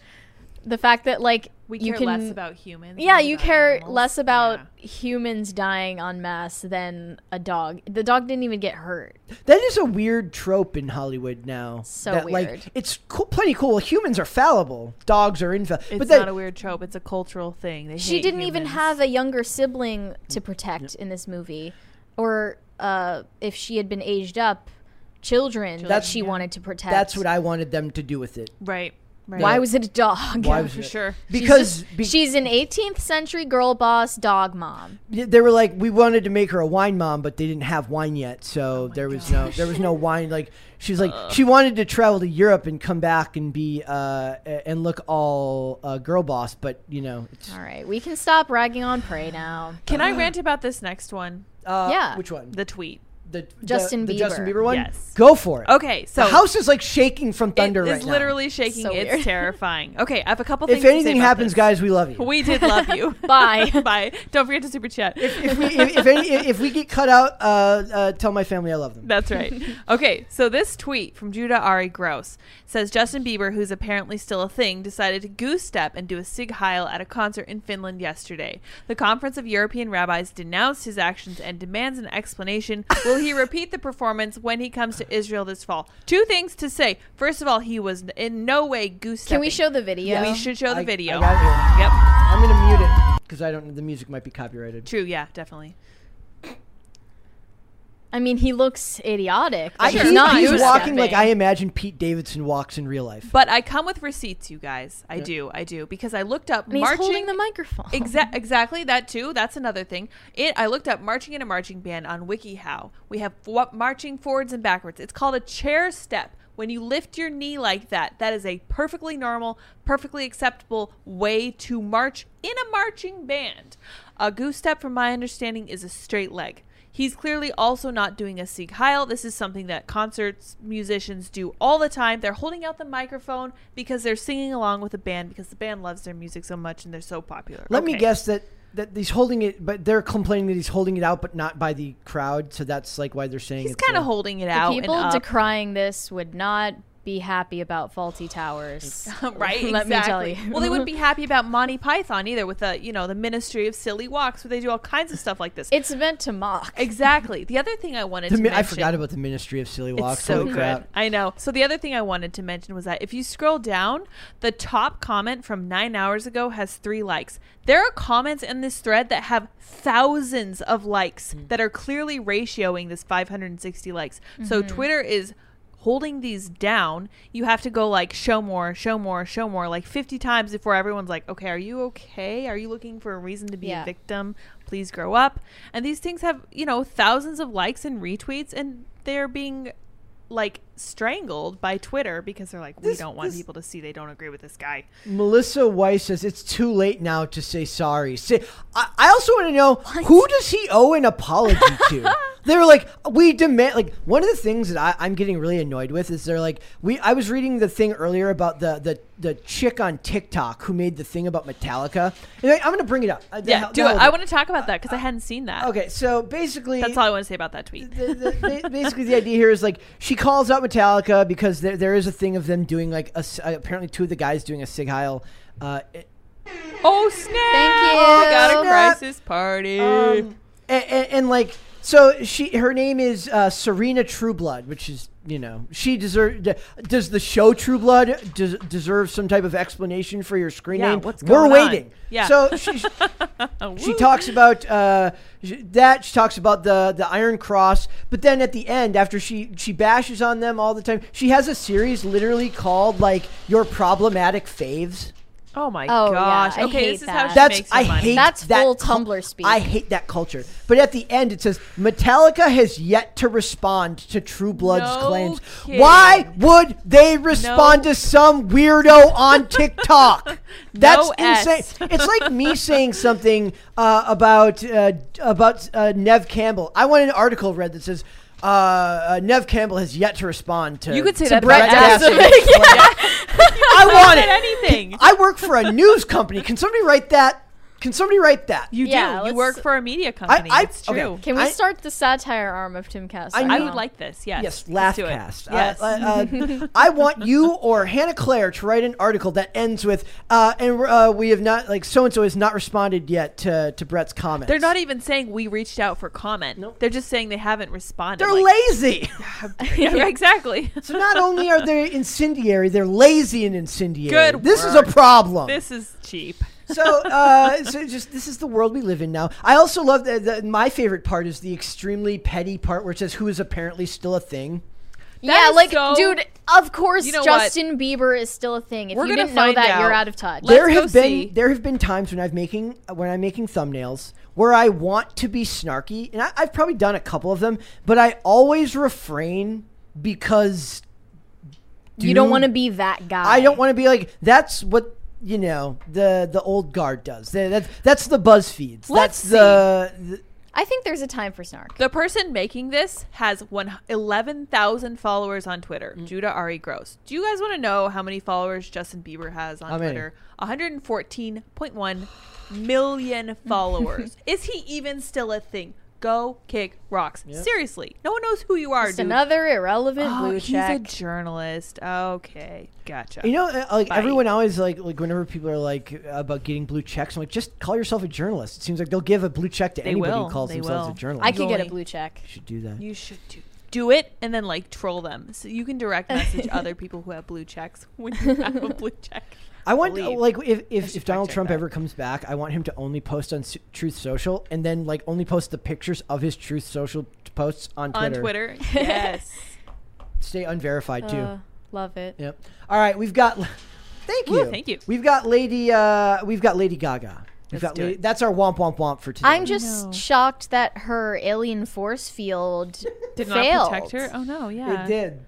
Speaker 4: The fact that like
Speaker 5: We
Speaker 4: you
Speaker 5: care
Speaker 4: can,
Speaker 5: less about humans.
Speaker 4: yeah,
Speaker 5: than
Speaker 4: you
Speaker 5: about
Speaker 4: care
Speaker 5: animals.
Speaker 4: less about
Speaker 5: Yeah.
Speaker 4: humans dying en masse than a dog. The dog didn't even get hurt.
Speaker 3: That is a weird trope in Hollywood now.
Speaker 4: So
Speaker 3: that,
Speaker 4: weird.
Speaker 3: Like, it's cool, plenty cool. Humans are fallible. Dogs are infallible.
Speaker 5: It's
Speaker 3: but that,
Speaker 5: not a weird trope. It's a cultural thing. They
Speaker 4: She
Speaker 5: hate
Speaker 4: didn't even
Speaker 5: humans.
Speaker 4: have a younger sibling to protect in this movie, or uh, if she had been aged up, children, that
Speaker 3: That's-
Speaker 4: she wanted to protect.
Speaker 3: that's what I wanted them to do with it.
Speaker 5: right. Right.
Speaker 4: Why was it a dog?
Speaker 3: Why was
Speaker 5: for
Speaker 3: it?
Speaker 5: sure?
Speaker 3: Because be-
Speaker 4: She's an 18th century girl boss dog mom.
Speaker 3: they were like, we wanted to make her a wine mom, but they didn't have wine yet,
Speaker 5: Oh
Speaker 3: so there was no there was no wine. Like she's like she wanted to travel to Europe and come back and be uh a- and look all uh, girl boss, but you know, it's,
Speaker 4: All right, we can stop ragging on prey now.
Speaker 5: Can I rant about this next one?
Speaker 3: uh,
Speaker 4: Yeah.
Speaker 3: which one?
Speaker 5: The tweet.
Speaker 3: The,
Speaker 4: Justin
Speaker 3: the, the Justin
Speaker 4: Bieber.
Speaker 3: Bieber one.
Speaker 5: Yes.
Speaker 3: go for it.
Speaker 5: Okay, so
Speaker 3: the house is like shaking from
Speaker 5: it
Speaker 3: thunder
Speaker 5: is
Speaker 3: right now.
Speaker 5: literally shaking.
Speaker 4: So weird.
Speaker 5: it's terrifying. Okay, I have a couple things.
Speaker 3: if
Speaker 5: to say
Speaker 3: anything
Speaker 5: about
Speaker 3: happens,
Speaker 5: this.
Speaker 3: guys, we love you.
Speaker 5: we did love you.
Speaker 4: Bye.
Speaker 5: Bye. Don't forget to super chat.
Speaker 3: if, we, if, if, any, if we get cut out, uh, uh, tell my family I love them.
Speaker 5: That's right. Okay, so this tweet from Judah Ari Gross says Justin Bieber, who's apparently still a thing, decided to goose step and do a Sig Heil at a concert in Finland yesterday. The Conference of European Rabbis denounced his actions and demands an explanation. Will he repeat the performance when he comes to Israel this fall? Two things to say. First of all, he was in no way goose stepping.
Speaker 4: Can we show the video?
Speaker 5: We should show the
Speaker 3: I-
Speaker 5: video.
Speaker 3: I got it
Speaker 5: yep.
Speaker 3: I'm gonna mute it because I don't. The music might be copyrighted.
Speaker 5: True. Yeah. Definitely.
Speaker 4: I mean, he looks idiotic. but
Speaker 3: I,
Speaker 4: he's
Speaker 3: he-
Speaker 4: not
Speaker 3: he's
Speaker 4: goose
Speaker 3: walking
Speaker 4: stepping.
Speaker 3: like I imagine Pete Davidson walks in real life.
Speaker 5: But I come with receipts, you guys. I do. I do because I looked up
Speaker 4: And he's
Speaker 5: marching.
Speaker 4: holding the microphone.
Speaker 5: Exa- exactly that too. That's another thing. It I looked up marching in a marching band on WikiHow. We have wa- marching forwards and backwards. It's called a chair step. When you lift your knee like that, that is a perfectly normal, perfectly acceptable way to march in a marching band. A goose step, from my understanding, is a straight leg. He's clearly also not doing a Sieg Heil. This is something that concerts musicians do all the time. They're holding out the microphone because they're singing along with the band because the band loves their music so much and they're so popular.
Speaker 3: Let me
Speaker 5: Okay.
Speaker 3: guess that that he's holding it, but they're complaining that he's holding it out, but not by the crowd. So that's like why they're saying
Speaker 5: He's
Speaker 3: it's
Speaker 5: kind
Speaker 3: a-
Speaker 5: of holding it
Speaker 4: The
Speaker 5: out. and
Speaker 4: people
Speaker 5: up.
Speaker 4: decrying this would not be happy about faulty towers.
Speaker 5: right?
Speaker 4: Let me tell
Speaker 5: exactly.
Speaker 4: you.
Speaker 5: well, they wouldn't be happy about Monty Python either, with the you know the Ministry of Silly Walks, where they do all kinds of stuff like this.
Speaker 4: It's meant to mock.
Speaker 5: exactly. The other thing I wanted
Speaker 3: The
Speaker 5: to
Speaker 3: mi-
Speaker 5: mention,
Speaker 3: I forgot about the Ministry of Silly Walks.
Speaker 5: It's so
Speaker 3: Holy
Speaker 5: good.
Speaker 3: crap.
Speaker 5: I know. So the other thing I wanted to mention was that if you scroll down, the top comment from nine hours ago has three likes. There are comments in this thread that have thousands of likes
Speaker 3: Mm.
Speaker 5: that are clearly ratioing this 560 likes. So Twitter is holding these down. You have to go like show more, show more, show more like 50 times before everyone's like, "Okay, are you okay? Are you looking for a reason to be
Speaker 4: Yeah.
Speaker 5: a victim? Please grow up." And these things have, you know, thousands of likes and retweets and they're being like strangled by Twitter because they're like, we don't want people to see they don't agree with this guy.
Speaker 3: Melissa Weiss says it's too late now to say sorry. Say, I, I also want to know who does he owe an apology to? they were like, we demand. Like one of the things that I, I'm getting really annoyed with is they're like, we. I was reading the thing earlier about the the, the chick on TikTok who made the thing about Metallica. And I, am going to bring it up. Uh, the
Speaker 5: Yeah,
Speaker 3: hell-
Speaker 5: do
Speaker 3: the
Speaker 5: it.
Speaker 3: hell
Speaker 5: I
Speaker 3: with
Speaker 5: want to talk about that because I hadn't seen that.
Speaker 3: Okay, so basically,
Speaker 5: That's all I want to say about that tweet.
Speaker 3: the, the, ba- basically the idea here is like she calls out Metallica because there, there is a thing of them doing like a s uh, apparently two of the guys doing a Sig Heil. Uh,
Speaker 5: Oh, snap! Oh,
Speaker 4: Thank
Speaker 5: We got a
Speaker 4: you.
Speaker 5: crisis party.
Speaker 3: Um, and, and, and like so she her name is uh, Serena Trueblood, which is you know she deserve d- does the show Trueblood des- deserve some type of explanation for your screen
Speaker 5: Yeah,
Speaker 3: name?
Speaker 5: what's
Speaker 3: We're
Speaker 5: going on?
Speaker 3: waiting.
Speaker 5: Yeah.
Speaker 3: So she she talks about uh, sh- that. She talks about the the Iron Cross, but then at the end, after she she bashes on them all the time, she has a series literally called like your problematic faves.
Speaker 5: oh my
Speaker 4: Oh, yeah,
Speaker 5: gosh.
Speaker 4: I
Speaker 5: okay,
Speaker 4: hate
Speaker 5: this is how
Speaker 4: that.
Speaker 5: she
Speaker 3: That's
Speaker 5: makes her
Speaker 3: I
Speaker 5: money.
Speaker 3: hate
Speaker 4: That's
Speaker 3: that
Speaker 4: full
Speaker 3: cul-
Speaker 4: Tumblr speak.
Speaker 3: I hate that culture. But at the end, it says Metallica has yet to respond to True Blood's
Speaker 5: No
Speaker 3: claims.
Speaker 5: kidding.
Speaker 3: Why would they respond
Speaker 5: No.
Speaker 3: to some weirdo on TikTok? That's
Speaker 5: No S.
Speaker 3: insane. It's like me saying something uh, about uh, about uh, Nev Campbell. I want an article read that says. Uh, uh, Nev Campbell has yet to respond to.
Speaker 5: You could say
Speaker 3: to
Speaker 5: that
Speaker 3: Brett
Speaker 5: about
Speaker 3: Dassey.
Speaker 5: Dassey.
Speaker 3: I want it.
Speaker 5: anything.
Speaker 3: I work for a news company. Can somebody write that? Can somebody write that?
Speaker 5: You
Speaker 4: Yeah,
Speaker 5: do. You
Speaker 4: let's-
Speaker 5: work for a media company.
Speaker 3: I-
Speaker 5: it's true.
Speaker 3: okay.
Speaker 4: Can we
Speaker 3: I-
Speaker 4: start the satire arm of Timcast?
Speaker 3: I
Speaker 5: I
Speaker 3: need-
Speaker 5: would like this. Yes.
Speaker 3: Yes,
Speaker 5: Let's do it.
Speaker 3: Laughcast. I-
Speaker 5: Yes.
Speaker 3: I, uh, I want you or Hannah Claire to write an article that ends with, uh, and uh, we have not, like, so and so has not responded yet to, to Brett's comments.
Speaker 5: They're not even saying we reached out for comment. They're just saying they haven't responded.
Speaker 3: They're
Speaker 5: like-
Speaker 3: lazy.
Speaker 5: Yeah, exactly.
Speaker 3: so not only are they incendiary, they're lazy and incendiary.
Speaker 5: Good
Speaker 3: this is a
Speaker 5: work.
Speaker 3: problem.
Speaker 5: this is cheap.
Speaker 3: so, uh, so just this is the world we live in now. I also love that the, my favorite part is the extremely petty part where it says who is apparently still a thing.
Speaker 4: yeah,
Speaker 5: is
Speaker 4: like,
Speaker 5: so-
Speaker 4: dude, of course,
Speaker 5: You know what?
Speaker 4: Justin Bieber is still a thing. If
Speaker 5: We're
Speaker 4: you
Speaker 5: gonna
Speaker 4: didn't know
Speaker 5: find
Speaker 4: that, you're
Speaker 5: out.
Speaker 4: out of touch.
Speaker 5: Let's
Speaker 3: there
Speaker 5: go
Speaker 3: have been
Speaker 5: see.
Speaker 3: there have been times when I've making when I'm making thumbnails where I want to be snarky, and I, I've probably done a couple of them, but I always refrain because
Speaker 4: you don't want to be that guy.
Speaker 3: I don't want to be like that's what you know the the old guard does. That, that- that's the BuzzFeeds.
Speaker 5: Let's
Speaker 3: that's the, the
Speaker 4: I think there's a time for snark.
Speaker 5: The person making this has one- 11,000 followers on Twitter, Judah Ari Gross. Do you guys want to know how many followers Justin Bieber has on
Speaker 3: How many?
Speaker 5: Twitter? 114.1 million followers. Is he even still a thing? Go kick rocks. Seriously, no one knows who you are,
Speaker 4: Just
Speaker 5: dude.
Speaker 4: another irrelevant
Speaker 5: Oh,
Speaker 4: blue
Speaker 5: he's a
Speaker 4: check.
Speaker 5: journalist. Okay, gotcha.
Speaker 3: you know uh, like
Speaker 5: Bye.
Speaker 3: everyone always like like whenever people are like about getting blue checks, I'm like just call yourself a journalist. It seems like they'll give a blue check to anybody
Speaker 5: will.
Speaker 3: who calls
Speaker 5: They
Speaker 3: themselves
Speaker 5: will.
Speaker 3: a journalist.
Speaker 4: I could get a
Speaker 5: Zoink.
Speaker 4: blue check.
Speaker 3: You should do that.
Speaker 5: you should do do it and then like troll them. So you can direct message other people who have blue checks when you have a blue check.
Speaker 3: I want uh,
Speaker 5: believe.
Speaker 3: like if if,
Speaker 5: should
Speaker 3: if Donald
Speaker 5: fact-check
Speaker 3: Trump
Speaker 5: that.
Speaker 3: ever comes back, I want him to only post on S- Truth Social and then like only post the pictures of his Truth Social t- posts on Twitter.
Speaker 5: on Twitter. Yes.
Speaker 3: stay unverified too.
Speaker 4: Uh, love it.
Speaker 3: yep. All right, we've got. Thank you.
Speaker 5: Woo, thank you.
Speaker 3: We've got Lady. Uh, we've got Lady Gaga. We've
Speaker 5: Let's
Speaker 3: got
Speaker 5: do
Speaker 3: Lady,
Speaker 5: it.
Speaker 3: that's our womp womp womp for today.
Speaker 4: I'm just shocked that her alien force field
Speaker 5: Did
Speaker 4: failed.
Speaker 5: not protect her. Oh no, yeah.
Speaker 3: It did.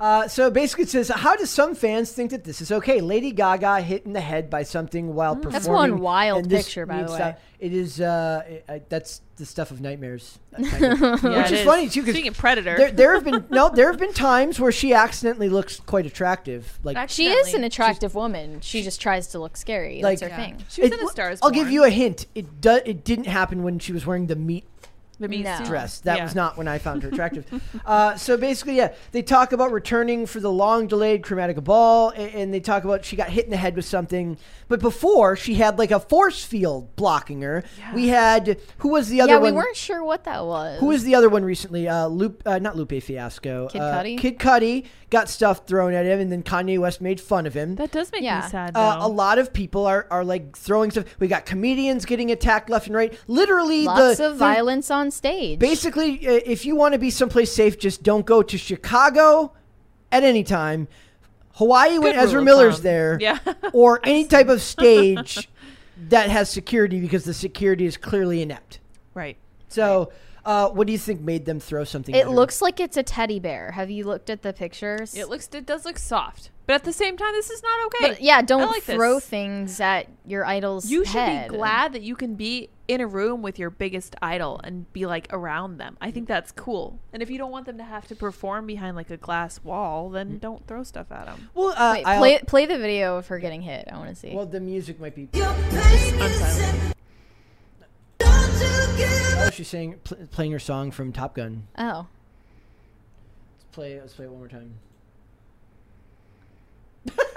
Speaker 3: Uh, so basically, it says, "How do some fans think that this is okay?" Lady Gaga hit in the head by something while
Speaker 5: Mm.
Speaker 3: performing.
Speaker 4: That's one wild
Speaker 3: and this
Speaker 4: picture, by
Speaker 3: needs
Speaker 4: the
Speaker 3: to-
Speaker 4: way.
Speaker 3: it is. Uh, I- I, that's the stuff of nightmares, kind of.
Speaker 5: Yeah,
Speaker 3: which
Speaker 5: it
Speaker 3: is, funny too.
Speaker 5: Speaking
Speaker 3: Because
Speaker 5: of Predator,
Speaker 3: there, there have been no, there have been times where she accidentally looks quite attractive. Like
Speaker 5: Actually,
Speaker 4: She is an
Speaker 5: Definitely.
Speaker 4: attractive woman. She just tries to look scary.
Speaker 3: Like-
Speaker 4: That's her
Speaker 3: Yeah.
Speaker 4: thing.
Speaker 5: she was
Speaker 3: It-
Speaker 5: in the stars.
Speaker 3: I'll give you a hint. It do, It didn't happen when she was wearing the meat
Speaker 5: the meat
Speaker 4: No.
Speaker 5: suit.
Speaker 3: dress. That
Speaker 5: Yeah.
Speaker 3: was not when I found her attractive. uh, so basically, yeah, they talk about returning for the long delayed Chromatica Ball, a- and, they talk about she got hit in the head with something. But before, she had like a force field blocking her. We had who was the other
Speaker 4: Yeah,
Speaker 3: one?
Speaker 4: we weren't sure what that was.
Speaker 3: Who was the other one recently? Uh, Lupe, uh, not Lupe Fiasco.
Speaker 4: Kid
Speaker 3: uh,
Speaker 4: Cudi?
Speaker 3: Kid Cudi got stuff thrown at him, and then Kanye West made fun of him.
Speaker 5: That does make
Speaker 4: Yeah.
Speaker 5: me sad.
Speaker 3: Uh,
Speaker 5: though.
Speaker 3: a lot of people are, are like throwing stuff. We got comedians getting attacked left and right. Literally,
Speaker 4: Lots
Speaker 3: the,
Speaker 4: of
Speaker 3: the-
Speaker 4: violence on stage.
Speaker 3: Basically, uh, if you want to be someplace safe, just don't go to Chicago at any time. Hawaii when
Speaker 5: Good
Speaker 3: Ezra
Speaker 5: rule of
Speaker 3: Miller's
Speaker 5: thumb.
Speaker 3: there,
Speaker 5: Yeah.
Speaker 3: or any type of stage that has security because the security is clearly inept.
Speaker 5: Right.
Speaker 3: So, uh, what do you think made them throw something? at
Speaker 4: it
Speaker 3: her?
Speaker 4: looks like it's a teddy bear. Have you looked at the pictures?
Speaker 5: It looks. It does look soft, but at the same time, this is not okay.
Speaker 4: But yeah,
Speaker 5: I
Speaker 4: don't
Speaker 5: like
Speaker 4: throw
Speaker 5: this.
Speaker 4: things at your idol's
Speaker 5: You should
Speaker 4: head.
Speaker 5: be glad that you can be in a room with your biggest idol and be like around them. I think that's cool. And if you don't want them to have to perform behind like a glass wall, then don't throw stuff at them.
Speaker 3: Well, uh,
Speaker 4: Wait,
Speaker 3: I'll-
Speaker 4: play, play the video of her getting hit. I want to see.
Speaker 3: well, the music might be. Oh, she's saying pl- playing her song from Top Gun.
Speaker 4: oh.
Speaker 3: Let's play. Let's play it one more time.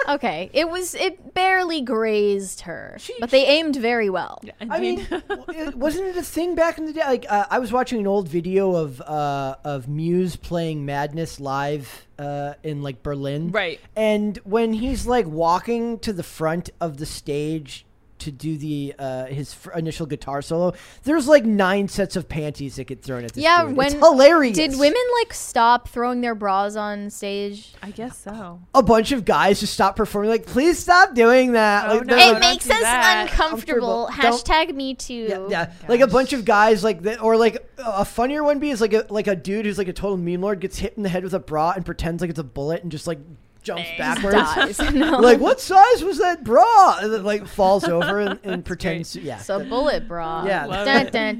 Speaker 4: Okay. It was it barely grazed her.
Speaker 5: She-
Speaker 4: but they aimed very well.
Speaker 3: I mean, w- it- wasn't it a thing back in the day? Like uh, I was watching an old video of uh, of Muse playing Madness live uh, in like Berlin,
Speaker 5: Right.
Speaker 3: And when he's like walking to the front of the stage to do the uh, his f- initial guitar solo, there's like nine sets of panties that get thrown at this.
Speaker 4: Yeah,
Speaker 3: dude.
Speaker 4: when
Speaker 3: it's hilarious.
Speaker 4: Did women like stop throwing their bras on stage?
Speaker 5: I guess so.
Speaker 3: a bunch of guys just stop performing? Like, please stop doing that.
Speaker 5: Oh,
Speaker 3: like,
Speaker 5: no,
Speaker 3: they're-
Speaker 5: no,
Speaker 4: it
Speaker 5: don't
Speaker 4: makes
Speaker 5: do
Speaker 4: us
Speaker 5: that.
Speaker 4: uncomfortable.
Speaker 3: Uncomfortable.
Speaker 4: Hashtag me too.
Speaker 3: Yeah, yeah. like a bunch of guys, like that, or like a funnier one be is like a like a dude who's like a total meme lord gets hit in the head with a bra and pretends like it's a bullet and just like jumps backwards.
Speaker 4: Dies. No.
Speaker 3: Like, what size was that bra? And then, like falls over and, and pretends. Yeah.
Speaker 4: It's a bullet bra.
Speaker 3: Yeah.
Speaker 4: Dun, dun,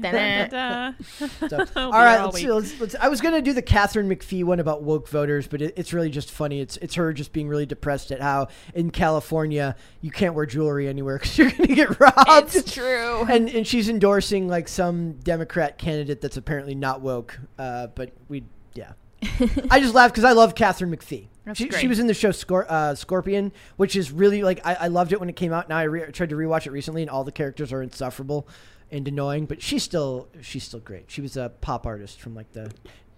Speaker 4: dun, dun.
Speaker 5: Da-da.
Speaker 3: so- all
Speaker 5: are
Speaker 3: right,
Speaker 5: all
Speaker 3: let's, see,
Speaker 5: weak.
Speaker 3: let's, let's. I was gonna do the Catherine McPhee one about woke voters, but it, it's really just funny. It's it's her just being really depressed at how in California you can't wear jewelry anywhere because you're gonna get robbed.
Speaker 5: It's true.
Speaker 3: and and she's endorsing like some Democrat candidate that's apparently not woke. Uh, but we, yeah, I just laugh because I love Catherine McPhee. She, she
Speaker 5: great.
Speaker 3: was in the show Scor- uh, Scorpion, which is really like I, I loved it when it came out. Now I re- tried to rewatch it recently, and all the characters are insufferable and annoying. But she's still she's still great. She was a pop artist from like the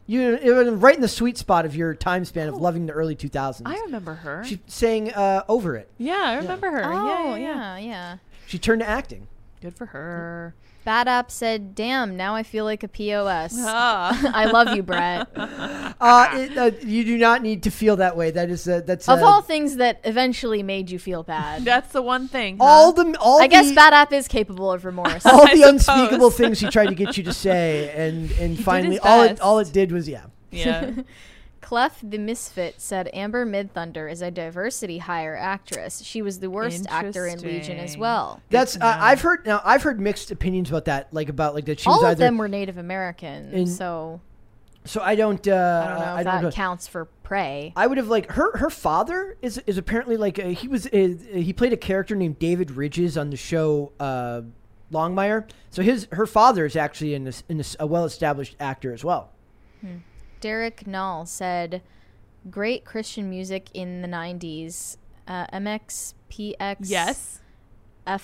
Speaker 3: you it was right in the sweet spot of your time span of loving the early two thousands.
Speaker 5: I remember her.
Speaker 3: She sang uh, over it.
Speaker 5: yeah, I remember her.
Speaker 4: Oh
Speaker 5: yeah, yeah, yeah.
Speaker 4: yeah, yeah.
Speaker 3: She turned to acting.
Speaker 5: Good for her.
Speaker 4: Bad app said, "Damn, now I feel like a pos."
Speaker 5: Ah.
Speaker 4: I love you, Brett.
Speaker 3: Uh, it, uh, you do not need to feel that way. That is uh, that's
Speaker 4: of
Speaker 3: uh,
Speaker 4: all things that eventually made you feel bad,
Speaker 5: That's the one thing.
Speaker 3: all the all
Speaker 4: I guess
Speaker 3: the,
Speaker 4: Bad App is capable of remorse.
Speaker 3: all
Speaker 5: I
Speaker 3: the
Speaker 5: suppose.
Speaker 3: unspeakable things he tried to get you to say, and and finally
Speaker 5: his
Speaker 3: all it
Speaker 5: best.
Speaker 3: all it did was yeah.
Speaker 5: Yeah.
Speaker 4: Clef the Misfit said Amber Mid Thunder is a diversity hire actress. She was the worst actor in Legion as
Speaker 5: Interesting.
Speaker 4: well.
Speaker 3: That's uh, I've heard now I've heard mixed opinions about that, like about like that she was
Speaker 4: All
Speaker 3: either.
Speaker 4: of them were Native American,
Speaker 3: In-
Speaker 4: so
Speaker 3: so I don't uh,
Speaker 4: I don't know if
Speaker 3: I
Speaker 4: that
Speaker 3: know.
Speaker 4: counts for prey.
Speaker 3: I would have like her. Her father is is apparently like uh, he was uh, he played a character named David Ridges on the show uh, Longmire. So his her father is actually in this, in this, a well established actor as well.
Speaker 4: Derek Knoll said, "Great Christian music in the '90s. Uh, MXPX,
Speaker 5: yes.
Speaker 4: FIF,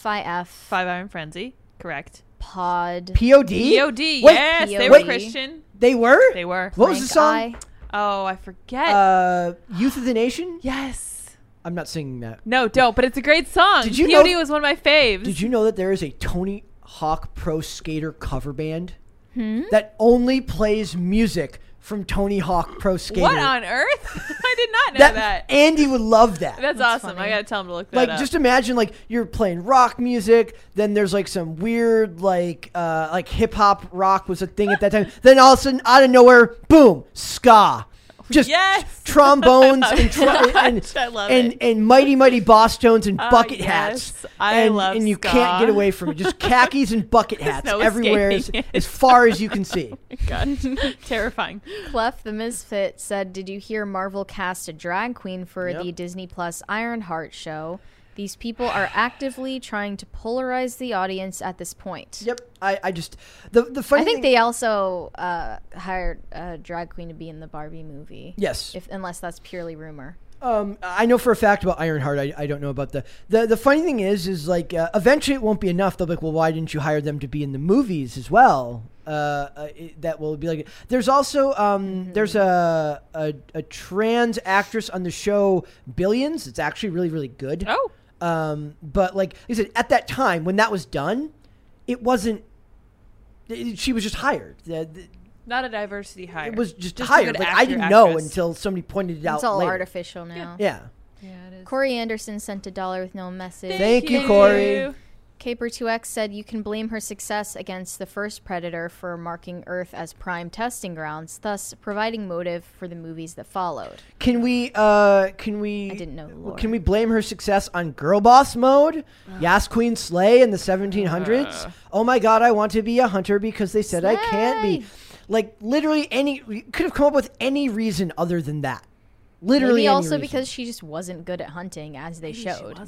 Speaker 5: Five Iron Frenzy. Correct.
Speaker 4: Pod,
Speaker 3: POD.
Speaker 5: EOD.
Speaker 3: Wait,
Speaker 5: yes, they
Speaker 4: POD.
Speaker 5: were Christian.
Speaker 3: They were.
Speaker 5: They were.
Speaker 3: What was the
Speaker 4: Frank
Speaker 3: song?
Speaker 4: Eye.
Speaker 5: Oh, I forget.
Speaker 3: Uh, Youth of the Nation.
Speaker 5: yes.
Speaker 3: I'm not singing that.
Speaker 5: No, don't. But it's a great song.
Speaker 3: Did you
Speaker 5: POD
Speaker 3: know-
Speaker 5: was one of my faves.
Speaker 3: Did you know that there is a Tony Hawk Pro Skater cover band
Speaker 5: Hmm?
Speaker 3: that only plays music from Tony Hawk Pro Skater?
Speaker 5: what on earth? I did not know
Speaker 3: that,
Speaker 5: that.
Speaker 3: Andy would love that.
Speaker 5: That's, awesome. I gotta tell him to look that
Speaker 3: like
Speaker 5: up.
Speaker 3: just imagine like you're playing rock music then there's like some weird like uh like hip hop rock was a thing at that time then all of a sudden out of nowhere boom ska just
Speaker 5: Oh, Yes.
Speaker 3: trombones and, tro-
Speaker 5: so
Speaker 3: and,
Speaker 5: much. I love
Speaker 3: and,
Speaker 5: it.
Speaker 3: and mighty mighty boss tones and
Speaker 5: Ah,
Speaker 3: bucket
Speaker 5: yes.
Speaker 3: hats.
Speaker 5: I
Speaker 3: and,
Speaker 5: love
Speaker 3: and you
Speaker 5: ska.
Speaker 3: can't get away from it. Just khakis and bucket hats
Speaker 5: no
Speaker 3: everywhere as,
Speaker 5: escaping it.
Speaker 3: as far as you can see.
Speaker 5: God, terrifying.
Speaker 4: Clef the Misfit said, Did you hear Marvel cast a drag queen for
Speaker 3: Yep.
Speaker 4: the Disney Plus Ironheart show? These people are actively trying to polarize the audience at this point.
Speaker 3: Yep. I, I just the the funny
Speaker 4: I think
Speaker 3: thing,
Speaker 4: they also uh, hired a drag queen to be in the Barbie movie.
Speaker 3: Yes.
Speaker 4: If, unless that's purely rumor.
Speaker 3: um, I know for a fact about Ironheart. I, I don't know about the the the funny thing is is like uh, eventually it won't be enough. They'll be like, well, why didn't you hire them to be in the movies as well? Uh, uh, it, that will be like. There's also um,
Speaker 5: Mm-hmm.
Speaker 3: there's a, a a trans actress on the show Billions. It's actually really really good.
Speaker 5: Oh,
Speaker 3: Um, but like I said, at that time when that was done, it wasn't. it- she was just hired. The- the-
Speaker 5: not a diversity hire.
Speaker 3: It was just,
Speaker 5: a
Speaker 3: hired.
Speaker 5: good
Speaker 3: Like I
Speaker 5: actor,
Speaker 3: didn't know
Speaker 5: actress.
Speaker 3: until somebody pointed it out.
Speaker 4: It's all
Speaker 3: later.
Speaker 4: artificial now.
Speaker 3: Yeah.
Speaker 4: Corey Anderson sent a dollar with no message.
Speaker 3: Thank you, Corey.
Speaker 4: Caper2x said you can blame her success against the first Predator for marking Earth as prime testing grounds, thus providing motive for the movies that followed.
Speaker 3: Can we? Uh, can we?
Speaker 4: I didn't know the lore.
Speaker 3: Can we blame her success on girl boss mode? Yas Queen Slay in the 1700s. oh my God, I want to be a hunter because they said I can't be. Like literally any you could have come up with any reason other than that. Literally,
Speaker 4: Maybe
Speaker 3: any
Speaker 4: also
Speaker 3: reason.
Speaker 4: because she just wasn't good at hunting, as they showed.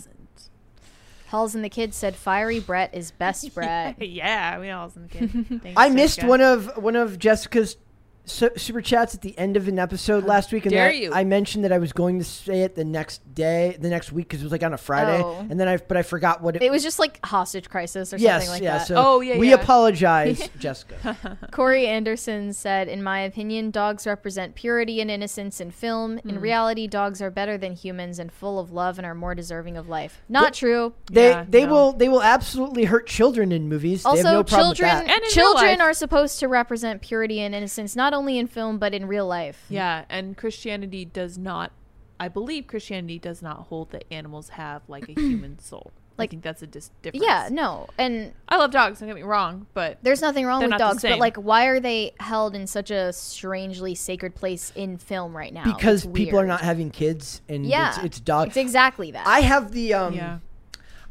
Speaker 4: Hells and the Kid said fiery Brett is best Brett.
Speaker 5: Yeah, we all was in the kid. Thanks,
Speaker 3: I missed
Speaker 5: Jessica.
Speaker 3: one of one of Jessica's su- super chats at the end of an episode last week, and
Speaker 5: dare
Speaker 3: that-
Speaker 5: you.
Speaker 3: I mentioned that I was going to say it the next day, the next week, because it was like on a Friday,
Speaker 4: Oh.
Speaker 3: and then I but I forgot what it.
Speaker 4: It was just like hostage crisis or
Speaker 3: yes,
Speaker 4: something like
Speaker 3: yeah.
Speaker 4: that.
Speaker 3: So
Speaker 5: Oh, yeah,
Speaker 3: we
Speaker 5: yeah.
Speaker 3: apologize, Jessica.
Speaker 4: Corey Anderson said, In my opinion, dogs represent purity and innocence in film.
Speaker 3: Hmm.
Speaker 4: In reality, dogs are better than humans and full of love and are more deserving of life. Not true.
Speaker 3: They
Speaker 5: Yeah,
Speaker 3: they
Speaker 5: no.
Speaker 3: will they will absolutely hurt children in movies. they
Speaker 4: Also,
Speaker 3: have no problem with
Speaker 4: children
Speaker 3: that.
Speaker 5: And in real
Speaker 4: children
Speaker 5: life.
Speaker 4: are supposed to represent purity and innocence, not only in film but in real life.
Speaker 5: Yeah, and Christianity does not. I believe Christianity does not hold that animals have like a human soul. I
Speaker 4: Like-
Speaker 5: think that's a dis- difference.
Speaker 4: Yeah, no, and
Speaker 5: I love dogs. Don't get me wrong, but
Speaker 4: there's nothing wrong
Speaker 5: They're
Speaker 4: with
Speaker 5: not the
Speaker 4: dogs, but
Speaker 5: same.
Speaker 4: like, why are they held in such a strangely sacred place in film right now?
Speaker 3: because
Speaker 4: It's
Speaker 3: people are
Speaker 4: weird.
Speaker 3: not having kids, and
Speaker 4: Yeah,
Speaker 3: it's, it's dog.
Speaker 4: It's exactly that.
Speaker 3: I have the um.
Speaker 5: yeah,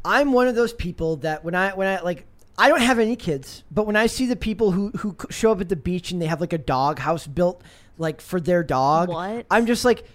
Speaker 3: I'm one of those people that when I when I like I don't have any kids, but when I see the people who who c- show up at the beach and they have like a dog house built like for their dog,
Speaker 5: What?
Speaker 3: I'm just like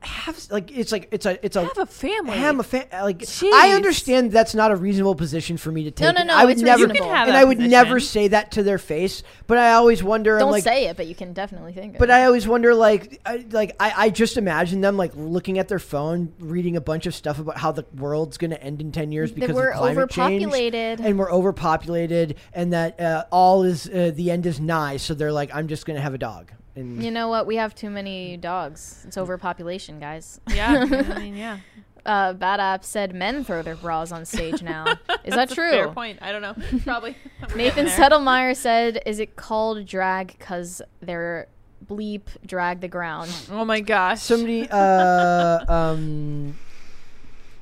Speaker 3: have s- like it's like it's a it's a
Speaker 5: Have a family.
Speaker 3: Have a fa- like I
Speaker 5: Jeez.
Speaker 3: understand that's not a reasonable position for me to take.
Speaker 4: no,
Speaker 3: and
Speaker 4: no,
Speaker 3: I would
Speaker 4: it's
Speaker 3: never
Speaker 4: reasonable. You can
Speaker 5: have
Speaker 3: and
Speaker 5: that
Speaker 3: I would
Speaker 5: position.
Speaker 3: never say that to their face, but I always wonder
Speaker 4: don't
Speaker 3: I'm like
Speaker 4: say it, but you can definitely think.
Speaker 3: but
Speaker 4: of it.
Speaker 3: I always wonder, like, I, like I, I just imagine them like looking at their phone, reading a bunch of stuff about how the world's going to end in ten years because
Speaker 4: we're
Speaker 3: of climate change,
Speaker 4: overpopulated.
Speaker 3: and we're overpopulated, and that uh, all is uh, the end is nigh. So they're like, I'm just going to have a dog. And
Speaker 4: you know what? We have too many dogs. It's overpopulation, guys.
Speaker 5: yeah. I mean, yeah.
Speaker 4: Uh, Bad App said men throw their bras on stage now. Is that true?
Speaker 5: Fair point. I don't know. Probably.
Speaker 4: Nathan Settlemeyer said, "Is it called drag because they're bleep drag the ground?"
Speaker 5: Oh my gosh.
Speaker 3: somebody, uh, um,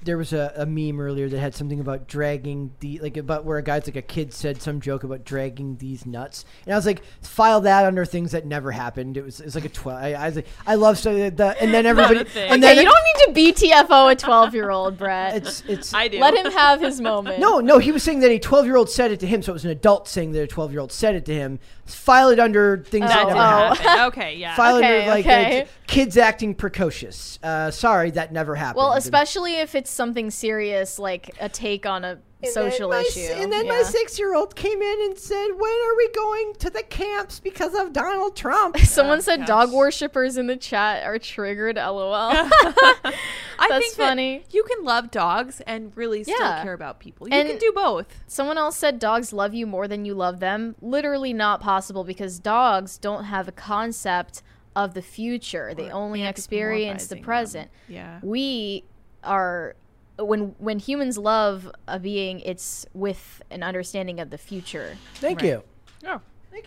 Speaker 3: there was a, a meme earlier that had something about dragging the like about where a guy's like a kid said some joke about dragging these nuts, and I was like, file that under things that never happened. It was it's like a twelve. I, I was like, I love so the, the and then everybody
Speaker 5: thing.
Speaker 3: and
Speaker 4: Yeah,
Speaker 3: then
Speaker 4: you
Speaker 3: it-
Speaker 4: don't need to BTFO a 12 year old, Brett.
Speaker 3: it's it's.
Speaker 5: I do.
Speaker 4: Let him have his moment.
Speaker 3: no, no, he was saying that a 12 year old said it to him, so it was an adult saying that a 12 year old said it to him. File it under things that never
Speaker 5: That didn't
Speaker 4: oh.
Speaker 3: happened.
Speaker 5: happen. Okay. Yeah.
Speaker 3: File it
Speaker 4: Okay,
Speaker 3: under like
Speaker 4: okay.
Speaker 3: uh, kids acting precocious. Uh, sorry, that never happened.
Speaker 4: Well, especially if it's something serious, like a take on a social
Speaker 3: and then my
Speaker 4: issue.
Speaker 3: s- And then my
Speaker 4: Yeah.
Speaker 3: six year old came in and said, When are we going to the camps because of Donald Trump?
Speaker 4: Someone said dog worshippers in the chat are triggered. LOL.
Speaker 5: I
Speaker 4: That's
Speaker 5: think that
Speaker 4: funny.
Speaker 5: you can love dogs and really still
Speaker 4: Yeah.
Speaker 5: care about people. You
Speaker 4: And-
Speaker 5: can do both.
Speaker 4: Someone else said dogs love you more than you love them. Literally not possible because dogs don't have a concept of the future. They only experience the
Speaker 5: anthropomorphizing them.
Speaker 4: present.
Speaker 5: Yeah.
Speaker 4: We are when when humans love a being, it's with an understanding of the future.
Speaker 3: Thank you.
Speaker 5: Oh.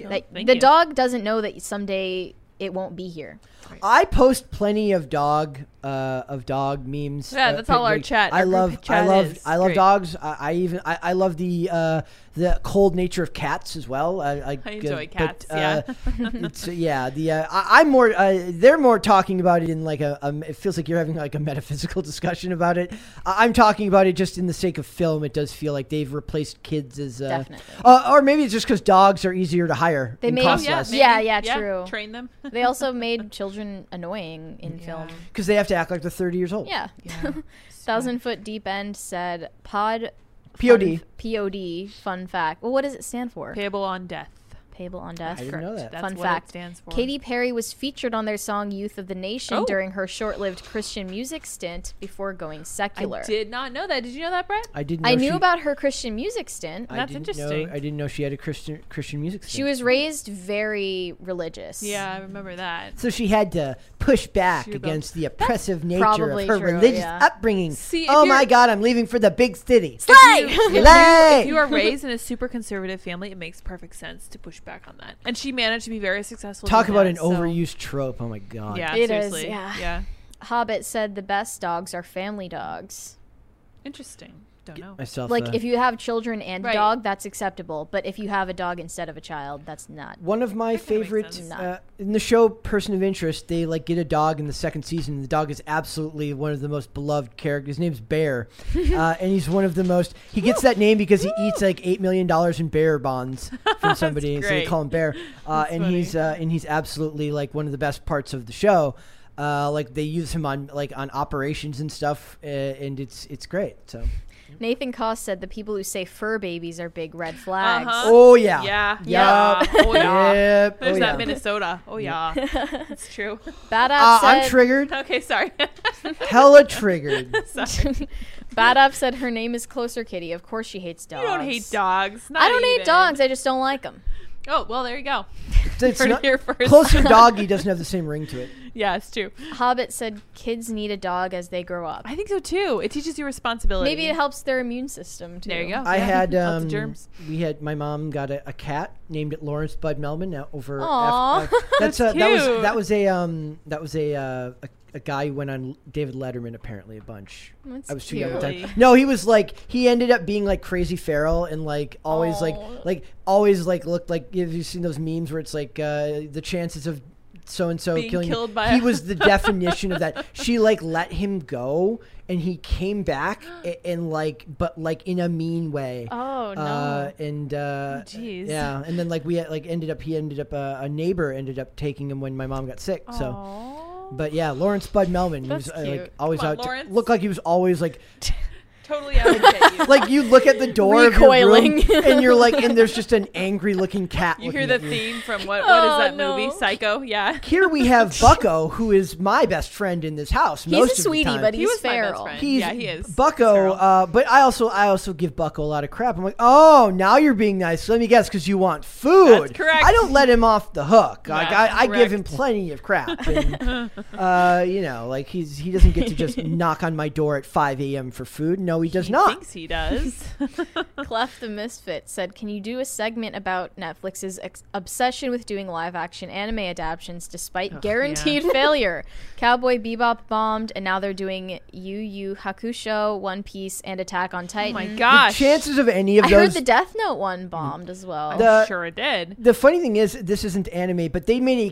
Speaker 4: Like,
Speaker 5: thank
Speaker 4: the
Speaker 5: you.
Speaker 4: dog doesn't know that someday it won't be here.
Speaker 3: I post plenty of dog uh, of dog memes.
Speaker 5: Yeah,
Speaker 3: uh,
Speaker 5: that's all our
Speaker 3: like,
Speaker 5: chat-
Speaker 3: I
Speaker 5: our group
Speaker 3: love, I
Speaker 5: chat
Speaker 3: love,
Speaker 5: is.
Speaker 3: I love
Speaker 5: Great.
Speaker 3: dogs. I, I even, I, I love the uh, the cold nature of cats as well. I, I,
Speaker 5: I enjoy cats,
Speaker 3: yeah, uh, it's, yeah. The uh, I, I'm more, uh, they're more talking about it in like a, a. It feels like you're having like a metaphysical discussion about it. I, I'm talking about it just in the sake of film. It does feel like they've replaced kids as uh,
Speaker 4: Definitely.
Speaker 3: uh, or maybe it's just because dogs are easier to hire.
Speaker 4: They
Speaker 3: and
Speaker 4: may-
Speaker 5: Oh,
Speaker 3: cost
Speaker 5: yeah,
Speaker 3: less
Speaker 5: maybe.
Speaker 4: Yeah, yeah, true.
Speaker 5: Train them.
Speaker 4: They also made children annoying in film.
Speaker 3: because they have to act like they're 30 years old.
Speaker 4: Yeah. Thousand Foot Deep End said pod.
Speaker 3: POD.
Speaker 4: fun- POD. Fun fact. Well, what does it stand for?
Speaker 5: Payable on death.
Speaker 4: Payable on death.
Speaker 3: I didn't know that.
Speaker 5: That's
Speaker 4: Fun
Speaker 5: what
Speaker 4: fact.
Speaker 5: it stands for.
Speaker 4: Katy Perry was featured on their song "Youth of the Nation"
Speaker 5: Oh.
Speaker 4: during her short-lived Christian music stint before going secular.
Speaker 5: I did not know that. Did you know that, Brett?
Speaker 3: I didn't. Know
Speaker 4: I knew
Speaker 3: she-
Speaker 4: about her Christian music stint.
Speaker 3: I
Speaker 5: That's
Speaker 3: didn't
Speaker 5: interesting.
Speaker 3: Know, I didn't know she had a Christian Christian music.
Speaker 4: She
Speaker 3: Scene.
Speaker 4: was raised very religious.
Speaker 5: Yeah, I remember that.
Speaker 3: so she had to push back
Speaker 5: She rebelled.
Speaker 3: against the oppressive nature
Speaker 4: probably
Speaker 3: of her
Speaker 4: true,
Speaker 3: religious
Speaker 4: yeah.
Speaker 3: upbringing.
Speaker 5: See, if
Speaker 3: oh my
Speaker 5: you're-
Speaker 3: God, I'm leaving for the big city.
Speaker 5: If you-
Speaker 3: Slay!
Speaker 5: If you are raised in a super conservative family, it makes perfect sense to push back on that. And she managed to be very successful.
Speaker 3: Talk
Speaker 5: doing
Speaker 3: about
Speaker 5: that,
Speaker 3: an
Speaker 5: so-
Speaker 3: overused trope. Oh my God.
Speaker 5: Yeah,
Speaker 4: It is,
Speaker 5: seriously.
Speaker 4: yeah.
Speaker 5: yeah.
Speaker 4: Hobbit said the best dogs are family dogs.
Speaker 5: Interesting. Don't know.
Speaker 3: Myself.
Speaker 4: Like
Speaker 3: uh,
Speaker 4: if you have children and
Speaker 5: Right.
Speaker 4: dog, that's acceptable. But if you have a dog instead of a child, that's not.
Speaker 3: One of my
Speaker 5: kinda makes
Speaker 3: favorite
Speaker 5: sense.
Speaker 3: uh, in the show Person of Interest, they like get a dog in the second season. The dog is absolutely one of the most beloved characters. His name's Bear, uh, and he's one of the most. He gets that name because he eats like eight million dollars in bear bonds from somebody, so they
Speaker 5: great.
Speaker 3: call him Bear. Uh, and he's uh, and he's absolutely like one of the best parts of the show. Uh, like they use him on like on operations and stuff, uh, and it's it's great. So
Speaker 4: Nathan Koss said the people who say fur babies are big red flags.
Speaker 5: Uh-huh.
Speaker 3: oh yeah,
Speaker 5: Yeah.
Speaker 3: Yup.
Speaker 5: Yeah. Oh, yeah.
Speaker 3: Yep.
Speaker 5: There's
Speaker 3: oh,
Speaker 5: that
Speaker 3: yeah.
Speaker 5: Minnesota. Oh, yeah. it's true.
Speaker 4: Bad Up
Speaker 3: Uh,
Speaker 4: said,
Speaker 3: I'm triggered,
Speaker 5: Okay, sorry.
Speaker 3: hella triggered.
Speaker 5: sorry.
Speaker 4: Bad Up said her name is Closer Kitty. Of course she hates dogs.
Speaker 5: You don't hate dogs. Not
Speaker 4: I don't
Speaker 5: even.
Speaker 4: hate dogs. I just don't like them.
Speaker 5: Oh, well, there you go.
Speaker 3: It's
Speaker 5: Heard it
Speaker 3: not-
Speaker 5: here first.
Speaker 3: Closer doggy doesn't have the same ring to it.
Speaker 5: Yeah, it's true.
Speaker 4: Hobbit said kids need a dog as they grow up.
Speaker 5: I think so, too. It teaches you responsibility.
Speaker 4: Maybe it helps their immune system too.
Speaker 5: There you go.
Speaker 3: I
Speaker 5: Oh, Yeah.
Speaker 3: had
Speaker 5: Lots of
Speaker 3: um,
Speaker 5: germs.
Speaker 3: we had my mom got a, a cat named it Lawrence Bud Melman now over.
Speaker 4: Aw.
Speaker 3: uh, that's a, that was
Speaker 5: cute.
Speaker 3: that was a um that was a uh, a, a guy who went on David Letterman apparently a bunch.
Speaker 4: That's
Speaker 3: I was too young at the time.
Speaker 5: cute.
Speaker 3: No, he was like he ended up being like crazy feral and like always
Speaker 4: Aw.
Speaker 3: like like always like looked like have you seen those memes where it's like uh, the chances of so and so
Speaker 5: Being
Speaker 3: killing
Speaker 5: killed by
Speaker 3: he
Speaker 5: a-
Speaker 3: was the definition of that she like let him go and he came back a- and like but like in a mean way
Speaker 5: Oh, no.
Speaker 3: uh, and uh,
Speaker 5: Jeez.
Speaker 3: yeah, and then like we had, like ended up he ended up uh, a neighbor ended up taking him when my mom got sick. So,
Speaker 5: Aw.
Speaker 3: but yeah, Lawrence Bud Melman, he was
Speaker 4: That's
Speaker 3: uh,
Speaker 4: cute.
Speaker 3: like always
Speaker 5: Come on,
Speaker 3: out. to-
Speaker 5: Lawrence.
Speaker 3: looked like he was always like
Speaker 5: Totally out of you.
Speaker 3: like you look at the door of your room
Speaker 4: Recoiling.
Speaker 3: and you're like and there's just an angry looking cat.
Speaker 5: You
Speaker 3: looking
Speaker 5: hear the
Speaker 3: at you.
Speaker 5: theme from what? What is
Speaker 4: Oh,
Speaker 5: that
Speaker 4: no.
Speaker 5: movie? Psycho. Yeah.
Speaker 3: Here we have Bucko, who is my best friend in this house.
Speaker 4: He's
Speaker 3: most
Speaker 4: a
Speaker 3: of
Speaker 4: sweetie,
Speaker 3: the time.
Speaker 4: but he's
Speaker 5: was my best
Speaker 4: feral.
Speaker 5: friend.
Speaker 3: He's
Speaker 5: yeah, he is.
Speaker 3: Bucko,
Speaker 5: Feral.
Speaker 3: uh, but I also I also give Bucko a lot of crap. I'm like, oh, now you're being nice. Let me guess, because you want food.
Speaker 5: That's correct.
Speaker 3: I don't let him off the hook. Like
Speaker 5: No,
Speaker 3: I, I give
Speaker 5: correct.
Speaker 3: him plenty of crap. And, uh, you know, like he's he doesn't get to just knock on my door at 5 a.m. for food. No, he does
Speaker 5: he
Speaker 3: not.
Speaker 5: thinks he does. Oh
Speaker 4: Clef the Misfit said, "Can you do a segment about Netflix's ex- obsession with doing live-action anime adaptions despite guaranteed failure? Cowboy Bebop bombmed, and now they're doing Yu Yu Hakusho, One Piece, and Attack on Titan.
Speaker 5: oh my
Speaker 3: The
Speaker 5: gosh!
Speaker 3: chances of any of
Speaker 4: I heard
Speaker 3: those.
Speaker 4: the Death Note one bombed as well.
Speaker 3: The-
Speaker 5: sure it did.
Speaker 3: the funny thing is, this isn't anime, but they made a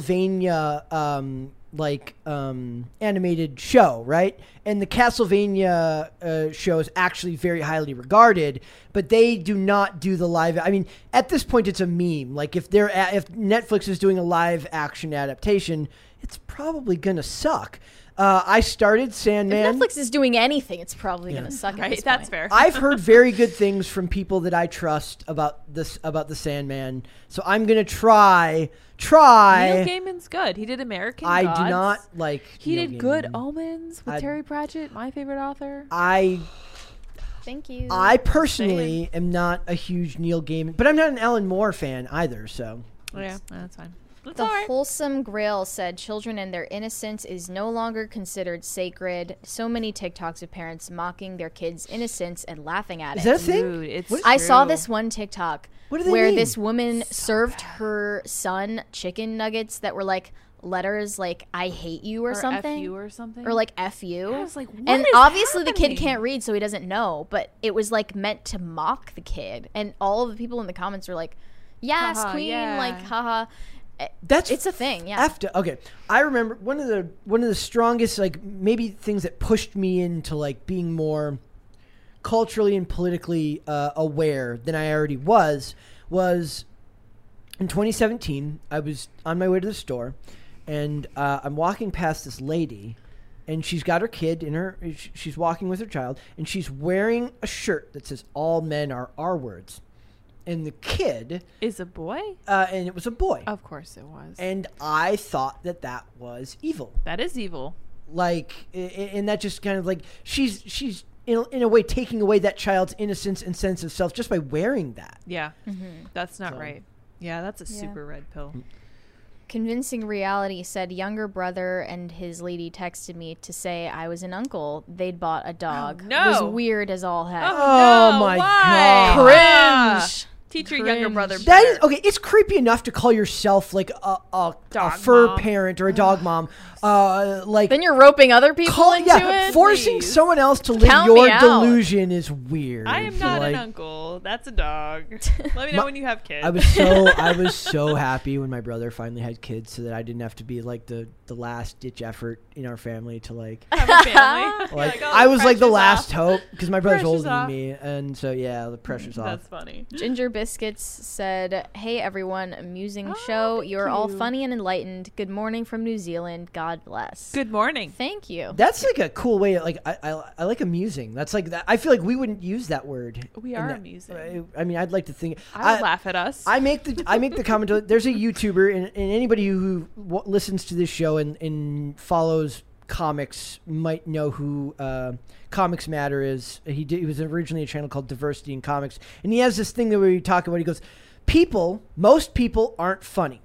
Speaker 3: Castlevania um, like um, animated show, right? And the Castlevania uh, show is actually very highly regarded, but they do not do the live. I mean, at this point, it's a meme. Like if they're a- if Netflix is doing a live action adaptation, it's probably gonna suck. Uh, I started Sandman.
Speaker 4: Netflix is doing anything; it's probably going to suck. At
Speaker 5: Right,
Speaker 4: this
Speaker 5: that's
Speaker 4: point.
Speaker 5: fair.
Speaker 3: I've heard very good things from people that I trust about this about the Sandman. So I'm gonna try
Speaker 5: Neil
Speaker 3: try.
Speaker 5: Gaiman's good. He did American.
Speaker 3: I
Speaker 5: Gods.
Speaker 3: do not like.
Speaker 5: He
Speaker 3: Neil
Speaker 5: did Good Oh
Speaker 3: Gaiman.
Speaker 5: Omens with
Speaker 3: I-
Speaker 5: Terry Pratchett, my favorite author.
Speaker 3: I
Speaker 4: Thank you.
Speaker 3: I personally am not a huge Neil Gaiman, but I'm not an Alan Moore fan either. So
Speaker 5: Oh, yeah, that's fine. That's
Speaker 4: The
Speaker 5: all right.
Speaker 4: wholesome grail said children and their innocence is no longer considered sacred. So many TikToks of parents mocking their kids' innocence and laughing at
Speaker 3: Is
Speaker 4: it.
Speaker 3: that a thing?
Speaker 5: Dude, it's
Speaker 3: What-
Speaker 4: I saw
Speaker 5: true.
Speaker 4: this one TikTok
Speaker 3: What do they
Speaker 4: where
Speaker 3: mean?
Speaker 4: this woman served her son chicken nuggets that were like letters like "I hate you" or,
Speaker 5: Or F
Speaker 4: something,
Speaker 5: you or something.
Speaker 4: or like "f you."
Speaker 5: I was like, what
Speaker 4: and
Speaker 5: is
Speaker 4: obviously the
Speaker 5: happening?
Speaker 4: kid can't read, so he doesn't know. But it was like meant to mock the kid, and all of the people in the comments were like, "Yes,
Speaker 5: Haha,
Speaker 4: queen!"
Speaker 5: yeah.
Speaker 4: Like, haha. Eh,
Speaker 3: That's
Speaker 4: it's a thing, yeah.
Speaker 3: After okay, I remember one of the one of the strongest like maybe things that pushed me into like being more culturally and politically uh, aware than I already was was in 2017. I was on my way to the store, and uh, I'm walking past this lady, and she's got her kid in her. sh- She's walking with her child, and she's wearing a shirt that says "All men are R words," and the kid,
Speaker 5: Is a boy?
Speaker 3: uh, and it was a boy.
Speaker 5: Of course it was.
Speaker 3: And I thought that that was evil.
Speaker 5: that is evil.
Speaker 3: Like, i- i- and that just kind of like she's she's in a, in a way taking away that child's innocence and sense of self just by wearing that.
Speaker 5: Yeah.
Speaker 4: Mm-hmm.
Speaker 5: That's not right. Yeah, that's a super red pill.
Speaker 4: Convincing Reality said younger brother and his lady texted me to say I was an uncle. They'd bought a dog.
Speaker 5: Oh, no.
Speaker 4: It was weird as all heck.
Speaker 3: Oh
Speaker 5: no,
Speaker 3: my
Speaker 5: why?
Speaker 3: God.
Speaker 5: Cringe. Teach your younger
Speaker 4: Cringe.
Speaker 5: brother.
Speaker 3: That is
Speaker 5: better.
Speaker 3: okay. It's creepy enough to call yourself like a a, a
Speaker 5: Dog
Speaker 3: fur
Speaker 5: mom.
Speaker 3: parent or a dog mom. Uh, like
Speaker 4: Then you're roping other people
Speaker 3: call-
Speaker 4: into
Speaker 3: yeah,
Speaker 4: it.
Speaker 3: forcing
Speaker 5: please.
Speaker 3: someone else to live
Speaker 4: Count me
Speaker 3: your
Speaker 4: out.
Speaker 3: delusion is weird.
Speaker 5: I am not
Speaker 3: like,
Speaker 5: an uncle. That's a dog. Let me know
Speaker 3: My-
Speaker 5: when you have kids.
Speaker 3: I was so I was so happy when my brother finally had kids, so that I didn't have to be like the the last ditch effort in our family to like.
Speaker 5: have a family. You're
Speaker 3: like,
Speaker 5: oh,
Speaker 3: I was like the
Speaker 5: pressure's
Speaker 3: last
Speaker 5: off.
Speaker 3: hope because my brother's
Speaker 5: Pressure's
Speaker 3: older
Speaker 5: off.
Speaker 3: than me, and so yeah, the pressure's
Speaker 5: That's
Speaker 3: off.
Speaker 5: funny.
Speaker 4: Ginger Biscuits said, Hey everyone, amusing
Speaker 5: Oh,
Speaker 4: show.
Speaker 5: thank
Speaker 4: You're all
Speaker 5: you.
Speaker 4: funny and enlightened. Good morning from New Zealand. God bless.
Speaker 5: Good morning.
Speaker 4: Thank you.
Speaker 3: That's like a cool way. Like I, I, I like amusing. That's like that. I feel like we wouldn't use that word.
Speaker 5: We
Speaker 3: in
Speaker 5: are
Speaker 3: that-
Speaker 5: amusing.
Speaker 3: I, I mean, I'd like to think.
Speaker 5: I would
Speaker 3: I-
Speaker 5: laugh at us.
Speaker 3: I make the I make the comment. There's a YouTuber and, and anybody who w- listens to this show and, and follows comics might know who uh, Comics Matter is. He did, he was originally a channel called Diversity in Comics, and he has this thing that we talk about. He goes, "People, most people aren't funny.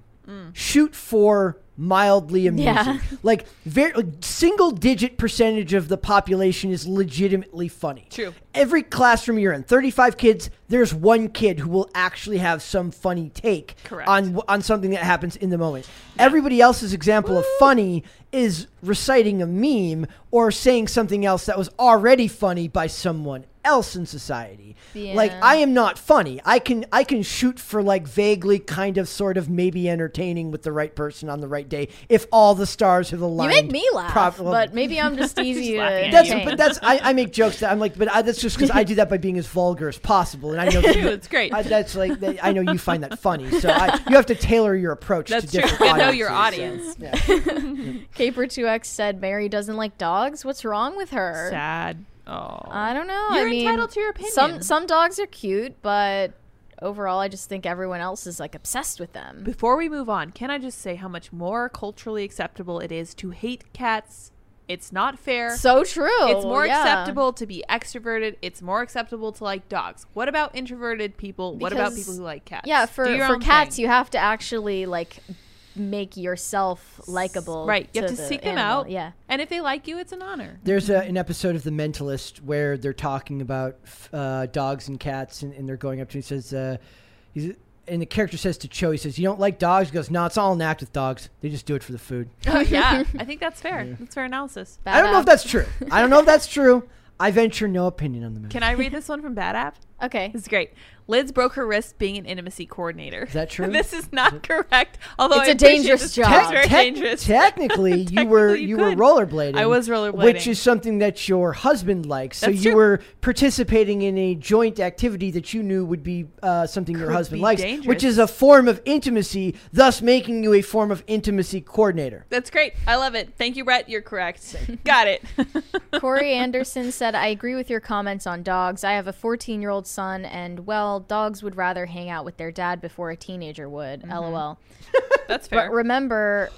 Speaker 3: Shoot for." mildly amusing
Speaker 4: Yeah.
Speaker 3: like very single digit percentage of the population is legitimately funny
Speaker 5: True.
Speaker 3: every classroom you're in 35 kids there's one kid who will actually have some funny take
Speaker 5: Correct.
Speaker 3: on on something that happens in the moment everybody else's example of funny is reciting a meme or saying something else that was already funny by someone else in society like
Speaker 4: Yeah.
Speaker 3: i am not funny i can i can shoot for like vaguely kind of sort of maybe entertaining with the right person on the right day if all the stars have
Speaker 4: You
Speaker 3: aligned
Speaker 4: make me laugh.
Speaker 3: prop- well,
Speaker 4: but maybe I'm just easy to
Speaker 5: laughing at
Speaker 3: that's
Speaker 5: you.
Speaker 4: entertain.
Speaker 3: but that's I, I make jokes that I'm like, but I, that's just because I do that by being as vulgar as possible, and I know
Speaker 5: True,
Speaker 3: that,
Speaker 5: it's great.
Speaker 3: I, that's like that, I know you find that funny, so I, you have to tailor your approach
Speaker 5: That's
Speaker 3: to
Speaker 5: true.
Speaker 3: different.
Speaker 5: You know your
Speaker 3: audiences,
Speaker 5: audience.
Speaker 3: so, yeah.
Speaker 4: Caper2X said Mary doesn't like dogs. What's wrong with her?
Speaker 5: Sad. Oh.
Speaker 4: I don't know.
Speaker 5: You're
Speaker 4: I mean,
Speaker 5: entitled to your opinion.
Speaker 4: Some some dogs are cute, but overall, I just think everyone else is like obsessed with them.
Speaker 5: Before we move on, can I just say how much more culturally acceptable it is to hate cats? It's not fair.
Speaker 4: So true.
Speaker 5: it's more
Speaker 4: yeah.
Speaker 5: acceptable to be extroverted. It's more acceptable to like dogs. What about introverted people? what about
Speaker 4: Because-
Speaker 5: people who like cats?
Speaker 4: Yeah, for
Speaker 5: Do your
Speaker 4: for
Speaker 5: own
Speaker 4: cats,
Speaker 5: thing.
Speaker 4: you have to actually like make yourself likable.
Speaker 5: right. You
Speaker 4: to
Speaker 5: have to
Speaker 4: the
Speaker 5: seek them
Speaker 4: animal.
Speaker 5: out.
Speaker 4: Yeah.
Speaker 5: and if they like you, it's an honor.
Speaker 3: There's a, an episode of The Mentalist where they're talking about f- uh, dogs and cats, and, and they're going up to him. He says, uh, he's, and the character says to Cho, he says, "You don't like dogs?" He goes, "No, it's all an act with dogs. They just do it for the food."
Speaker 5: Oh, yeah, I think that's fair. That's fair analysis.
Speaker 4: Bad
Speaker 3: I don't know if
Speaker 4: app.
Speaker 3: that's true. I don't know if that's true. I venture no opinion on the matter.
Speaker 5: Can I read this one from Bad App?
Speaker 4: okay.
Speaker 5: This is great. Liz broke her wrist being an intimacy coordinator. Is
Speaker 3: that true?
Speaker 5: this is not correct. Although
Speaker 4: It's
Speaker 5: I
Speaker 4: a
Speaker 5: appreciate
Speaker 4: dangerous
Speaker 5: this
Speaker 4: job.
Speaker 5: It's
Speaker 4: Tec-
Speaker 5: very
Speaker 3: Tec-
Speaker 5: dangerous.
Speaker 3: Technically, you were
Speaker 5: Technically,
Speaker 3: you,
Speaker 5: you
Speaker 3: were
Speaker 5: could.
Speaker 3: rollerblading.
Speaker 5: I was rollerblading.
Speaker 3: which is something that your husband likes. so
Speaker 5: That's
Speaker 3: you
Speaker 5: true.
Speaker 3: were participating in a joint activity that you knew would be uh, something your
Speaker 5: Could
Speaker 3: husband
Speaker 5: be
Speaker 3: likes,
Speaker 5: dangerous.
Speaker 3: which is a form of intimacy, thus making you a form of intimacy coordinator.
Speaker 5: That's great. I love it. Thank you, Brett. You're correct. Got it.
Speaker 4: Corey Anderson said, I agree with your comments on dogs. I have a 14 year old son, and well, dogs would rather hang out with their dad before a teenager would.
Speaker 5: Mm-hmm.
Speaker 4: LOL.
Speaker 5: That's
Speaker 4: But
Speaker 5: fair.
Speaker 4: remember,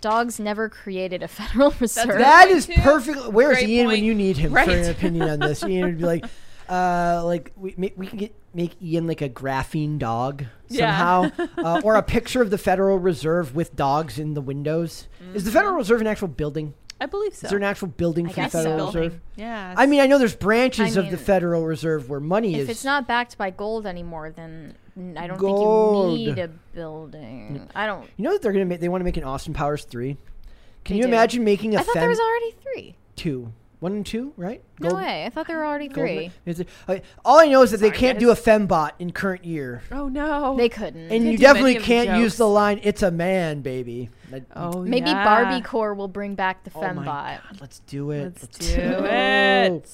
Speaker 4: dogs never created a federal reserve.
Speaker 3: That
Speaker 5: point
Speaker 3: is
Speaker 5: too.
Speaker 3: perfectly. Where is
Speaker 5: Great
Speaker 3: Ian when
Speaker 5: point.
Speaker 3: you need him
Speaker 5: Right.
Speaker 3: for an opinion on this? Ian would be like, uh, like we ma- we can get make Ian like a graphene dog somehow,
Speaker 5: Yeah.
Speaker 3: uh, or a picture of the Federal Reserve with dogs in the windows. Is the
Speaker 5: Mm-hmm.
Speaker 3: Federal Reserve an actual building?
Speaker 5: I believe so.
Speaker 3: Is there an actual building for the
Speaker 4: guess so.
Speaker 3: Federal
Speaker 5: Building.
Speaker 3: Reserve?
Speaker 5: Yeah.
Speaker 3: I mean, I know there's branches
Speaker 4: I
Speaker 3: of the
Speaker 4: mean,
Speaker 3: Federal Reserve where money is.
Speaker 4: If it's not backed by gold anymore, then n- I don't
Speaker 3: Gold.
Speaker 4: think you need a building. I don't.
Speaker 3: you know that they're gonna make. They want to make an Austin Powers three. Can
Speaker 4: They
Speaker 3: you
Speaker 4: do.
Speaker 3: imagine making a
Speaker 4: I thought
Speaker 3: Fen-
Speaker 4: there was already three.
Speaker 3: two, one and two, right?
Speaker 4: No
Speaker 3: Gold-
Speaker 4: way. I thought there were already
Speaker 3: Goldman-
Speaker 4: three.
Speaker 3: Is it- okay, All I know is that they can't do a fembot in current year,
Speaker 5: oh no.
Speaker 4: They couldn't.
Speaker 3: and you
Speaker 5: do
Speaker 3: definitely
Speaker 5: many of the
Speaker 3: can't use
Speaker 5: jokes.
Speaker 3: the line "It's a man, baby." Like,
Speaker 5: oh
Speaker 4: Maybe
Speaker 5: yeah.
Speaker 4: Barbie Core will bring back the
Speaker 3: oh my
Speaker 4: fembot.
Speaker 3: God, let's do it.
Speaker 5: Let's
Speaker 3: Let's
Speaker 5: do
Speaker 3: do
Speaker 5: it.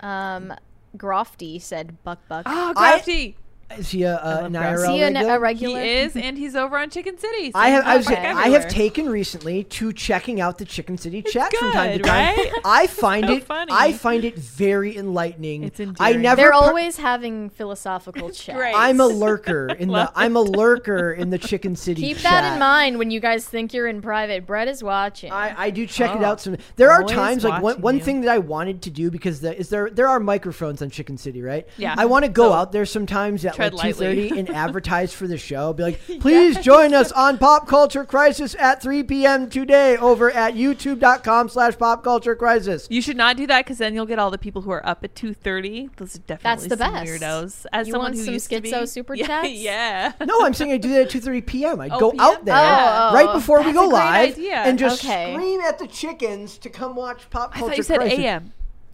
Speaker 4: Um, Grofty said Buck Buck.
Speaker 5: Oh,
Speaker 3: I-
Speaker 5: Crafty.
Speaker 3: Is he a, uh, an
Speaker 5: Browns.
Speaker 3: IRL
Speaker 4: See an,
Speaker 3: regular?
Speaker 4: a
Speaker 5: He
Speaker 4: regular.
Speaker 5: is, and he's over on Chicken City. so
Speaker 3: I have
Speaker 5: he's
Speaker 3: I've,
Speaker 5: back
Speaker 3: said- I have
Speaker 5: everywhere.
Speaker 3: taken recently to checking out the Chicken City chat from time to
Speaker 5: good,
Speaker 3: time.
Speaker 5: right?
Speaker 3: I find
Speaker 5: So
Speaker 3: it
Speaker 5: funny.
Speaker 3: I find it very enlightening.
Speaker 5: It's
Speaker 3: I
Speaker 5: endearing.
Speaker 3: never
Speaker 4: They're
Speaker 3: per-
Speaker 4: always having philosophical chats.
Speaker 5: great.
Speaker 3: I'm a lurker in the
Speaker 5: Love
Speaker 3: I'm a lurker in the Chicken City
Speaker 4: Keep
Speaker 3: chat.
Speaker 4: that in mind when you guys think you're in private. Brett is watching.
Speaker 3: I, I do check it
Speaker 5: Oh.
Speaker 3: out. Some there are
Speaker 5: Always
Speaker 3: times like one,
Speaker 5: watching
Speaker 3: one
Speaker 5: you.
Speaker 3: thing that I wanted to do because the, is there there are microphones on Chicken City, right?
Speaker 5: Yeah.
Speaker 3: I want to go
Speaker 5: So,
Speaker 3: out there sometimes at like
Speaker 5: tread
Speaker 3: two
Speaker 5: lightly.
Speaker 3: thirty and advertise for the show. Be like, please join us on Pop Culture Crisis at three p.m. today over at YouTube.com/slash Pop Culture Crisis.
Speaker 5: You should not do that because then you'll get all the people who are up at two thirty. Those are definitely
Speaker 4: the
Speaker 5: some
Speaker 4: best.
Speaker 5: weirdos. As
Speaker 4: You
Speaker 5: someone
Speaker 4: want
Speaker 5: who
Speaker 4: some
Speaker 5: used to be-
Speaker 4: schizo super
Speaker 5: yeah,
Speaker 4: chats?
Speaker 5: Yeah.
Speaker 3: No, I'm saying I do that at two thirty p.m. I
Speaker 5: Oh,
Speaker 3: go
Speaker 5: PM?
Speaker 3: out there
Speaker 4: Oh, oh,
Speaker 3: right
Speaker 4: oh.
Speaker 3: before we
Speaker 5: That's
Speaker 3: go
Speaker 5: a great
Speaker 3: live
Speaker 5: idea.
Speaker 3: and just
Speaker 4: Okay.
Speaker 3: scream at the chickens to come watch Pop
Speaker 5: I
Speaker 3: Culture
Speaker 5: thought you said
Speaker 3: Crisis.
Speaker 5: AM.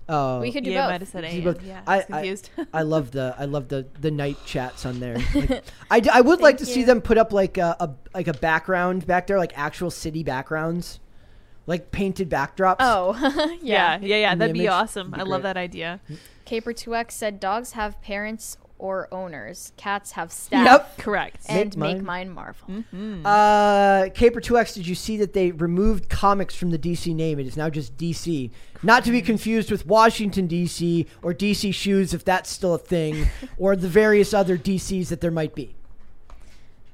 Speaker 3: Oh.
Speaker 4: we could do
Speaker 5: Yeah, I might have
Speaker 4: both.
Speaker 5: said
Speaker 3: See,
Speaker 5: AM.
Speaker 3: but
Speaker 5: Yeah, I
Speaker 3: I,
Speaker 5: was confused.
Speaker 3: I, I love the I love the the night chats on there. Like, I, d- I would like to see them put up like a, a like a background back there, like actual city backgrounds, like painted backdrops.
Speaker 4: Oh,
Speaker 5: yeah,
Speaker 4: yeah.
Speaker 5: yeah, yeah.
Speaker 3: In the
Speaker 5: That'd be
Speaker 3: image,
Speaker 5: awesome.
Speaker 3: it'd be
Speaker 5: I love
Speaker 3: great. Mm.
Speaker 5: that idea.
Speaker 4: Caper2x said dogs have parents or owners. Cats have staff.
Speaker 3: yep.
Speaker 5: Correct.
Speaker 4: And
Speaker 3: Make
Speaker 4: make,
Speaker 3: mine- Mm-hmm.
Speaker 4: mine, Marvel.
Speaker 5: Hmm.
Speaker 3: Uh, Caper Two X. Did you see that they removed comics from the DC name? It is now just DC, not to be confused with Washington DC or DC shoes, if that's still a thing, or the various other DCs that there might be.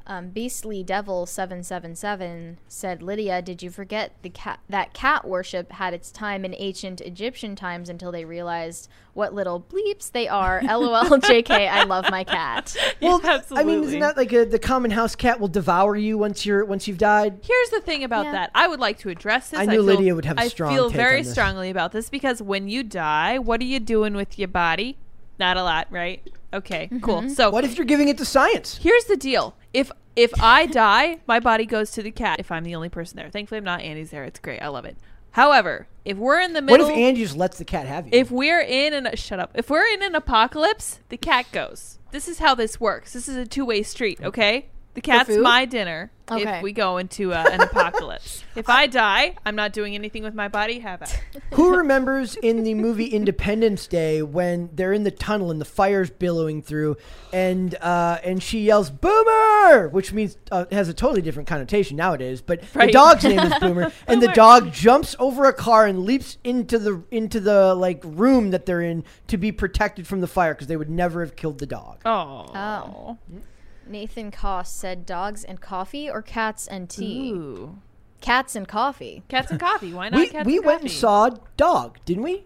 Speaker 4: Um, Beastly Devil seven seven seven said, "Lydia, did you forget the cat that cat worship had its time in ancient Egyptian times until they realized what little bleeps they are." LOL, JK, I love my cat.
Speaker 3: Well,
Speaker 5: Yeah,
Speaker 3: I mean, isn't
Speaker 5: absolutely.
Speaker 3: that like a, the common house cat will devour you once you're once you've died?
Speaker 5: Here's the thing about
Speaker 4: Yeah.
Speaker 5: that. I would like to address this.
Speaker 3: I knew
Speaker 5: feel-
Speaker 3: Lydia would have a strong
Speaker 5: I feel
Speaker 3: take
Speaker 5: very
Speaker 3: on this.
Speaker 5: strongly about this because when you die, what are you doing with your body? Not a lot, right? Okay,
Speaker 4: Mm-hmm.
Speaker 5: cool. So
Speaker 3: What if you're giving it to science?
Speaker 5: Here's the deal. If if I die, my body goes to the cat. If I'm the only person there, thankfully I'm not. Andy's there. It's great. I love it. However, if we're in the
Speaker 3: What
Speaker 5: middle,
Speaker 3: if Andy just lets the cat have you?
Speaker 5: if we're in an shut up, if we're in an apocalypse, the cat goes. This is how this works. This is a two way street.
Speaker 3: Mm.
Speaker 5: Okay. The cat's
Speaker 4: food?
Speaker 5: my dinner.
Speaker 4: Okay.
Speaker 5: If we go into uh, an apocalypse, if I die, I'm not doing anything with my body. Have I?
Speaker 3: Who remembers in the movie Independence Day when they're in the tunnel and the fire's billowing through, and uh, and she yells "Boomer," which means uh, has a totally different connotation nowadays. But the
Speaker 5: Right.
Speaker 3: dog's name is Boomer, and the dog jumps over a car and leaps into the into the like room that they're in to be protected from the fire because they would never have killed the dog.
Speaker 5: Oh.
Speaker 4: Oh. Nathan Koss said, "Dogs and coffee or cats and tea?
Speaker 5: Ooh.
Speaker 4: Cats and coffee."
Speaker 5: Cats and coffee. Why not?
Speaker 3: we
Speaker 5: cats
Speaker 3: we
Speaker 5: and
Speaker 3: went
Speaker 5: coffee?
Speaker 3: and saw Dog, didn't we?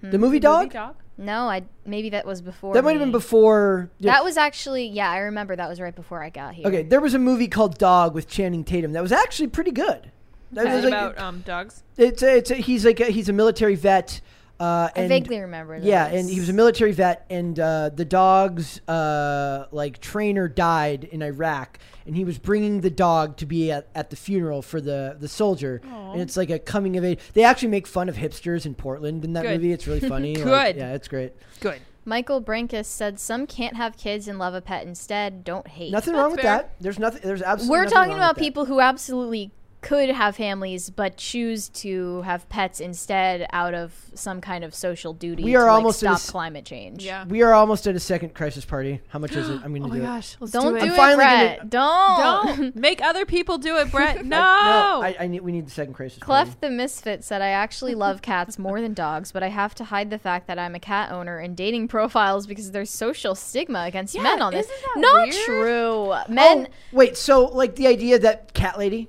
Speaker 3: The movie
Speaker 5: The movie
Speaker 3: Dog.
Speaker 5: dog.
Speaker 4: No, I maybe that was before.
Speaker 3: That might have
Speaker 4: me.
Speaker 3: been before. yeah.
Speaker 4: That was actually yeah, I remember that was right before I got here.
Speaker 3: Okay, there was a movie called Dog with Channing Tatum that was actually pretty good. That
Speaker 5: Is
Speaker 3: was
Speaker 5: it
Speaker 3: like,
Speaker 5: about um, dogs?
Speaker 3: it's a, it's a, he's like a, he's a military vet. Uh,
Speaker 4: I
Speaker 3: and,
Speaker 4: vaguely remember. This.
Speaker 3: Yeah, and he was a military vet, and uh, the dog's uh, like trainer died in Iraq, and he was bringing the dog to be at, at the funeral for the the soldier, and it's like a coming of age. They actually make fun of hipsters in Portland in that
Speaker 5: Good.
Speaker 3: movie. It's really funny. Like,
Speaker 5: Good.
Speaker 3: yeah, it's great.
Speaker 5: Good.
Speaker 4: Michael Brankus said some can't have kids and love a pet instead. Don't hate.
Speaker 3: Nothing wrong
Speaker 5: That's
Speaker 3: with
Speaker 5: fair.
Speaker 3: that. There's nothing. There's absolutely.
Speaker 4: We're
Speaker 3: nothing
Speaker 4: talking
Speaker 3: wrong
Speaker 4: about
Speaker 3: with that.
Speaker 4: people who absolutely could have families but choose to have pets instead out of some kind of social duty.
Speaker 3: We are
Speaker 4: to, like,
Speaker 3: almost in
Speaker 4: stop
Speaker 3: this-
Speaker 4: climate change.
Speaker 5: Yeah.
Speaker 3: We are almost at a second crisis party. How much is it? I'm going to
Speaker 5: Oh my
Speaker 3: do it.
Speaker 5: gosh. Let's
Speaker 4: Don't
Speaker 5: do it.
Speaker 4: do
Speaker 3: I'm
Speaker 4: it,
Speaker 3: finally gonna-
Speaker 4: Brett. Don't.
Speaker 5: Don't make other people do it, Brett. No.
Speaker 3: No, I, I need. We need the second crisis.
Speaker 4: Clef the Misfit said, I actually love cats more than dogs, but I have to hide the fact that I'm a cat owner in dating profiles because there's social stigma against men on this.
Speaker 5: isn't that
Speaker 4: Not
Speaker 5: weird?
Speaker 4: true.
Speaker 3: Oh,
Speaker 4: Men.
Speaker 3: wait. So, like, the idea that cat lady.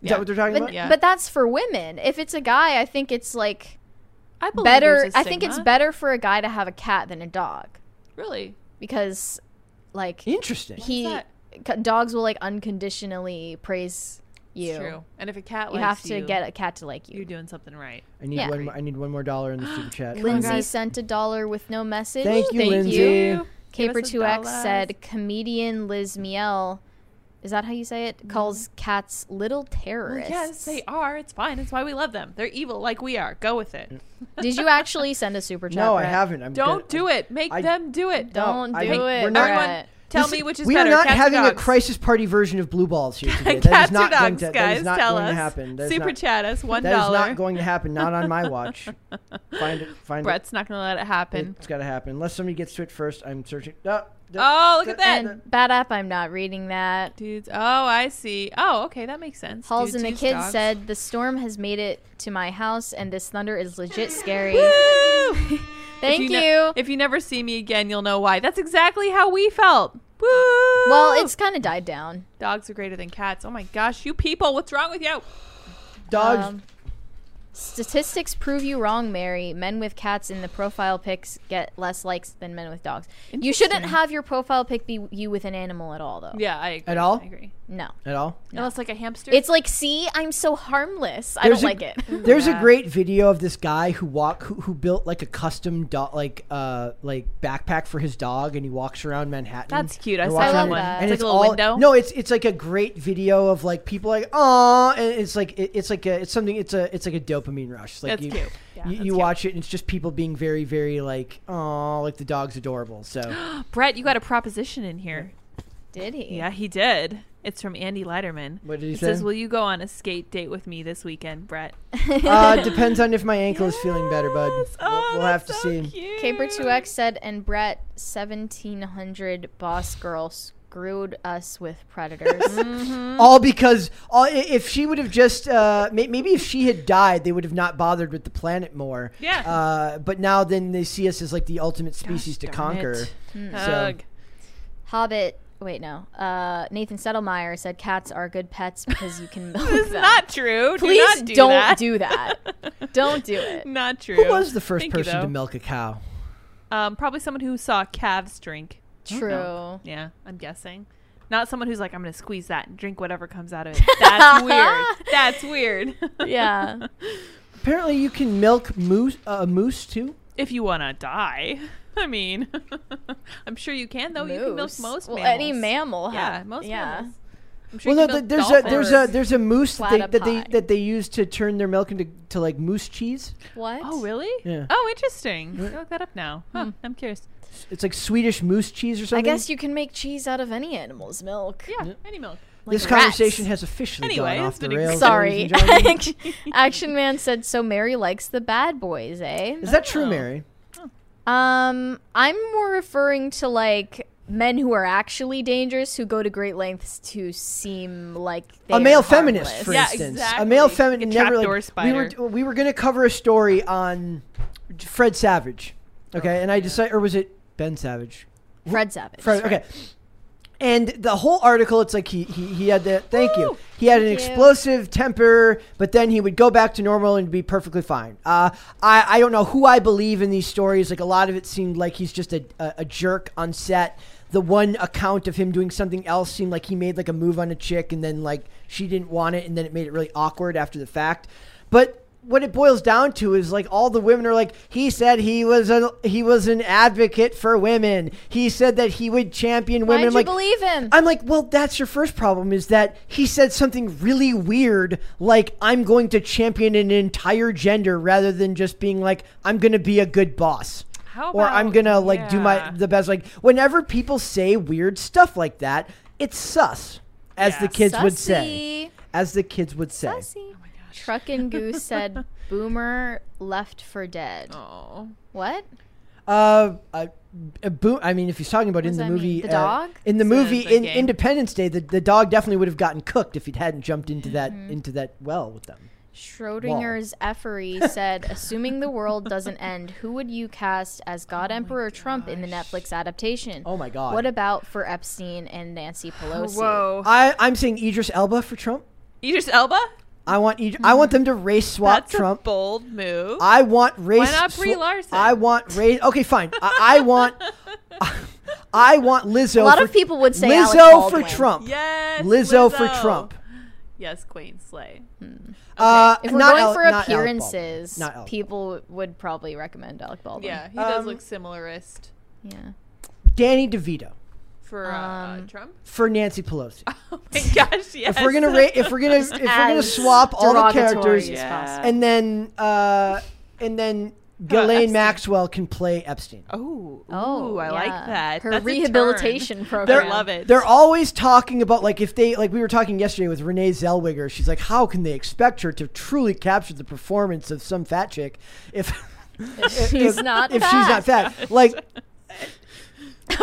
Speaker 3: Is
Speaker 5: Yeah.
Speaker 3: that what they're talking
Speaker 4: But,
Speaker 3: about?
Speaker 5: Yeah.
Speaker 4: but that's for women. If it's a guy, I think it's like
Speaker 5: I believe
Speaker 4: better.
Speaker 5: there's a
Speaker 4: I think it's
Speaker 5: stigma.
Speaker 4: better for a guy to have a cat than a dog.
Speaker 5: Really?
Speaker 4: because like
Speaker 3: Interesting.
Speaker 4: he
Speaker 5: that?
Speaker 4: c- dogs will like unconditionally praise you.
Speaker 5: It's true. And if a cat
Speaker 4: You
Speaker 5: likes
Speaker 4: have to
Speaker 5: you,
Speaker 4: get a cat to like
Speaker 5: you're
Speaker 4: you.
Speaker 5: doing something right.
Speaker 3: I need
Speaker 4: Yeah.
Speaker 3: one. More, I need one more dollar in the super chat.
Speaker 4: Lindsay
Speaker 5: guys.
Speaker 4: sent a dollar with no message.
Speaker 3: Thank you, Lindsay.
Speaker 4: you.
Speaker 5: Give us a
Speaker 4: Caper2x
Speaker 5: dollar.
Speaker 4: said comedian Liz Miel, is that how you say it? Calls cats little
Speaker 5: Mm-hmm. Well,
Speaker 4: terrorists.
Speaker 5: yes, they are. It's fine. It's why we love them. They're evil like we are. Go with
Speaker 3: Mm,
Speaker 5: it.
Speaker 4: Did you actually send a super chat?
Speaker 3: no, I
Speaker 4: Brett?
Speaker 3: haven't. I'm
Speaker 5: Don't
Speaker 3: gonna-
Speaker 5: do it. Make
Speaker 3: I-
Speaker 5: them do it.
Speaker 4: Don't
Speaker 3: I
Speaker 4: do
Speaker 3: think
Speaker 4: it.
Speaker 3: we're not-
Speaker 4: Brett.
Speaker 5: Everyone, tell
Speaker 3: This-
Speaker 5: me which is
Speaker 3: we
Speaker 5: better.
Speaker 3: are not
Speaker 5: cats or
Speaker 3: having a
Speaker 5: dogs?
Speaker 3: crisis party version of Blue Balls here today. That
Speaker 5: Cats
Speaker 3: is not
Speaker 5: or dogs,
Speaker 3: going to, that
Speaker 5: guys?
Speaker 3: is not
Speaker 5: tell
Speaker 3: going
Speaker 5: us.
Speaker 3: to happen. That is
Speaker 5: Super
Speaker 3: not,
Speaker 5: chat us one
Speaker 3: That is
Speaker 5: dollar.
Speaker 3: not going to happen. Not on my watch. Find it. Find
Speaker 5: Brett's not going to let it
Speaker 3: it.
Speaker 5: happen.
Speaker 3: It's got to happen. Unless somebody gets to it first. I'm searching. Oh, d-
Speaker 5: Oh, look at
Speaker 3: d-
Speaker 5: that.
Speaker 4: And bad app, I'm not reading that.
Speaker 5: Dudes. Oh, I see. Oh, okay, that makes sense.
Speaker 4: Halls
Speaker 5: Dudes
Speaker 4: and the
Speaker 5: use
Speaker 4: kids
Speaker 5: dogs.
Speaker 4: said the storm has made it to my house, and this thunder is legit scary.
Speaker 5: Woo!
Speaker 4: Thank
Speaker 5: if
Speaker 4: you.
Speaker 5: you. ne- if you never see me again, you'll know why. That's exactly how we felt. Woo!
Speaker 4: well,
Speaker 5: Ah.
Speaker 4: it's kind of died down.
Speaker 5: dogs are greater than cats. Oh my gosh, you people, what's wrong with you?
Speaker 3: Dogs.
Speaker 4: Um, statistics prove you wrong, Mary. Men with cats in the profile pics get less likes than men with dogs. You shouldn't have your profile pic be you with an animal at all, though.
Speaker 5: Yeah, I agree.
Speaker 3: At all?
Speaker 5: I agree.
Speaker 4: No.
Speaker 3: at all.
Speaker 5: Unless like a hamster.
Speaker 4: It's like, see, I'm so harmless. I
Speaker 3: There's
Speaker 4: don't
Speaker 3: a-
Speaker 4: like it.
Speaker 3: There's a great video of this guy who walk who, who built like a custom dog like uh like backpack for his dog and he walks around Manhattan.
Speaker 5: That's cute. I
Speaker 3: and
Speaker 5: saw
Speaker 3: walks
Speaker 4: that
Speaker 3: around-
Speaker 4: one.
Speaker 3: And
Speaker 4: It's
Speaker 5: like a little
Speaker 3: all,
Speaker 5: window.
Speaker 3: No, it's it's like a great video of like people like oh and it's like it- it's like a, it's something it's a it's like a dopamine rush. Like
Speaker 5: That's
Speaker 3: you,
Speaker 5: cute. Yeah,
Speaker 3: you,
Speaker 5: that's
Speaker 3: you
Speaker 5: cute.
Speaker 3: watch it and it's just people being very very like oh like the dog's adorable. So
Speaker 5: Brett, you got a proposition in here.
Speaker 4: Did he?
Speaker 5: Yeah, he did. It's from Andy Leiterman.
Speaker 3: What did he
Speaker 5: it
Speaker 3: say?
Speaker 5: says, "Will you go on a skate date with me this weekend, Brett?"
Speaker 3: uh, depends on if my ankle is feeling better, bud.
Speaker 5: Yes.
Speaker 3: We'll-
Speaker 5: Oh,
Speaker 3: we'll have to
Speaker 5: that's
Speaker 3: see.
Speaker 5: so Cute.
Speaker 4: Caper2x said, and Brett, 1700 boss girl screwed us with predators.
Speaker 5: Mm-hmm.
Speaker 3: All because all, i- if she would have just uh, may, maybe if she had died, they would have not bothered with the planet more.
Speaker 5: Yeah.
Speaker 3: Uh, but now then they see us as like the ultimate species to
Speaker 5: Darn
Speaker 3: conquer.
Speaker 5: it.
Speaker 3: So
Speaker 5: Ugh.
Speaker 4: Hobbit, wait, no. Uh, Nathan Settlemeyer said, cats are good pets because you can milk
Speaker 5: This is
Speaker 4: them.
Speaker 5: not true. Do
Speaker 4: Please
Speaker 5: not do
Speaker 4: not
Speaker 5: that.
Speaker 4: do that. don't do it.
Speaker 5: Not true.
Speaker 3: who was the first
Speaker 5: Thank you,
Speaker 3: person to
Speaker 5: though.
Speaker 3: milk a cow?
Speaker 5: Um, probably someone who saw calves drink.
Speaker 4: True.
Speaker 5: Yeah, I'm guessing. Not someone who's like, I'm going to squeeze that and drink whatever comes out of it. That's weird. That's weird.
Speaker 4: Yeah.
Speaker 3: Apparently, you can milk moose uh, a moose too.
Speaker 5: if you want to die, I mean, I'm sure you can though. Oh, You can milk
Speaker 4: Moose.
Speaker 5: most.
Speaker 4: Well,
Speaker 5: mammals.
Speaker 4: any mammal.
Speaker 5: Yeah,
Speaker 4: ha-
Speaker 5: most
Speaker 4: yeah.
Speaker 5: mammals. I'm sure
Speaker 3: Well,
Speaker 5: you
Speaker 3: no,
Speaker 5: can
Speaker 3: th-
Speaker 5: milk
Speaker 3: there's a there's a
Speaker 5: dolphins.
Speaker 3: there's a moose that they, that they
Speaker 4: Platypi.
Speaker 3: that they use to turn their milk into to like moose cheese.
Speaker 4: What?
Speaker 5: Oh really?
Speaker 3: Yeah.
Speaker 5: Oh, interesting. Can I Look that up now. Huh,
Speaker 4: Hmm.
Speaker 5: I'm curious.
Speaker 3: It's like Swedish moose cheese or
Speaker 4: I
Speaker 3: something.
Speaker 4: guess you can make cheese out of any animal's milk.
Speaker 5: Yeah, any milk.
Speaker 3: this
Speaker 4: like
Speaker 3: conversation has
Speaker 4: rats.
Speaker 3: officially
Speaker 5: Anyway,
Speaker 3: gone
Speaker 5: it's
Speaker 3: off the
Speaker 5: been
Speaker 3: rails.
Speaker 5: ex-
Speaker 4: Sorry.
Speaker 3: ladies and gentlemen.
Speaker 4: Action Man said, so Mary likes the bad boys, eh?
Speaker 3: Is that true, Mary?
Speaker 4: Um, I'm more referring to like men who are actually dangerous who go to great lengths to seem like they
Speaker 3: a male
Speaker 4: are
Speaker 3: feminist, for
Speaker 4: harmless.
Speaker 5: Yeah,
Speaker 3: instance. A
Speaker 5: exactly.
Speaker 3: male
Speaker 5: Like a
Speaker 3: feminist never
Speaker 5: trapdoor
Speaker 3: like, we were
Speaker 5: spider.
Speaker 3: we were going to cover a story on Fred Savage, okay,
Speaker 5: Oh,
Speaker 3: and I decided, or was it Ben Savage?
Speaker 4: Fred Savage.
Speaker 3: Fred, uh, okay. And the whole article, it's like he he, he had the thank you. He had an
Speaker 4: Thank you.
Speaker 3: explosive temper, but then he would go back to normal and be perfectly fine. Uh, I I don't know who I believe in these stories. Like a lot of it seemed like he's just a a, a jerk on set. The one account of him doing something else seemed like he made like a move on a chick, and then like she didn't want it, and then it made it really awkward after the fact. But what it boils down to is like all the women are like he said he was a he was an advocate for women. He said that he would champion
Speaker 4: Why'd
Speaker 3: women.
Speaker 4: you
Speaker 3: like
Speaker 4: believe him?
Speaker 3: I'm like, well, that's your first problem is that he said something really weird, like I'm going to champion an entire gender rather than just being like I'm going to be a good boss.
Speaker 5: How
Speaker 3: or I'm
Speaker 5: about-
Speaker 3: gonna like do my
Speaker 5: yeah.
Speaker 3: the best. Like whenever people say weird stuff like that, it's sus, as
Speaker 5: Yeah.
Speaker 3: the kids would say.
Speaker 4: Sussy.
Speaker 3: As the kids would
Speaker 5: Oh
Speaker 3: say.
Speaker 4: Sussy. Truck and Goose said, "Boomer left for dead."
Speaker 5: Oh,
Speaker 4: What?
Speaker 3: Uh, I, a boo- I mean, if he's talking about in
Speaker 4: does
Speaker 3: the
Speaker 4: that
Speaker 3: movie,
Speaker 4: mean? The
Speaker 3: uh,
Speaker 4: dog?
Speaker 3: in the
Speaker 5: It's a
Speaker 3: movie
Speaker 5: big
Speaker 3: in
Speaker 5: game.
Speaker 3: Independence Day, the, the dog definitely would have gotten cooked if he hadn't jumped into that
Speaker 4: Mm-hmm.
Speaker 3: into that well with them.
Speaker 4: Schrodinger's Effery said, "Assuming the world doesn't end, who would you cast as
Speaker 5: Oh
Speaker 4: God Emperor Trump in the Netflix adaptation?"
Speaker 3: Oh my God.
Speaker 4: What about for Epstein and Nancy Pelosi?
Speaker 5: whoa!
Speaker 3: I I'm saying Idris Elba for Trump.
Speaker 5: Idris Elba.
Speaker 3: I want Idris, I want them to race swap
Speaker 5: That's
Speaker 3: Trump.
Speaker 5: a bold move.
Speaker 3: I want race.
Speaker 5: not Brie Larson?
Speaker 3: I want race. Okay, fine. I, I want. I want Lizzo.
Speaker 4: A lot
Speaker 3: for,
Speaker 4: of people would say Alec
Speaker 3: Lizzo for
Speaker 4: Baldwin.
Speaker 3: Trump.
Speaker 5: Yes,
Speaker 3: Lizzo, for Trump.
Speaker 5: Yes, Queen Slay.
Speaker 3: Uh,
Speaker 4: If we're
Speaker 3: not
Speaker 4: going
Speaker 3: Alec-
Speaker 4: for
Speaker 3: not Alec Baldwin.
Speaker 4: appearances,
Speaker 3: Not Alec
Speaker 4: people would probably recommend Alec Baldwin.
Speaker 5: Yeah, he
Speaker 3: Um,
Speaker 5: does look similarist
Speaker 4: Yeah.
Speaker 3: Danny DeVito
Speaker 5: for uh,
Speaker 4: um,
Speaker 5: Trump.
Speaker 3: for Nancy Pelosi.
Speaker 5: Oh my gosh, yes.
Speaker 3: If we're gonna rate, if we're gonna, if we're gonna
Speaker 4: As
Speaker 3: swap all the
Speaker 4: derogatory
Speaker 3: characters,
Speaker 4: as
Speaker 5: Yeah.
Speaker 4: possible.
Speaker 3: and then uh, and then Ghislaine
Speaker 5: Epstein?
Speaker 3: Maxwell can play Epstein.
Speaker 5: Oh,
Speaker 4: Oh,
Speaker 5: oh, I
Speaker 4: yeah.
Speaker 5: like that.
Speaker 4: Her
Speaker 5: That's a turn.
Speaker 4: rehabilitation program.
Speaker 5: I love it.
Speaker 3: They're always talking about like if they like we were talking yesterday with Renee Zellweger. She's like, how can they expect her to truly capture the performance of some fat chick if
Speaker 4: She's not
Speaker 3: if
Speaker 4: fat.
Speaker 3: she's not fat? Like,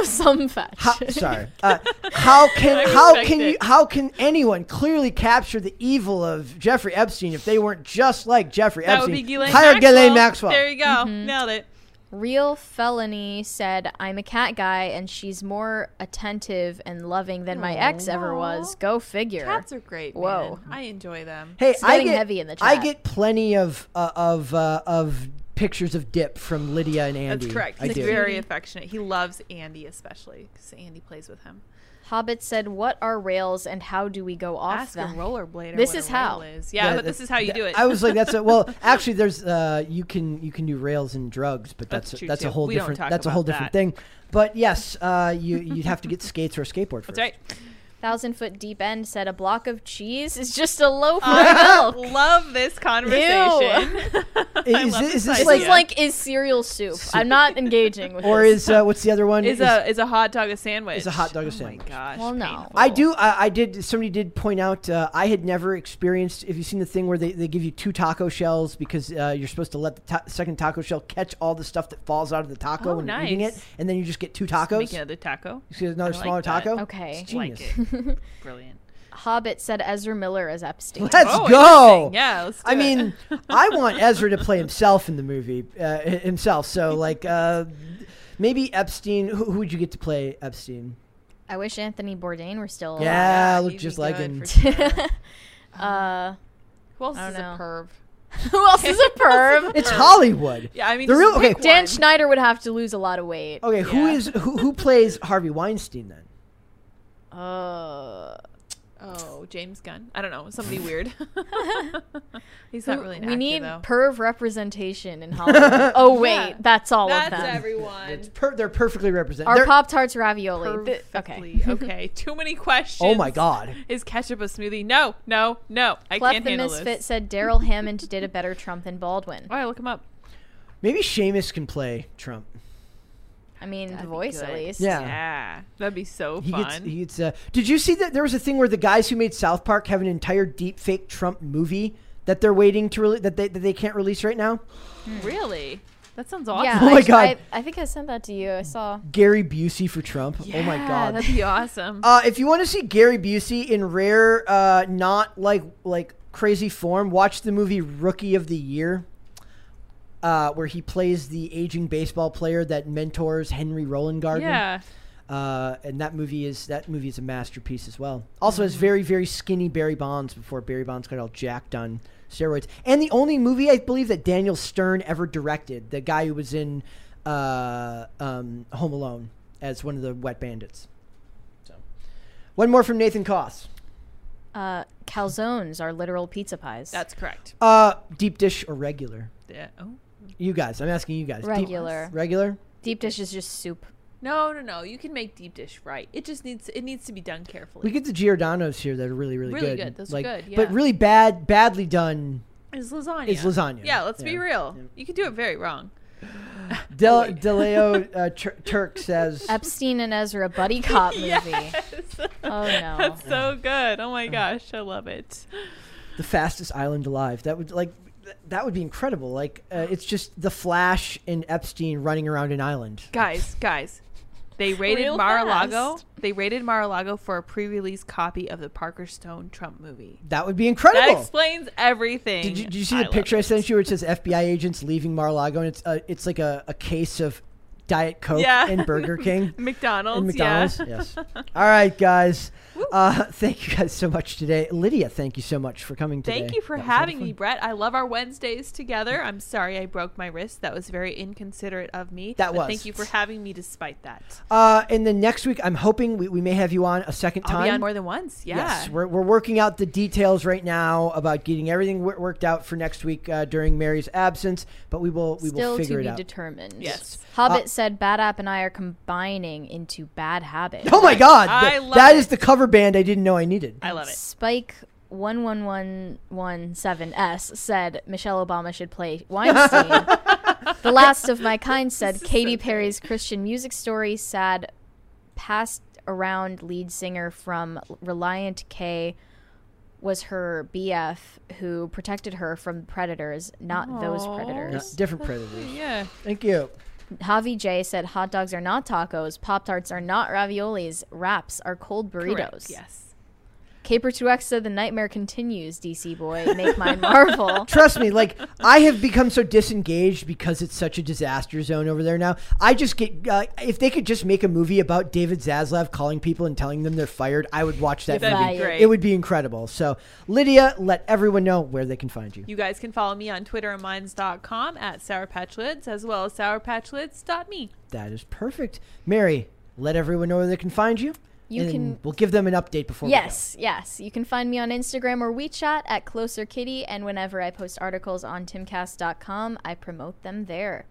Speaker 4: Some fat.
Speaker 3: how, sorry, uh, how can
Speaker 5: I
Speaker 3: how
Speaker 5: respect
Speaker 3: can you
Speaker 5: it.
Speaker 3: how can anyone clearly capture the evil of Jeffrey Epstein if they weren't just like Jeffrey
Speaker 5: that would
Speaker 3: Epstein?
Speaker 5: be Ghislaine
Speaker 3: Hire
Speaker 5: Maxwell.
Speaker 3: Ghislaine Maxwell.
Speaker 5: There you go.
Speaker 4: Mm-hmm.
Speaker 5: Nailed it.
Speaker 4: Real felony said, "I'm a cat guy, and she's more attentive and loving than my ex ever was." Go figure.
Speaker 5: Cats are great.
Speaker 4: Whoa.
Speaker 5: man. I enjoy them.
Speaker 3: Hey, I
Speaker 4: getting
Speaker 3: get
Speaker 4: heavy in the
Speaker 3: I
Speaker 4: chat.
Speaker 3: get plenty of uh, of uh, of pictures of dip from Lydia and Andy.
Speaker 5: That's correct.
Speaker 3: I
Speaker 5: He's
Speaker 3: do.
Speaker 5: very affectionate. He loves Andy especially because Andy plays with him.
Speaker 4: Hobbit said, "What are rails, and how do we go off
Speaker 5: Ask a
Speaker 4: them?"
Speaker 5: rollerblader.
Speaker 4: This
Speaker 5: what
Speaker 4: is
Speaker 5: a
Speaker 4: how.
Speaker 5: rail Is. Yeah,
Speaker 3: Yeah,
Speaker 5: but this
Speaker 3: that-
Speaker 5: is how you do it.
Speaker 3: I was like, that's a well. Actually, there's uh, you can you can do rails and drugs, but that's
Speaker 5: That's
Speaker 3: that's,
Speaker 5: true,
Speaker 3: a
Speaker 5: too.
Speaker 3: whole
Speaker 5: We don't
Speaker 3: different
Speaker 5: talk
Speaker 3: that's a
Speaker 5: about
Speaker 3: whole different
Speaker 5: that.
Speaker 3: thing. But yes, uh, you you'd have to get skates or a skateboard. First.
Speaker 5: That's right.
Speaker 4: Thousand foot deep end said, "A block of cheese is just a loaf of milk."
Speaker 5: Love this conversation.
Speaker 3: Is,
Speaker 5: love
Speaker 3: thi- is
Speaker 5: this
Speaker 3: this
Speaker 4: This
Speaker 3: like
Speaker 4: is like is cereal soup. I'm not engaging with.
Speaker 3: or
Speaker 4: this.
Speaker 3: is uh, what's the other one?
Speaker 5: is a is a hot dog a sandwich?
Speaker 3: Is a hot dog a
Speaker 5: oh
Speaker 3: sandwich.
Speaker 5: my gosh.
Speaker 4: Well, no.
Speaker 5: painful.
Speaker 3: I do. I, I did. Somebody did point out. Uh, I had never experienced. If you've seen the thing where they, they give you two taco shells because uh, you're supposed to let the ta- second taco shell catch all the stuff that falls out of the taco
Speaker 5: Oh,
Speaker 3: when you're eating it,
Speaker 5: nice.
Speaker 3: and then you just get two
Speaker 5: Make
Speaker 3: tacos.
Speaker 5: another taco.
Speaker 3: You see another
Speaker 5: I like
Speaker 3: smaller
Speaker 5: that.
Speaker 3: taco.
Speaker 4: Okay.
Speaker 3: It's
Speaker 5: Like
Speaker 3: genius.
Speaker 5: it. Brilliant.
Speaker 4: Hobbit said Ezra Miller is Epstein.
Speaker 3: Let's
Speaker 5: Oh,
Speaker 3: go.
Speaker 5: interesting. Yeah, let's do
Speaker 3: I
Speaker 5: it.
Speaker 3: mean, uh, I want Ezra to play himself in the movie uh, hi- himself. So like, uh, maybe Epstein. Who, who would you get to play Epstein?
Speaker 4: I wish Anthony Bourdain were still. alive.
Speaker 3: yeah, look
Speaker 5: you'd
Speaker 3: just
Speaker 5: be
Speaker 3: like
Speaker 5: good
Speaker 3: him.
Speaker 5: for sure.
Speaker 4: Uh,
Speaker 5: Who else
Speaker 4: I don't
Speaker 5: is a
Speaker 4: know.
Speaker 5: perv? Oh.
Speaker 4: who else is a perv?
Speaker 3: It's Hollywood.
Speaker 5: Uh, Yeah, I mean,
Speaker 3: the
Speaker 5: just
Speaker 3: real okay.
Speaker 5: pick
Speaker 4: Dan
Speaker 5: one.
Speaker 4: Schneider would have to lose a lot of weight.
Speaker 3: Okay, who
Speaker 5: Yeah.
Speaker 3: is who? Who plays Harvey Weinstein then?
Speaker 4: Uh,
Speaker 5: Oh, James Gunn. I don't know. Somebody weird. He's not really. An
Speaker 4: we
Speaker 5: actor,
Speaker 4: need
Speaker 5: though.
Speaker 4: perv representation in Hollywood. oh wait,
Speaker 5: Yeah.
Speaker 4: that's all
Speaker 5: That's
Speaker 4: of them.
Speaker 5: everyone.
Speaker 3: Per- they're perfectly represented.
Speaker 4: Our
Speaker 3: They're-
Speaker 4: Pop Tarts ravioli. Th- okay.
Speaker 5: Perfectly. okay. Too many questions.
Speaker 3: oh my god!
Speaker 5: Is ketchup a smoothie? No, no, no. I
Speaker 4: Clef
Speaker 5: can't
Speaker 4: the
Speaker 5: handle
Speaker 4: Misfit
Speaker 5: this.
Speaker 4: said Daryl Hammond did a better Trump than Baldwin.
Speaker 5: All right, look him up.
Speaker 3: Maybe Seamus can play Trump.
Speaker 4: I mean, the voice at
Speaker 5: good.
Speaker 4: least.
Speaker 3: Yeah.
Speaker 5: Yeah, that'd be so
Speaker 3: He
Speaker 5: fun.
Speaker 3: gets. He gets. Uh, did you see that there was a thing where the guys who made South Park have an entire deep fake Trump movie that they're waiting to release that they that they can't release right now?
Speaker 5: really? That sounds awesome.
Speaker 4: Yeah,
Speaker 3: Oh my
Speaker 4: I,
Speaker 3: God.
Speaker 4: I, I think I sent that to you. I saw.
Speaker 3: Gary Busey for Trump. oh my
Speaker 5: Yeah,
Speaker 3: god.
Speaker 5: that'd be awesome.
Speaker 3: Uh, if you want to see Gary Busey in rare, uh, not like like crazy form, watch the movie Rookie of the Year, uh, where he plays the aging baseball player that mentors Henry Roland Gardner.
Speaker 5: yeah,
Speaker 3: Uh, and that movie is that movie is a masterpiece as well. Also has very very skinny Barry Bonds before Barry Bonds got all jacked on steroids. And the only movie I believe that Daniel Stern ever directed, the guy who was in uh, um, Home Alone as one of the Wet Bandits. So, one more from Nathan Koss.
Speaker 4: Uh, calzones are literal pizza pies.
Speaker 5: that's correct.
Speaker 3: Uh, deep dish or regular?
Speaker 5: Yeah. Oh.
Speaker 3: You guys, I'm asking you guys. Deep-
Speaker 4: Regular.
Speaker 3: regular.
Speaker 4: Deep dish is just soup.
Speaker 5: No, no, no. You can make deep dish right. It just needs it needs to be done carefully.
Speaker 3: We get the Giordano's here that are really really,
Speaker 5: Really good. Those are
Speaker 3: like,
Speaker 5: good,
Speaker 3: But
Speaker 5: yeah.
Speaker 3: really bad, badly done.
Speaker 5: It's lasagna.
Speaker 3: It's lasagna.
Speaker 5: Yeah, let's be
Speaker 3: Yeah.
Speaker 5: real. You can do it very wrong.
Speaker 3: Del Deleo uh, Tur- Turk says
Speaker 4: Epstein and Ezra buddy cop movie. Oh no.
Speaker 5: So good. Oh my gosh, I love it.
Speaker 3: the fastest island alive. That would like th- that would be incredible. Like uh, it's just the Flash and Epstein running around an island.
Speaker 5: Guys, guys. They raided
Speaker 4: Real
Speaker 5: Mar-a-Lago.
Speaker 4: fast.
Speaker 5: They raided Mar-a-Lago for a pre-release copy of the Parker Stone Trump movie.
Speaker 3: That would be
Speaker 5: That
Speaker 3: incredible.
Speaker 5: explains everything.
Speaker 3: Did you, did you see
Speaker 5: I
Speaker 3: the
Speaker 5: love
Speaker 3: picture I
Speaker 5: it.
Speaker 3: sent you where it says FBI agents leaving Mar-a-Lago and it's uh, it's like a, a case of Diet Coke
Speaker 5: Yeah.
Speaker 3: and Burger King.
Speaker 5: McDonald's.
Speaker 3: And
Speaker 5: McDonald's.
Speaker 3: McDonald's.
Speaker 5: Yeah.
Speaker 3: Yes. All right, guys. Uh, thank you guys so much today. Lydia, thank you so much for coming today.
Speaker 5: Thank you for
Speaker 3: That was a lot of
Speaker 5: having
Speaker 3: fun.
Speaker 5: me, Brett. I love our Wednesdays together. I'm sorry I broke my wrist. That was very inconsiderate of me.
Speaker 3: That
Speaker 5: but
Speaker 3: was.
Speaker 5: Thank you for having me despite that.
Speaker 3: Uh, and then next week, I'm hoping we, we may have you on a 2nd time.
Speaker 5: I'll be on more than once. Yeah.
Speaker 3: Yes, we're, we're working out the details right now about getting everything wor- worked out for next week uh, during Mary's absence, but we will we
Speaker 4: Still
Speaker 3: will figure
Speaker 4: to be
Speaker 3: it out. Uh,
Speaker 4: determined.
Speaker 5: Yes.
Speaker 4: Hobbit said Bad App and I are combining into Bad Habit.
Speaker 3: oh my God,
Speaker 5: I
Speaker 3: th-
Speaker 5: love
Speaker 3: that
Speaker 5: it.
Speaker 3: is the cover band I didn't know I needed.
Speaker 5: I love it.
Speaker 4: Spike. 11117S said Michelle Obama should play Weinstein. the Last of My Kind said Katy Perry's Christian music story sad passed around lead singer from Reliant K was her BF who protected her from predators, not those
Speaker 3: No,
Speaker 4: predators.
Speaker 3: different predators.
Speaker 5: Yeah.
Speaker 3: Thank you.
Speaker 4: Javi J said hot dogs are not tacos, Pop Tarts are not raviolis, wraps are cold burritos.
Speaker 5: Correct. Yes.
Speaker 4: Caper 2X said the nightmare continues, DC boy. Make mine Marvel.
Speaker 3: Trust me, like I have become so disengaged because it's such a disaster zone over there now. I just get uh, if they could just make a movie about David Zaslav calling people and telling them they're fired, I would watch that
Speaker 5: That'd be
Speaker 4: Right.
Speaker 3: movie.
Speaker 5: great.
Speaker 3: It would be incredible. So, Lydia, let everyone know where they can find you.
Speaker 5: You guys can follow me on Twitter and minds.com at Sour Patch Lids as well as sourpatchlids.me.
Speaker 3: That is perfect. Mary, let everyone know where they can find you.
Speaker 4: You
Speaker 3: and
Speaker 4: can-
Speaker 3: We'll give them an update before. we go.
Speaker 4: Yes, yes. You can find me on Instagram or WeChat at Closer Kitty, and whenever I post articles on timcast.com, I promote them there.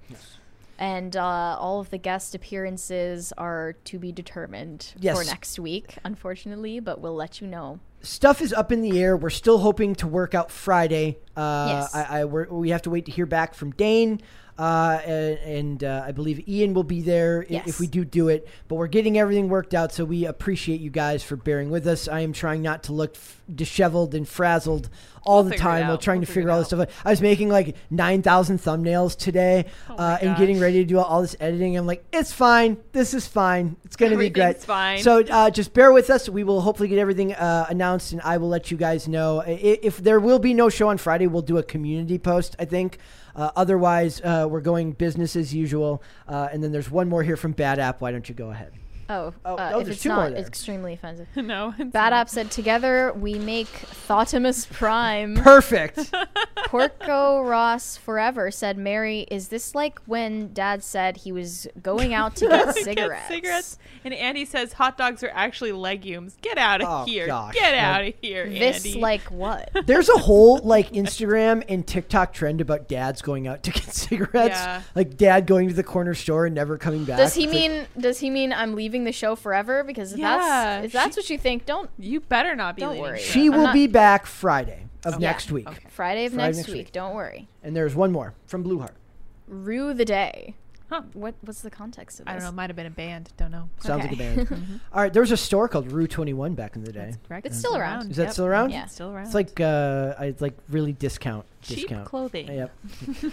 Speaker 4: And uh, all of the guest appearances are to be determined
Speaker 3: Yes.
Speaker 4: for next week, unfortunately, but we'll let you know.
Speaker 3: Stuff is up in the air. We're still hoping to work out Friday. Uh,
Speaker 4: Yes.
Speaker 3: I, I we're, we have to wait to hear back from Dane. Uh, and and uh, I believe Ian will be there i- if
Speaker 4: Yes.
Speaker 3: we do do it. But we're getting everything worked out, so we appreciate you guys for bearing with us. I am trying not to look f- disheveled and frazzled all the
Speaker 5: figure it
Speaker 3: time while
Speaker 5: out.
Speaker 3: trying
Speaker 5: We'll
Speaker 3: to
Speaker 5: figure
Speaker 3: figure
Speaker 5: it
Speaker 3: all this stuff out. I was making like 9,000 thumbnails today
Speaker 5: Oh
Speaker 3: uh, and getting ready to do all this editing. I'm like, it's fine. This is fine. It's going to be great.
Speaker 5: Everything's fine.
Speaker 3: So uh, just bear with us. We will hopefully get everything uh, announced, and I will let you guys know I- if there will be no show on Friday. We'll do a community post, I think. Uh, otherwise, uh, we're going business as usual. Uh, and then there's one more here from Bad App. Why don't you go ahead?
Speaker 4: Oh,
Speaker 3: Oh,
Speaker 4: uh,
Speaker 3: oh,
Speaker 4: if
Speaker 3: there's
Speaker 4: it's
Speaker 3: two more
Speaker 4: not
Speaker 3: there.
Speaker 4: extremely offensive.
Speaker 5: No. it's-
Speaker 4: Bad App said, Together we make Thotimus Prime.
Speaker 3: Perfect.
Speaker 4: Porco Ross Forever said, Mary, is this like when dad said he was going out to get
Speaker 5: Get
Speaker 4: cigarettes?
Speaker 5: cigarettes. And Andy says hot dogs are actually legumes. Get out of
Speaker 3: Oh,
Speaker 5: here.
Speaker 3: gosh.
Speaker 5: Get
Speaker 3: No.
Speaker 5: out of here,
Speaker 4: This
Speaker 5: Andy.
Speaker 4: like what?
Speaker 3: There's a whole like Instagram and TikTok trend about dads going out to get cigarettes.
Speaker 5: Yeah.
Speaker 3: Like dad going to the corner store and never coming back.
Speaker 4: Does he
Speaker 3: It's like-
Speaker 4: mean does he mean I'm leaving the show forever? Because if
Speaker 5: Yeah,
Speaker 4: that's if that's
Speaker 5: she-
Speaker 4: what you think, don't
Speaker 5: you better not be
Speaker 4: Don't
Speaker 5: leading
Speaker 4: worry.
Speaker 5: shit.
Speaker 3: she
Speaker 4: I'm
Speaker 3: will
Speaker 4: not-
Speaker 3: be back Friday of next week?
Speaker 5: okay.
Speaker 4: Friday of
Speaker 3: Friday
Speaker 4: next,
Speaker 3: next
Speaker 4: week,
Speaker 3: week.
Speaker 4: don't worry.
Speaker 3: And there's one more from Blue Heart.
Speaker 4: Rue the day.
Speaker 5: Huh.
Speaker 4: What what's the context of this?
Speaker 5: I don't know. Might have been a band. Don't know.
Speaker 3: Sounds
Speaker 4: Okay.
Speaker 3: like a band. All right, there was a store called Rue Twenty One back in the day.
Speaker 5: Correct.
Speaker 4: It's still around.
Speaker 3: Is that still around?
Speaker 4: Yeah.
Speaker 5: Still around.
Speaker 3: It's like uh, I like really discount
Speaker 5: cheap
Speaker 3: discount.
Speaker 5: clothing.
Speaker 3: Yep.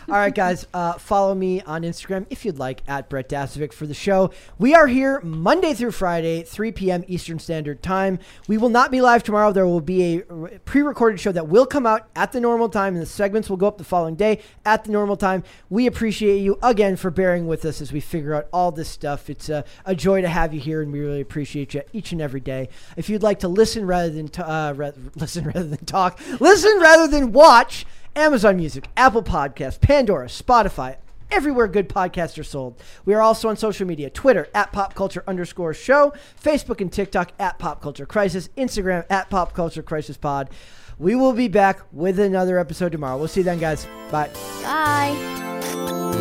Speaker 3: All right, guys. Uh, follow me on Instagram if you'd like at Brett Dasovic for the show. We are here Monday through Friday, 3 p.m. Eastern Standard Time. We will not be live tomorrow. There will be a r- pre-recorded show that will come out at the normal time, and the segments will go up the following day at the normal time. We appreciate you again for bearing with us as we figure out all this stuff. It's a, a joy to have you here, and we really appreciate you each and every day. If you'd like to listen rather than t- uh, ra- listen rather than talk, listen rather than watch. Amazon Music, Apple Podcasts, Pandora, Spotify, everywhere good podcasts are sold. We are also on social media Twitter at pop culture underscore show, Facebook and TikTok at pop culture crisis, Instagram at pop culture crisis pod. We will be back with another episode tomorrow. We'll see you then, guys. Bye.
Speaker 4: Bye.